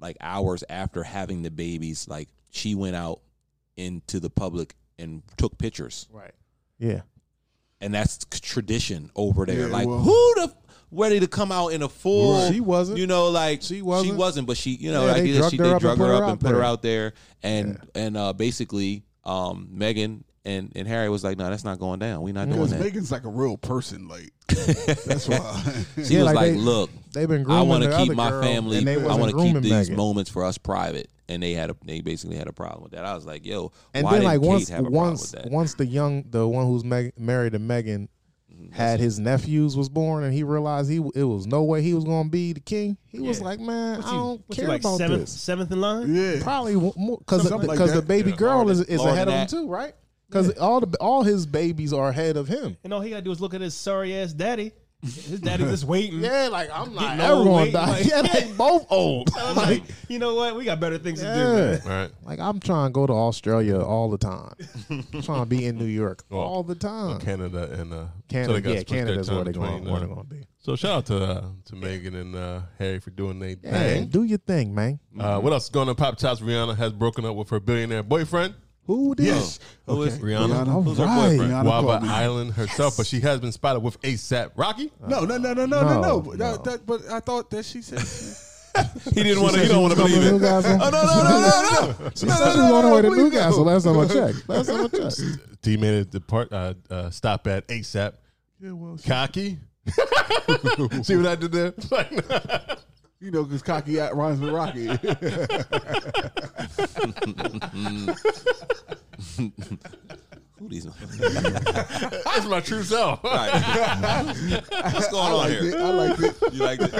D: like hours after having the babies, like she went out into the public and took pictures,
E: Yeah,
D: and that's c- tradition over there.
C: Yeah,
D: like
C: well-
D: who the f- ready to come out in a full?
E: She wasn't.
D: You know, like
E: She wasn't.
D: She wasn't, but she, you know,
E: Yeah,
D: like
E: they
D: they,
E: drugged
D: she,
E: her
D: they
E: up and
D: drug her
E: put
D: up
E: her
D: and
E: out
D: put her
E: there.
D: out there, and and uh, basically, um, Megan and and Harry was like, no, that's not going down. We're not doing
C: Because
D: that.
C: Megan's like a real person. Like, that's why. [LAUGHS]
D: she
E: Yeah,
D: was
E: like
D: like,
E: they-
D: look,
E: they've been
D: I
E: grooming
D: want
E: the
D: to keep
E: other
D: my
E: girl,
D: family.
E: and they
D: I
E: wasn't
D: want to keep
E: grooming
D: these
E: Megan.
D: moments for us private. And they had a, they basically had a problem with that. I was like, yo,
E: and
D: why
E: then
D: did
E: like
D: Kate
E: once
D: have a problem
E: once
D: with that?
E: once the young the one who's Meg, married to Megan
D: Mm,
E: had his nephews was born and he realized he it was no way he was gonna be the king. He was
J: Yeah.
E: like, man, I don't
J: What's
E: care
J: like
E: about
J: seventh,
E: this.
J: seventh in line.
C: yeah.
E: Probably because
C: Something like
E: because the
C: that.
E: baby girl
D: Lauren-
E: is, is
D: Lauren
E: ahead of him
D: Act.
E: too, right? Because all the all his babies are ahead of him.
J: And all he gotta do is look at his sorry ass daddy. His daddy
E: [LAUGHS]
J: just waiting.
E: Yeah, like I'm not
J: Getting
E: ever
J: old,
E: gonna
J: waiting,
E: die.
J: like-
E: yeah, they both
G: [LAUGHS]
E: old.
J: I'm [LAUGHS]
E: like,
J: like, you know what? We got better things to do.
E: yeah.
J: Man.
G: right.
E: like I'm trying to go to Australia all the time. I'm trying to be in
D: [LAUGHS]
E: New York
G: Well,
E: all the time.
G: Canada and uh,
E: Canada,
G: so they
E: yeah, Canada's where they're going.
D: uh,
E: Where they're
G: to
E: going to be.
G: uh, So shout out to uh, to Megan and uh, Harry for doing their
E: Yeah,
G: thing.
E: do your thing, man.
G: Uh, what else is going on? Pop Tops Rihanna has broken up with her billionaire boyfriend,
E: Who did?
C: Yes.
D: Who is-
G: Rihanna,
C: Rihanna.
E: All
D: her
E: right.
D: boyfriend?
C: Rihanna
G: Guava
C: called me.
G: Island herself, but she has been spotted with ASAP Rocky.
C: No, no, no, no, no, no,
E: No,
C: no. But, that-
E: no.
C: that- but I thought that she said.
G: He didn't want to.
E: She
G: He don't want
E: was
G: to
E: coming
G: believe it.
E: to Newcastle.
G: [LAUGHS] Oh
E: [LAUGHS]
G: no no no no no!
E: She said she was on her way to Newcastle last time I
G: [LAUGHS]
E: checked. Last time I checked.
G: D made it depart uh, uh, stop at ASAP. Yeah, well, cocky. [LAUGHS] See what I did there? [LAUGHS]
C: You know, because cocky at- rhymes with Rocky. [LAUGHS]
D: Who these?
G: That's my true self.
D: What's going on here?
C: I like it.
D: You like it?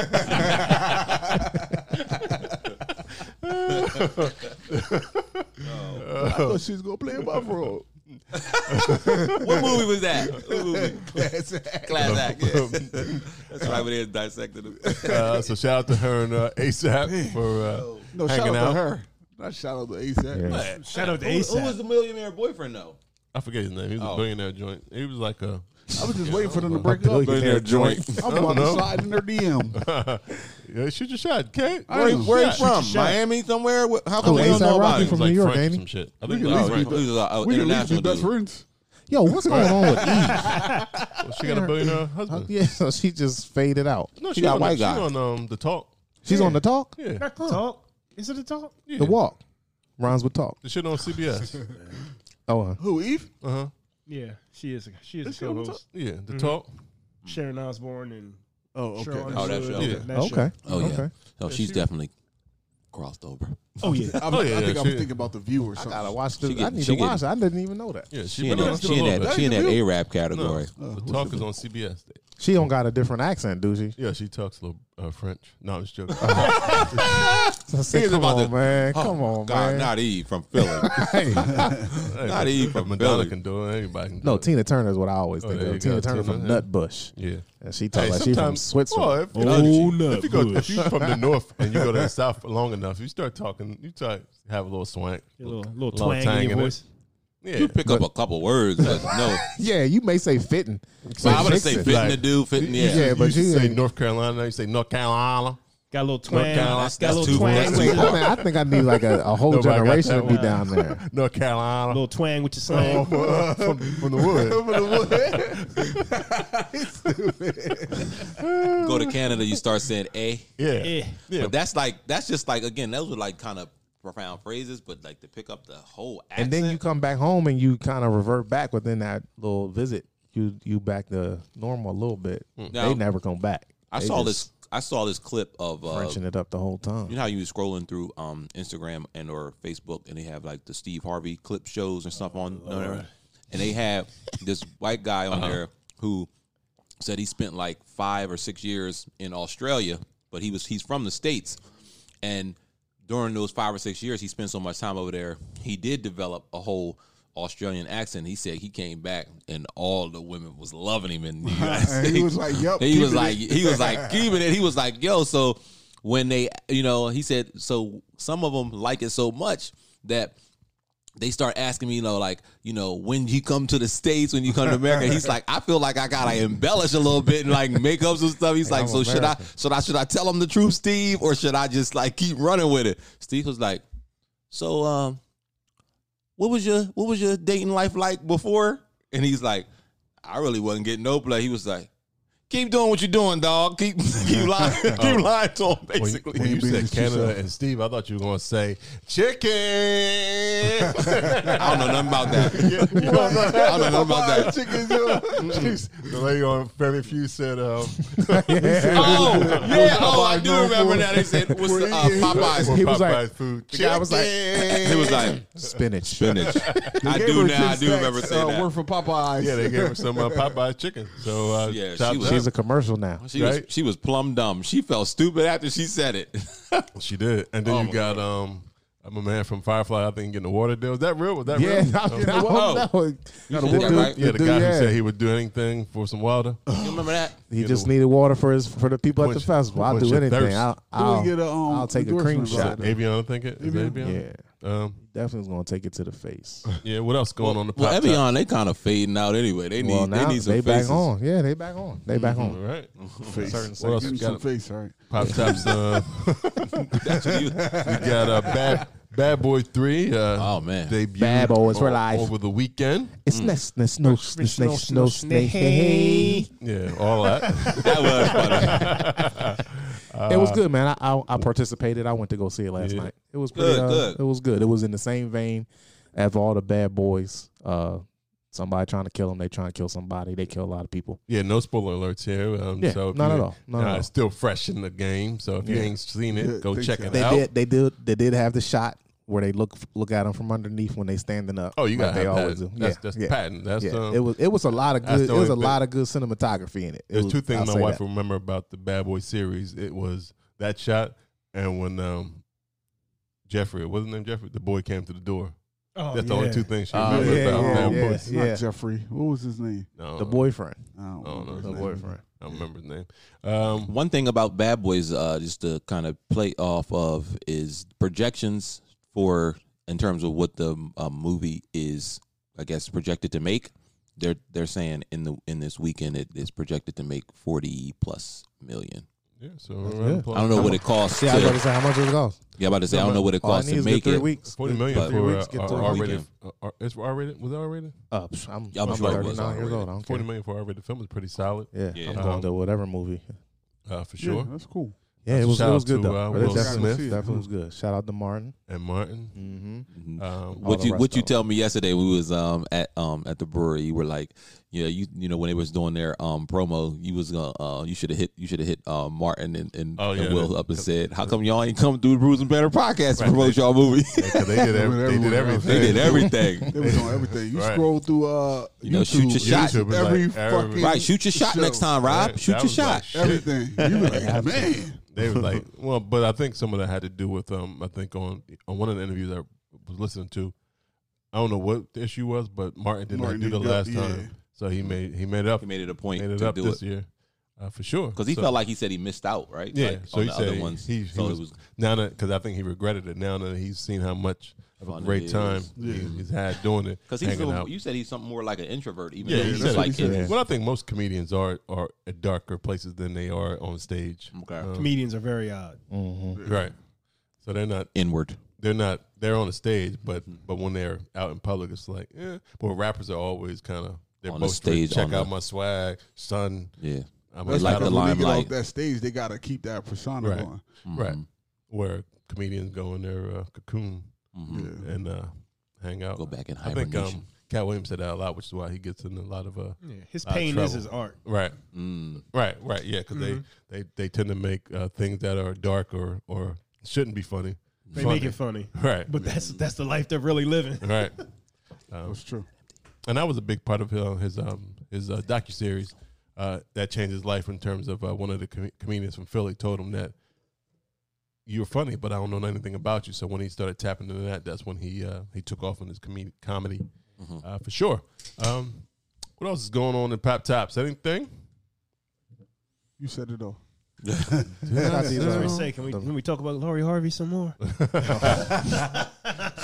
C: I thought she was gonna play my role.
D: what movie was that? What movie?
C: That's it.
D: [LAUGHS] Class act. yeah. That's right. When they dissected [LAUGHS] it.
G: Uh, so shout out to her and uh, ASAP for uh,
C: No, shout
G: hanging
C: out,
G: out.
C: to her. Not shout out to ASAP.
E: Yeah.
J: Shout out to
D: Who, who was
J: ASAP.
D: the millionaire boyfriend though?
G: I forget his name. He was a billionaire joint. He was like a
C: I was just waiting for them to
E: My
C: break up.
E: billionaire joint.
C: I'm
G: I don't
C: about to
G: know.
C: slide in their DM.
G: [LAUGHS] yeah, shoot your shot, Cat.
D: Where, where
G: Yeah.
D: he from? Miami somewhere? Wh- How come
E: Oh,
D: we don't
E: A$AP
D: know about
E: Rocky
D: him?
E: from
G: He's like
E: New York,
G: French or
E: ain't he?
G: some shit. I think
C: can
G: oh,
C: at least
G: right.
C: be
D: He's a, uh,
C: We can at least
D: international
C: be best
D: dude.
C: friends.
E: Yo, what's going on with Eve?
G: [LAUGHS] Well, she got a billionaire
E: Huh?
G: husband.
E: Yeah, so she just faded out.
G: No,
D: She
G: she
D: got
G: on,
D: white
G: she
D: guy.
G: on um, the talk.
E: She's on the talk,
G: Yeah.
J: Not the talk. Is it a talk?
G: yeah.
E: the walk. Rhymes with talk.
G: The shit on CBS.
E: Oh, uh,
C: Who, Eve?
G: Uh huh.
J: Yeah, she is. A, she is
G: Is
J: a
G: she on the
J: co-host.
G: talk? Yeah, the talk.
J: Sharon Osbourne and
C: Oh, okay.
J: Sharon
D: Oh, that show.
G: Yeah.
E: okay.
D: Oh, yeah.
E: Okay.
D: Oh, she's definitely crossed over.
J: Oh yeah.
C: I'm,
G: Oh,
C: I
G: yeah,
C: think
G: yeah,
C: I'm
G: shit.
C: thinking about the view or something.
E: Gotta watch this.
D: She get-
E: I need
D: she
E: to watch
D: get-
E: it. I didn't even know that.
G: Yeah, she,
D: She in
G: been on
D: that,
G: it for
D: she
G: a
D: in
G: little
D: that,
G: bit.
D: she in that A-rap
G: No,
D: category.
G: the talk is on CBS.
E: She don't got a different accent, do
G: [LAUGHS]
E: she?
G: Yeah, she talks a little uh, French. No, I'm just joking.
E: I said,
D: He's
E: come
D: about
E: on,
D: to-
E: man.
D: Oh,
E: come on,
D: God,
E: man.
D: not Eve from Philly.
E: Hey.
D: [LAUGHS] Not even
G: If
D: from
G: Madonna
D: Philly.
G: can do it. Anybody can do
E: no,
G: it.
E: Tina Turner is what I always
G: Oh,
E: think
G: there
E: of.
G: you
E: Tina
G: go,
E: Turner
G: Tina,
E: from
G: yeah.
E: Nutbush.
G: Yeah.
E: And she talks
G: Hey,
E: like she from
G: sometimes- Well,
E: Switzerland.
G: if, oh, if, you go, if you from the north and you go to the south long enough, you start talking, you start have a little swank.
J: A little, little
G: Little
J: twang in
G: tang
J: your
G: in it.
J: voice.
G: Yeah.
D: You pick up a couple words, but no.
E: Yeah, you may say fitting.
D: So I would say
E: Nixon.
D: fitting
G: Like-
D: the dude, fitting the
E: Yeah,
D: ass.
G: You
E: but
G: used to
E: you
G: say
E: ain't-
G: North Carolina, you say North Carolina.
J: Got a little
G: North
J: twang.
G: Carolina,
J: got
D: that's
J: a little
D: too-
J: twang.
D: that's
J: With,
D: too
J: a
D: far.
E: I, mean, I think I need like a, a whole
G: Nobody got
E: generation to
G: that
E: be
G: one.
E: down
G: [LAUGHS]
E: there.
G: North Carolina.
J: little twang with your slang.
G: from, from the wood.
D: Go to Canada, you start saying A.
G: Yeah.
J: Yeah.
G: Yeah.
D: But that's like that's just like again, those were like kind of profound phrases, but like to pick up the whole
E: And
D: accent.
E: then you come back home and you kind of revert back within that little visit. You you back to normal a little bit.
D: Hmm. Now-
E: they never come back.
D: I
E: They
D: saw
E: just
D: this I saw this clip of uh,
E: Frenching it up the whole time.
D: you know how you was scrolling through um, Instagram and or Facebook and they have like the Steve Harvey clip shows and stuff on on there. and they have this white guy on
C: Uh-huh.
D: there who said he spent like five or six years in Australia, but he was he's from the States. And during those five or six years he spent so much time over there, he did develop a whole Australian accent. He said he came back and all the women was loving him in the United
C: [LAUGHS] And
D: States.
C: he was like, "Yup,
D: He was
C: keeping
D: like he was
C: [LAUGHS]
D: like keeping it. He was like, yo, so when they you know, he said so some of them like it so much that they start asking me, you know, like, you know, when you come to the States, when you come to America, he's like, I feel like I gotta embellish a little bit and like make up some stuff. He's like, so should I should I should I tell him the truth, Steve, or should I just like keep running with it? Steve was like, So um, what was your what was your dating life like before? And he's like, I really wasn't getting no play. He was like, Keep doing what you're doing, dog. Keep [LAUGHS] keep lying, keep lying to him,
G: When,
D: basically.
G: when you
C: Basically.
G: said Canada and Steve, I thought you were going to say
D: [LAUGHS]
G: chicken.
D: I don't know nothing about that.
G: Yeah, you know what I'm saying?
D: I don't know nothing about that.
G: [LAUGHS] Chicken, yo. She's- the lady on Family Feud said, um,
D: [LAUGHS] Oh, yeah. Oh, I [LAUGHS] do remember now. They said, what's the, uh, Popeyes?
E: [LAUGHS] He was like-
G: Popeye's food.
E: the guy was like-
D: He was like,
E: Spinach. [LAUGHS]
D: spinach. I do now. I do remember
E: Oh,
D: saying
C: Work
D: that.
C: for Popeyes.
G: yeah, they gave her some uh, Popeye's chicken. So uh,
D: Yeah, she
G: chopped
D: was-
G: up.
E: She's a commercial now.
D: She, was,
G: right?
D: she was plumb dumb. She felt stupid after she said it. [LAUGHS]
G: She did. And
D: Oh,
G: then you got um I'm a man from Firefly, I think getting the water deal. Is that real? Was that
E: Yeah,
G: real?
E: I, I
G: Um,
E: don't
D: Oh.
E: know.
D: You
E: Dude,
D: said that, right?
E: dude,
G: yeah, the guy
E: yeah.
G: who said he would do anything for
D: [SIGHS]
G: some water.
D: You remember that?
E: He
G: You
E: just
G: know-
E: needed water for his for the people at the
G: Quench-
E: festival. I'll
G: quench
E: do
G: your
E: anything.
G: thirst.
E: I'll
C: we
E: I'll,
C: get a, um,
E: I'll take a cream
C: endorsement
E: shot.
C: about
G: Avion, I think it is Avion.
E: Yeah,
G: Yeah. Um,
E: definitely was gonna take it to the face.
G: yeah, what else going on the
D: Well,
G: pop top?
D: Evian, they kind of fading out anyway. They need,
E: well, now
D: they
E: they,
D: need some
E: back
D: faces.
E: on. Yeah, they back on. They back
G: All
E: on.
G: right.
C: Face.
G: What
C: Give
G: else you
C: him some
G: got?
C: face, all right.
G: Pop tops. Uh,
D: That's what you-
G: we got uh, bad bad boy three. Uh,
D: Oh, man.
G: debuted
E: Bad Boys for
G: o-
E: Life.
G: over the weekend.
E: It's nest, nest, no, snake,
J: Snow,
E: snow, snake. Hey,
G: Yeah, all that. [LAUGHS]
D: that was funny.
E: it was good, man. I, I I participated. I went to go see it last
G: Uh, Yeah.
E: night. It was pretty,
D: Good,
E: uh,
D: good.
E: It was good. It was in the same vein as all the bad boys. Uh, somebody trying to kill them. They trying to kill somebody. They kill a lot of people.
G: yeah, no spoiler alerts here. Um,
E: Yeah,
G: so if
E: not
G: you-
E: at all. Not at
G: Nah,
E: all.
G: It's still fresh in the game. So if you ain't seen it,
C: Yeah,
G: go
C: think
G: check
C: so.
G: it
E: They
G: out.
E: did. They did. They did have the shot where they look look at them from underneath when they standing up.
G: Oh, you
E: like
G: got
E: they always
G: that.
E: do.
G: That's,
E: yeah,
G: that's
E: yeah,
G: patent. That's
E: yeah.
G: um,
E: it was. It was a lot of
G: that's
E: good. It
G: the
E: was a
G: only
E: lot of good cinematography in it. it
G: There's
E: was,
G: two things
E: I'll
G: my
E: say
G: wife
E: that.
G: remember about the Bad Boy series. It was that shot and when um, Jeffrey, what's his name? Jeffrey, the boy came to the door.
J: Oh,
G: That's the
J: yeah.
G: only two things she
E: Oh,
G: remembers
E: yeah,
G: about
E: yeah,
G: Bad
E: yeah.
C: It's
G: Boys.
C: not Jeffrey. What was his name?
G: No,
E: The boyfriend.
C: I don't
G: I don't know
C: remember
G: his
C: his
G: name.
C: name.
G: I don't remember his name. Um,
D: One thing about Bad Boys, uh, just to kind of play off of, is projections for in terms of what the uh, movie is, I guess, projected to make. they're they're saying in the in this weekend it is projected to make forty plus million.
G: Yeah, so a round of
E: Yeah.
G: applause.
D: I don't know what it costs.
E: Yeah, I was about to
D: to,
E: say how much does it cost?
D: yeah, I'm about to say I don't know what it
E: All I
D: costs
E: need
D: to
E: is a
D: make
E: three
D: it.
E: weeks.
G: Forty million
D: But-
G: for
E: Three weeks, get
G: uh,
E: through
G: uh,
E: the
G: R-rated.
D: weekend.
G: uh, R- It's R-rated. Was it R-rated?
E: Uh, psh, I'm,
D: Yeah, I'm
E: I'm
D: sure it was
E: 39 years
D: already.
E: old. I don't
G: Forty
E: care.
G: million for a R-rated film is pretty solid
E: Yeah,
D: Yeah.
E: I'm going to whatever movie.
G: uh, for sure.
C: that's cool.
E: Yeah,
G: That's
E: it
G: a
E: was it
G: shout
E: was
G: out
E: good
G: to,
E: though.
G: uh,
E: It
G: Will
E: definitely,
G: Smith.
E: definitely was good. Shout out to Martin.
G: And Martin,
E: Mm-hmm.
G: um,
E: all
D: What
E: the
D: you
E: rest
D: what you
E: of
D: tell me yesterday we was um at um at the brewery you were like yeah you you know when they was doing their um promo you was gonna uh you should have hit you should have hit uh, Martin and and,
G: Oh,
D: and
G: yeah,
D: Will
G: that-
D: up and said how come y'all ain't come through the Bruise and Banner podcast to promote y'all movie
G: yeah, 'cause they [LAUGHS] did, ev-
C: With
G: they did
C: everyone
G: everything.
D: [LAUGHS]
C: else.
D: they did
G: [LAUGHS]
D: everything
C: It was on everything. You
G: Right.
C: scroll through uh,
D: You know, shoot your
C: YouTube,
D: shot.
G: YouTube is
C: every
G: like every-
C: fucking
D: right shoot your shot
C: show.
D: next time
G: Right?
D: Rob shoot
G: That
D: your
G: was
D: shot
G: like, shit.
C: Everything. You were like, man.
G: They was like, [LAUGHS] well, but I think some of that had to do with um, I think on on one of the interviews I was listening to, I don't know what the issue was, but Martin did
C: Martin
G: not do the
C: didn't
G: last
C: do- yeah.
G: time, so he made he made it up,
D: he made it a point
G: made it
D: to
G: up
D: do
G: this
D: it
G: year, uh, for sure,
D: because he
G: So-
D: felt like he said he missed out right
G: yeah.
D: Like,
G: so
D: on
G: he
D: the
G: said
D: other
G: he,
D: ones
G: he, he
D: so
G: was,
D: it was
G: now that because I think he regretted it now that he's seen how much of a
D: Fun it
G: great
D: is.
G: time he- he's had doing it,
D: because he's
G: hanging
D: a,
G: out.
D: you said he's something more like an introvert even
G: yeah,
D: though
G: he
D: he's
G: said
D: like
G: it.
D: in-
G: Well, I think most comedians are are at darker places than they are on stage,
D: okay.
J: Comedians are very odd.
G: right? So they're not
D: inward
G: they're not they're on the stage, but but when they're out in public, it's like yeah. But rappers are always kind of they're
D: On the
G: both stage.
D: stage,
G: Check
D: on
G: out
D: the-
G: my swag, son.
D: yeah
G: I'm
D: They like
G: rapper."
D: the
C: Because when they get
D: limelight.
C: off that stage, they gotta keep that persona
G: Right.
C: on.
G: right?
D: Mm-hmm.
G: Where comedians go in their uh, cocoon and uh, hang out,
D: Mm-hmm. Go back in
G: I think
D: hibernation.
G: um, Cat Williams said that a lot, which is why he gets in a lot of uh,
J: Yeah, his
G: Lot of
J: pain
G: trouble.
J: is his art.
G: right,
D: mm.
G: right, right, yeah, because they, they they tend to make uh, things that are dark or or shouldn't be funny.
J: They
G: funny.
J: make it funny,
G: right,
J: but that's that's the life they're really living.
G: right.
C: That's true.
G: and that was a big part of his his, um, his uh, docu series uh, that changed his life in terms of uh, one of the com- comedians from Philly told him that you're funny, but I don't know anything about you. So when he started tapping into that, that's when he uh, he took off on his com- comedy
E: Mm-hmm.
G: uh, for sure. Um, what else is going on in Pop Tops? Anything?
C: You said it all.
J: For say, can we can we talk about Lori Harvey some more?
C: [LAUGHS]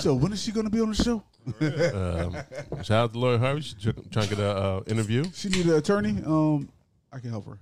C: So when is she gonna be on the show?
G: Um, shout out to Lori Harvey. She's tr- trying to get an uh, interview.
C: She need an attorney. Um, I can help her.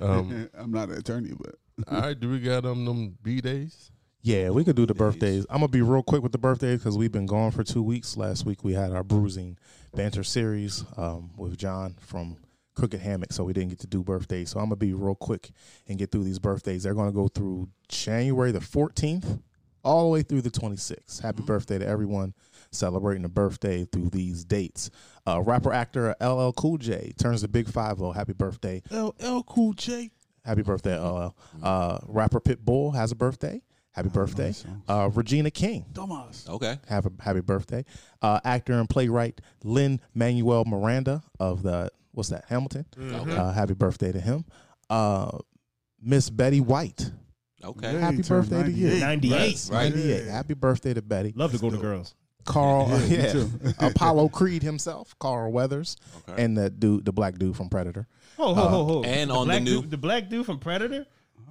C: [LAUGHS] I'm not an attorney, but
G: All right, do we got um, them B days?
E: Yeah, we could do the birthdays. I'm gonna be real quick with the birthdays because we've been gone for two weeks. Last week we had our bruising banter series um, with John from Crooked Hammock, so we didn't get to do birthdays. So I'm gonna be real quick and get through these birthdays. They're gonna go through January the 14th, all the way through the 26th. Happy birthday to everyone celebrating a birthday through these dates. Uh, rapper actor LL Cool J turns the big five zero. Happy birthday,
C: LL Cool J.
E: Happy birthday, LL. Uh, rapper Pitbull has a birthday. Happy birthday.
C: song.
E: Uh, Regina King,
C: Dumbass.
G: um,
D: okay
E: have a happy birthday. Uh, actor and playwright Lynn Manuel Miranda of the what's that Hamilton? Uh, happy birthday to him. Uh, Miss Betty White,
D: okay
C: Yeah.
E: happy
C: he turned
E: birthday to
C: 98.
E: you.
J: Ninety eight.
D: Right.
E: 98. Happy birthday to Betty.
J: Love to go to girls.
E: Carl,
C: Yeah, me
E: yeah,
C: too.
E: [LAUGHS] Apollo Creed himself, Carl Weathers, and the dude, the black dude from Predator.
J: Ho ho ho ho!
D: and on the
J: black
D: new-
J: Uh, dude- the black dude from Predator.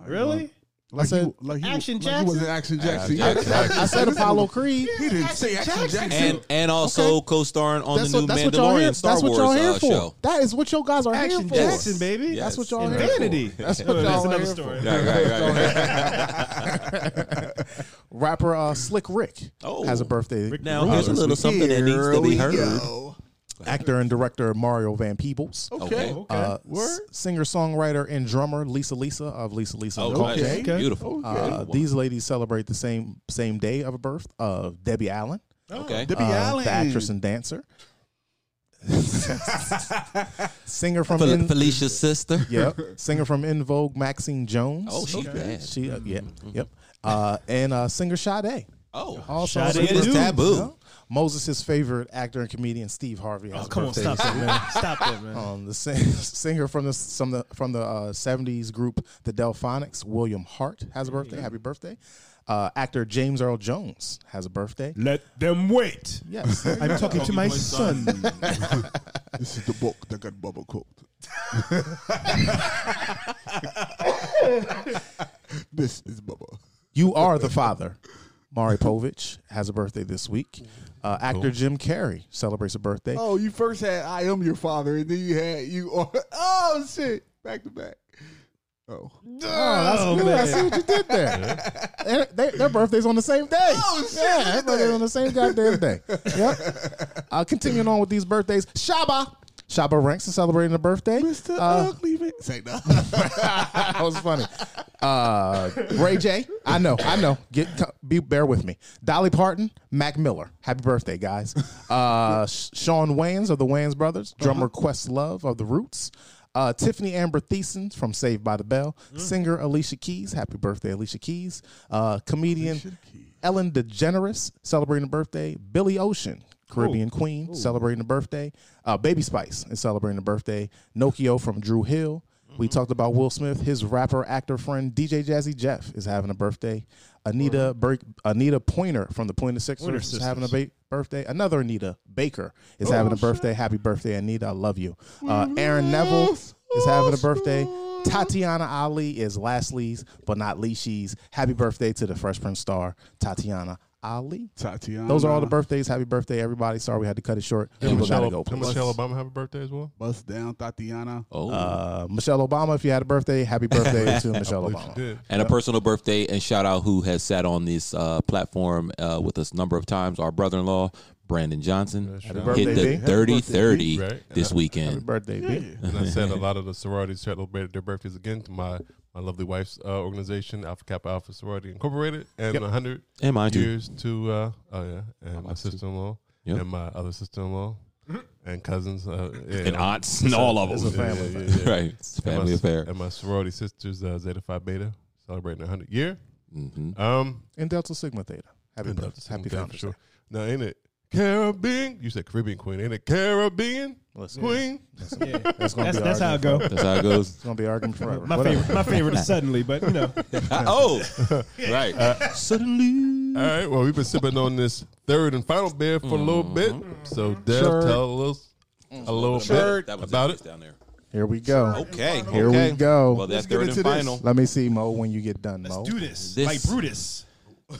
J: Really?
C: Like
E: said-
C: you, like you,
J: Action
C: like you was an Action Jackson. Yeah,
D: Jackson.
C: that's- [LAUGHS]
E: I said Apollo Creed.
C: He didn't say Action Jackson.
D: and and also co-starring on the new Mandalorian Star
E: that's what
D: Wars
E: y'all here
D: uh,
E: for.
D: show.
E: That is what y'all guys are
J: Action
E: here for.
J: Jackson, baby.
D: Yes.
E: That's what y'all
D: In
E: here for.
J: Vanity.
E: [LAUGHS] That's what y'all
J: That's
E: are
J: another
E: here
J: story.
E: for.
D: Right, right,
E: [LAUGHS]
D: right, right.
E: Rapper uh, Slick Rick
D: Oh.
E: has a birthday.
D: Now here's a little something that needs to be heard.
E: Uh, Actor and director Mario Van Peebles.
D: Okay.
J: Okay.
E: Uh, Singer songwriter and drummer Lisa Lisa of Lisa Lisa. and the
D: Okay.
E: Bullshit.
J: Okay.
D: Beautiful.
E: Uh, These ladies celebrate the same same day of birth of Debbie Allen,
D: okay.
C: Debbie
E: uh,
C: Allen.
E: the actress and dancer, singer from
D: Fel-
E: In-
D: Felicia's sister.
E: Yep. Singer from In Vogue, Maxine Jones.
D: Oh, she's bad.
E: She, uh, yeah, yep. Uh, and uh, singer Sade.
D: Oh,
E: Also,
J: Sade
D: it is
J: Dude.
D: taboo.
E: Yeah. Moses, his favorite actor and comedian, Steve Harvey. Has
J: Oh,
E: a
J: come on,
E: birthday
J: stop
E: this
J: that,
E: evening.
J: man! Stop that,
E: [LAUGHS]
J: man!
E: Um, the sing- singer from the from the from the uh, '70s group The Delphonics, William Hart, has a birthday. Happy birthday! Uh, actor James Earl Jones has a birthday.
J: Let them wait.
E: Yes,
J: [LAUGHS] I'm talking to my son.
C: This is the book that got bubble cooked. [LAUGHS] this is Bubba.
E: you are the father. Mari Povich has a birthday this week. Uh, actor Jim Carrey celebrates a birthday.
C: Oh, you first had I am your father, and then you had you are. [LAUGHS] Oh shit! Back to back. Oh.
E: Oh, that's good. I see what you did there. Their- their- their birthday's on the same day.
C: Oh, shit,
E: Yeah,
C: look at
E: their birthday's
C: that.
E: on the same
C: [LAUGHS]
E: goddamn day. Yep. Uh, continuing on with these birthdays, Shaba. Shaba Ranks is celebrating a birthday.
C: Mr.
E: Uh,
C: Ugly Man. Say no.
E: [LAUGHS] that was funny. Uh, Ray J. I know. I know. Get be bear with me. Dolly Parton, Mac Miller. Happy birthday, guys. Uh, Sh- Sean Wayans of the Wayans Brothers. Drummer Quest Love of the Roots. Uh, Tiffany Amber Thiessen from Saved by the Bell. Singer Alicia Keys. Happy birthday, Alicia Keys. Uh, comedian Ellen DeGeneres celebrating a birthday. Billy Ocean. Caribbean Queen celebrating a birthday. Uh, Baby Spice is celebrating a birthday. Nokia from Drew Hill. We
G: Mm-hmm.
E: talked about Will Smith. His rapper actor friend DJ Jazzy Jeff is having a birthday. Anita Ber- Anita Pointer from the Pointer Sixers
J: Pointer
E: is
J: Sisters.
E: having a ba- birthday. Another Anita Baker
G: Oh,
E: is having a birthday. Happy birthday, Anita! I love you. Uh, Aaron Neville is having a
G: [LAUGHS]
E: birthday. Tatiana Ali is lastly's, but not leashy's. Happy birthday to the Fresh Prince star, Tatiana Ali.
C: Tatiana.
E: Those are all the birthdays. Happy birthday, everybody! Sorry we had to cut it short.
G: Did
E: People gotta
G: Michelle,
E: go.
G: did
E: please.
G: Michelle Obama have a birthday as well?
C: Bust down, Tatiana.
D: Oh,
E: Uh, Michelle Obama, if you had a birthday, happy
G: [LAUGHS]
E: birthday to Michelle Obama.
G: Did.
D: and a personal birthday and shout out who has sat on this uh, platform uh, with us a number of times. Our brother-in-law Brandon Johnson hit
E: right. Happy birthday,
D: the
E: B.
D: thirty thirty
G: Right.
D: this
E: Happy
D: weekend.
E: birthday, B.
G: And I said a lot of the sororities celebrated their birthdays again to my, my lovely wife's uh, organization, Alpha Kappa Alpha Sorority Incorporated, and a 100
D: And mine too.
G: years to, uh, oh yeah, and my sister in law,
D: Yep.
G: and my other sister in law, and cousins, uh, yeah,
D: and aunts and all of them.
G: Yeah, yeah,
E: family
G: yeah,
D: [LAUGHS]
G: yeah.
D: right, it's a
G: And my
D: family
G: s-
D: affair.
G: And my sorority sisters, uh, Zeta Phi Beta, celebrating a 100 year.
D: hmm
G: Um,
E: And Delta Sigma Theta. Happy
G: and
E: birthday.
G: that's
E: Happy
G: okay, for
E: Founders Day.
G: sure. Now, ain't it Caribbean? You said Caribbean Queen. Ain't it Caribbean
E: Listen,
G: Queen?
J: Yeah. That's,
E: gonna
J: that's,
E: be
J: how I go.
D: That's how it goes.
E: It's going to be argument forever.
J: My
E: Whatever.
J: favorite, my favorite is suddenly, but you know,
D: oh, right.
G: All right. Well, we've been sipping on this third and final beer for a little bit. So, Dev,
E: Sure.
G: tell us a little bit
D: That was
G: about
D: it.
G: it.
D: down there.
E: Here we go.
D: Okay.
E: Here
D: okay.
E: we go.
D: Well, that
C: Let's get
D: third
C: into
D: and
C: this.
D: final.
E: Let me see, Mo, when you get done,
J: let's
E: Mo.
J: do this,
D: This-
J: like Brutus.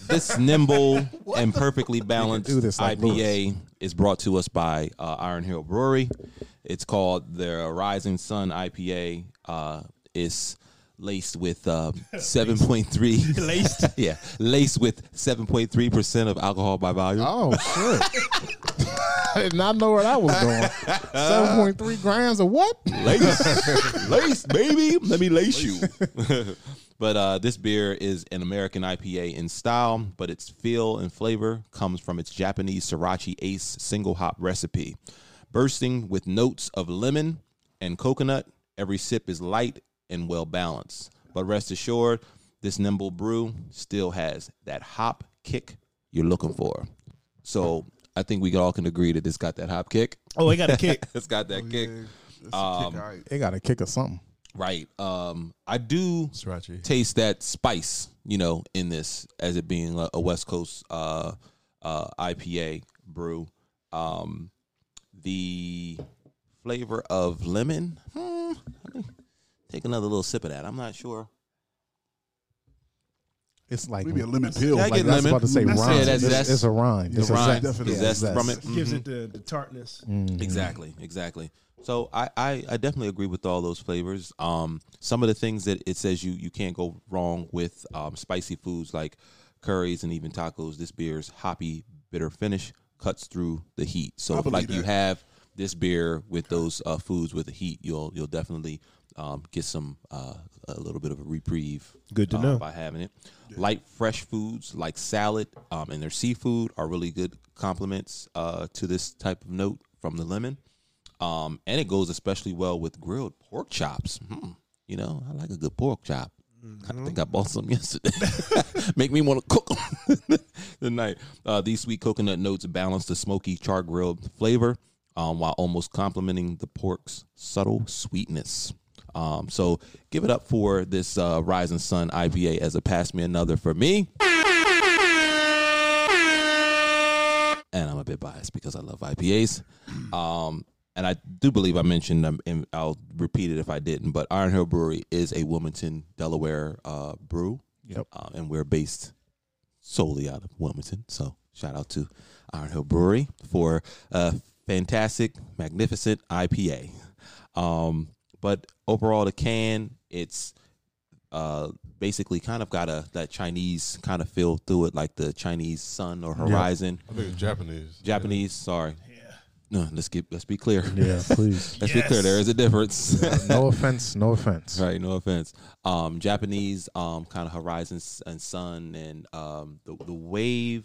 D: this nimble and perfectly balanced
E: do this like
D: IPA is brought to us by uh, Iron Hill Brewery. It's called the Rising Sun IPA. Uh, it's laced with uh, 7.3
J: Laced.
D: [LAUGHS] yeah laced with 7.3% of alcohol by volume
E: Oh, shit. I did not know where that was going. 7.3 grams of what?
D: [LAUGHS] lace, lace, baby. Let me lace [LAUGHS] you. but uh, this beer is an American IPA in style, but its feel and flavor comes from its Japanese Sriracha Ace single hop recipe, bursting with notes of lemon and coconut. Every sip is light and well balanced. But rest assured, this nimble brew still has that hop kick you're looking for. So I think we all can agree that it's got that hop kick.
J: Oh, it got a [LAUGHS] kick.
D: [LAUGHS] It's got that kick.
C: All right.
E: It got a kick of something.
D: Right. Um, I do
G: Sriracha.
D: taste that spice, you know, in this as it being a, a West Coast uh, uh, IPA brew. Um, the flavor of lemon. Hmm, let me take another little sip of that. I'm not sure.
E: It's like,
C: Maybe a lemon pill.
D: Yeah, I
E: like
D: get
E: I was
D: lemon.
E: about to say
D: That's-
E: rhyme.
D: yeah, that's-
E: it's,
D: that's-
E: it's a rhyme.
D: The
E: It's a
D: rind,
E: zest.
D: the
C: definitely
D: zest
E: zest.
D: from it.
J: Gives
D: Mhm.
J: it the, the tartness.
D: Exactly, exactly. So I, I, I definitely agree with all those flavors. Um, some of the things that it says you you can't go wrong with um, spicy foods like curries and even tacos. This beer's hoppy bitter finish cuts through the heat. So if, like you have this beer with those uh, foods with the heat, you'll you'll definitely um, get some uh, a little bit of a reprieve.
J: Good to
D: uh,
J: know.
D: by having it. Light fresh foods like salad um, and their seafood are really good complements uh, to this type of note from the lemon. Um, and it goes especially well with grilled pork chops. Hmm. You know, I like a good pork chop. I think I bought some [LAUGHS] yesterday. Make me want to cook 'em [LAUGHS] tonight. Uh, these sweet coconut notes balance the smoky char grilled flavor um, while almost complementing the pork's subtle sweetness. Um, so give it up for this uh, Rising Sun IPA as a pass me another for me. and I'm a bit biased because I love IPAs. Um, and I do believe I mentioned, um, and I'll repeat it if I didn't, but Iron Hill Brewery is a Wilmington, Delaware uh, brew.
E: Yep.
D: Uh, and we're based solely out of Wilmington. So Shout out to Iron Hill Brewery for a fantastic, magnificent IPA. Um, but overall, the can it's uh, basically kind of got a that Chinese kind of feel through it, like the Chinese sun or horizon.
G: I think it's Japanese.
D: Japanese, sorry. No, let's get let's be clear.
E: Yeah,
J: [LAUGHS]
E: please.
D: Let's be clear. There is a difference.
E: no offense. No offense.
D: [LAUGHS] Right, no offense. Um, Japanese um, kind of horizons and sun and um, the the wave,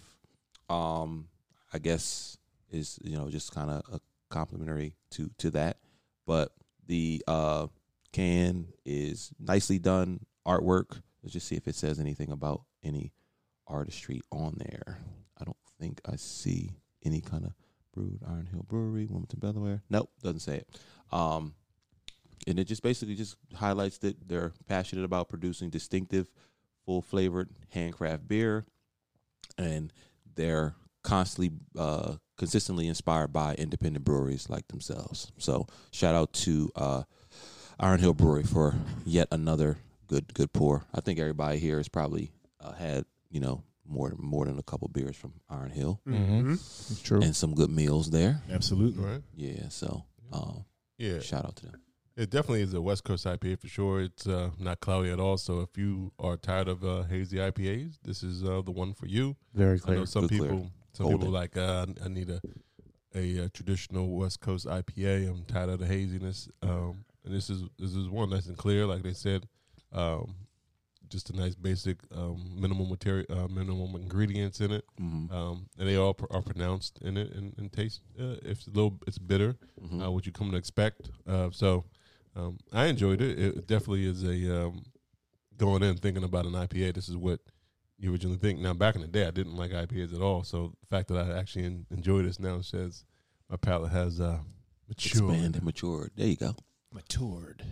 D: um, I guess is you know just kind of a complimentary to to that. But the uh, can is nicely done artwork. Let's just see if it says anything about any artistry on there. I don't think I see any kind of brewed Iron Hill Brewery, Wilmington, Delaware. Nope, doesn't say it. Um, and it just basically just highlights that they're passionate about producing distinctive, full flavored handcraft beer, and they're constantly, uh, consistently inspired by independent breweries like themselves. So shout out to uh, Iron Hill Brewery for yet another good good pour. I think everybody here has probably uh, had you know more more than a couple beers from Iron Hill
E: True.
D: and some good meals there.
J: Absolutely.
G: Right?
D: Yeah, so. Um,
G: Yeah.
D: Shout out to them.
G: It definitely is a West Coast IPA for sure. It's uh, not cloudy at all. So if you are tired of uh, hazy IPAs, this is uh, the one for you.
E: Very
G: I know
E: clear.
G: some
D: Good
G: people,
D: clear.
G: some
D: Hold
G: people
D: it.
G: like uh, I need a, a uh traditional West Coast IPA. I'm tired of the haziness, um, and this is this is one nice and clear. Like they said, um, just a nice basic um, minimal material, uh, minimum ingredients in it,
D: Mm-hmm.
G: um, and they all pr- are pronounced in it and, and taste. Uh, it's a little, it's bitter, uh, what you come to expect. Uh, so um, I enjoyed it. It definitely is a um, going in thinking about an IPA. This is what you originally think. Now, back in the day, I didn't like IPAs at all. So the fact that I actually en- enjoy this now says my palate has uh, matured.
D: Expand and matured. There you go.
J: Matured.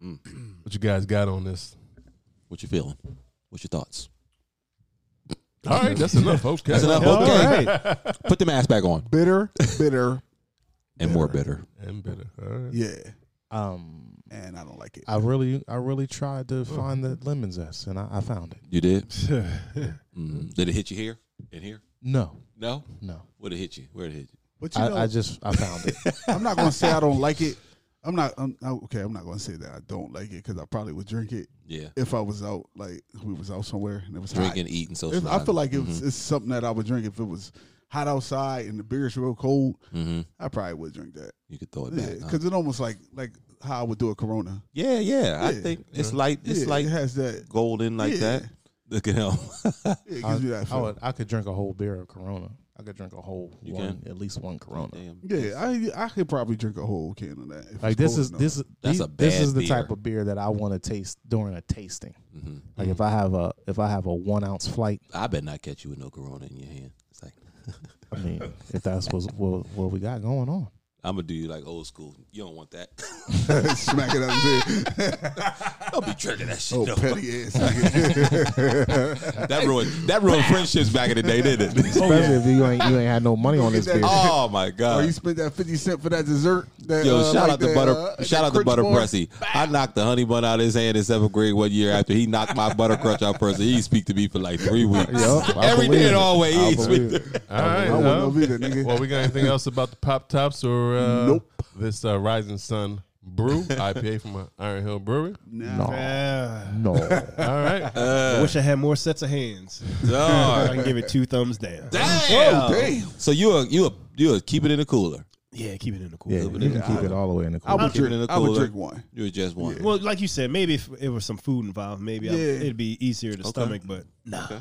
G: What you guys got on this?
D: What you feeling? What's your thoughts?
G: All right, that's enough. Okay,
D: That's enough. Okay. Put the mask back on.
C: Bitter, bitter,
D: And more bitter.
G: and better. All right.
C: yeah.
E: Um,
C: And I don't like it.
E: I really, I really tried to find the lemon zest, and I, I found it.
D: You did?
C: [LAUGHS]
D: Mm. Did it hit you here? In here?
E: No,
D: No?
E: no.
D: Where'd it hit you? Where'd it hit you?
C: But you know,
E: I, I just, I
C: [LAUGHS]
E: found it.
C: I'm not gonna say I don't like it. I'm not. I'm, I, okay, I'm not gonna say that I don't like it because I probably would drink it
D: Yeah.
C: if I was out, like we was out somewhere and it was
D: Drinking,
C: hot.
D: eating,
C: If-
D: socializing.
C: I feel like it
D: Mm-hmm.
C: was, it's something that I would drink if it was hot outside and the beer's real cold.
D: Mhm.
C: I probably would drink that
D: You could throw it back. huh?
C: because it almost like like how I would do a Corona.
D: Yeah, yeah, I
C: Yeah.
D: think it's light. It's
C: Yeah,
D: like
C: it has that.
D: golden like
C: Yeah.
D: that. Look at him. [LAUGHS]
C: Yeah, it
E: I,
C: gives you that.
E: I,
C: Feel.
E: would, I could drink a whole beer of Corona. I could drink a whole
D: You
E: one,
D: can?
E: at least one Corona.
D: Damn.
C: Yeah, I I could probably drink a whole can of that. if
E: Like
C: it's
E: this
C: cold
E: is
C: enough.
E: this is
D: That's
E: these-
D: a
E: this
D: bad
E: is the
D: beer.
E: type of beer that I want to taste during a tasting.
D: Mhm.
E: Like if I have a if I have a one ounce flight,
D: I better not catch you with no corona in your hand. It's like
E: I mean, if that's what, what what we got going
C: Oh,
E: on,
D: I'm gonna do you like old school. You don't want that. [LAUGHS]
C: [LAUGHS] smack it out of there.
D: don't be drinking that shit.
C: Oh,
D: no.
C: petty ass. nigga. [LAUGHS]
D: That ruined that ruined friendships back in the day, didn't
C: [LAUGHS]
D: it?
E: especially if you ain't you ain't had no money on this
C: Look at
E: beer.
C: that.
D: oh my
C: Oh,
D: god.
C: you spent that fifty cent for that dessert. That,
D: Yo,
C: uh,
D: shout
C: like
D: out to
C: that,
D: butter.
C: uh,
D: shout
C: that
D: out to
C: Crunch
D: butter
C: Bar.
D: Pressy. I knocked the honey bun out of his hand in seventh grade one year after he knocked my butter crunch out Pressy. He speak to me for like three weeks.
E: Yup, I
D: Every
E: believe
D: day and
E: it.
D: always.
E: I
D: He
E: believe
D: speak
C: [LAUGHS]
E: it.
D: to-
G: All right.
C: I
G: well.
C: wouldn't know either, nigga.
G: Well, we got anything else about the pop tops or uh,
C: Nope.
G: this uh, Rising Sun Brew IPA from uh, Iron Hill Brewery?
E: No,
J: Yeah.
D: [LAUGHS]
E: no.
G: All right,
J: I wish I had more sets of [LAUGHS] hands.
D: Dog.
J: I can give it two thumbs down.
D: Damn.
C: damn.
D: So you a you a you a keep it in the cooler.
J: Yeah, keep it in the cool.
E: Yeah, you can keep it all the way in the
C: I
E: cooler.
C: would
D: Keep it
C: drink.
D: in the
C: I would
D: cooler.
C: drink one.
D: You was just one.
J: Well, like you said, maybe if it was some food involved, maybe I,
C: Yeah.
J: it'd be easier to stomach. But nah,
C: If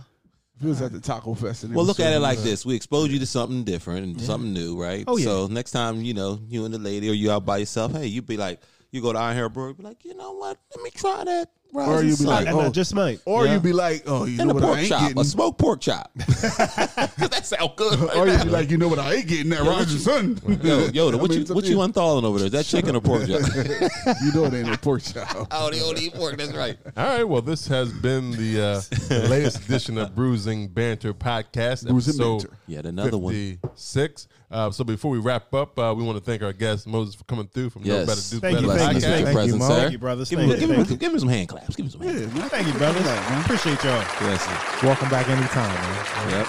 C: it was at the Taco Fest. And
D: Well, look at it like this: we expose you to something different and something new, right?
J: Oh, yeah.
D: So next time, you know, you and the lady, or you out by yourself, hey, you be like, you go to Iron Hair Brewery, be like, you know what? Let me try that. Rising
C: you be
D: Sun.
C: like,
J: and
C: oh,
J: I just might.
C: Or you'd be like, oh, you
D: and
C: know
D: a
C: what I
D: pork
C: ain't
D: chop,
C: getting.
D: a smoked pork
C: [LAUGHS]
D: chop. [LAUGHS] that sound good.
C: Or
D: Right
C: you'd be like, you know what I ain't getting that Roger Sun.
D: yo,
C: [LAUGHS]
D: yo, what
C: mean,
D: you
C: it's up
D: what
C: to
D: you
C: you.
D: unthaling over there? Is that chicken or pork
C: [LAUGHS]
D: chop? [LAUGHS]
C: you know it ain't a pork [LAUGHS] chop.
D: oh, they only eat pork. That's right.
G: all right. Well, this has been the, uh, the latest edition of Bruising Banter podcast,
C: Bruising
G: episode
C: Banter.
D: Yet another one.
G: 56. Uh, so before we wrap up, uh, we want to thank our guest Moses for coming through from
D: Yes.
G: No Better Do
J: Thank
G: Better
J: you,
D: Bless
J: thank
D: you,
J: you,
G: podcast.
D: thank you,
E: thank you,
D: present,
E: Mom.
D: sir.
J: Thank you, brothers.
D: Give
J: Thank
D: him,
J: you,
D: give, him,
J: thank you.
D: give him some hand claps. Give him some hand claps.
J: Thank you, brothers. Appreciate y'all.
D: Yes. sir.
E: Welcome back anytime, man.
D: Yep.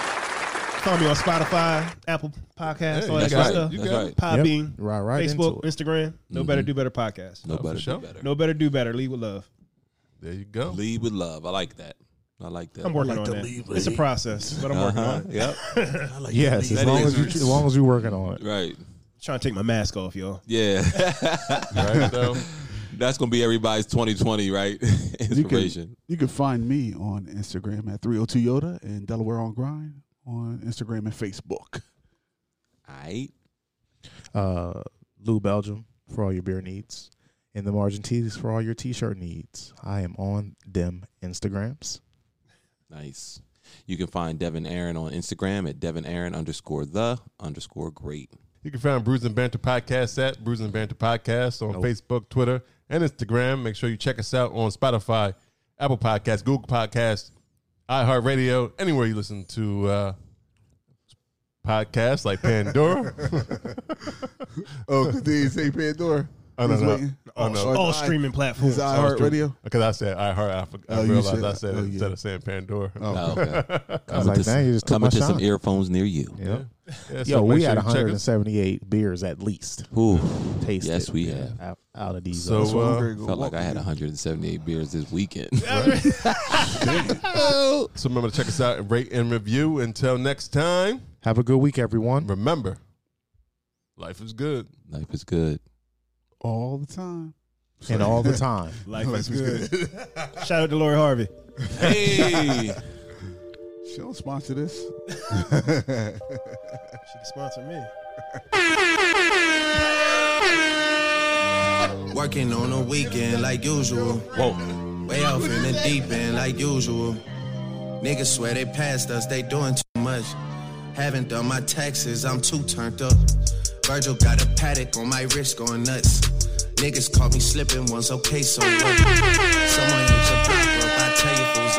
J: Follow me on Spotify, Apple Podcasts,
G: Hey,
J: all
G: you
J: that good
D: That's
G: got
D: right.
G: it.
J: stuff.
G: You
D: That's
G: got
D: right.
E: Yep.
J: Podbean,
E: Right, right
J: Facebook,
E: into it.
J: Instagram. No better, do better podcast.
D: No better,
G: sure.
D: do better.
J: No better, do better. Lead with love.
G: There you go.
D: Lead with love. I like that. I like that.
J: I'm working on that. It's a process, but I'm working on it.
D: Yep.
E: Yes, as
D: That
E: long
D: is-
E: as, you, as long as you're working on it.
D: right.
J: Trying to take my mask off, y'all.
D: Yeah.
G: Right, so
D: That's gonna be everybody's 2020, right? [LAUGHS]
C: You can,
D: Inspiration.
C: you can find me on Instagram at 302 Yoda and Delaware on Grind on Instagram and Facebook.
D: All right.
E: Uh, Lou Belgium for all your beer needs, and the Margin Tees for all your t-shirt needs. I am on them Instagrams.
D: Nice. You can find Devin Aaron on Instagram at Devin Aaron underscore the underscore great.
G: you can find Bruising Banter Podcast at Bruising Banter Podcast on
E: Nope.
G: Facebook, Twitter, and Instagram. Make sure you check us out on Spotify, Apple Podcasts, Google Podcasts, iHeartRadio, anywhere you listen to uh, podcasts like Pandora.
C: [LAUGHS] Oh, because they didn't say [LAUGHS] Pandora.
G: I don't
C: He's
G: know.
C: waiting. Oh,
G: I don't
J: All,
G: know.
J: all streaming platforms.
C: His iHeartRadio.
G: Because I said iHeart, I, for- I
C: Oh, you
G: realized
C: said-
G: I said
C: oh,
G: it
C: yeah.
G: instead of saying Pandora.
D: Oh, okay.
E: I was like, dang, you just took my
D: coming to
E: shot.
D: some earphones near you.
E: Yep.
G: Yeah, so
E: Yo,
G: make
E: we
G: sure
E: had
G: you check us.
E: 178 beers at least
D: Ooh,
E: tasted.
D: Yes, we have.
E: Out, out of these.
G: So,
E: uh,
G: uh,
D: felt like I had 178 beers this weekend.
G: So remember to check us out and rate and review. Until next time,
E: have a good week, everyone.
G: remember, life is good.
D: Life is good.
C: all the time.
E: and all the time.
J: Life is good. Shout out to Lori Harvey.
D: Hey.
C: She don't sponsor this.
J: She can sponsor me.
B: Working on a weekend like usual. Whoa. Way off in the deep end like usual. Niggas swear they passed us, they doing too much. Haven't done my taxes, I'm too turned up. Virgil got a paddock on my wrist going nuts. Niggas caught me slipping once, okay, so what? Someone hit your block up, I tell you if it was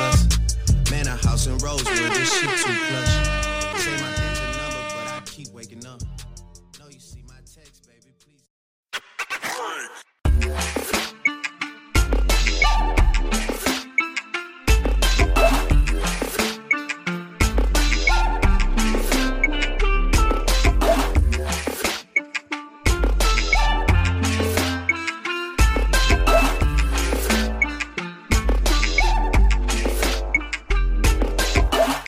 B: us. Man, a house in Rosewood, this shit too plush.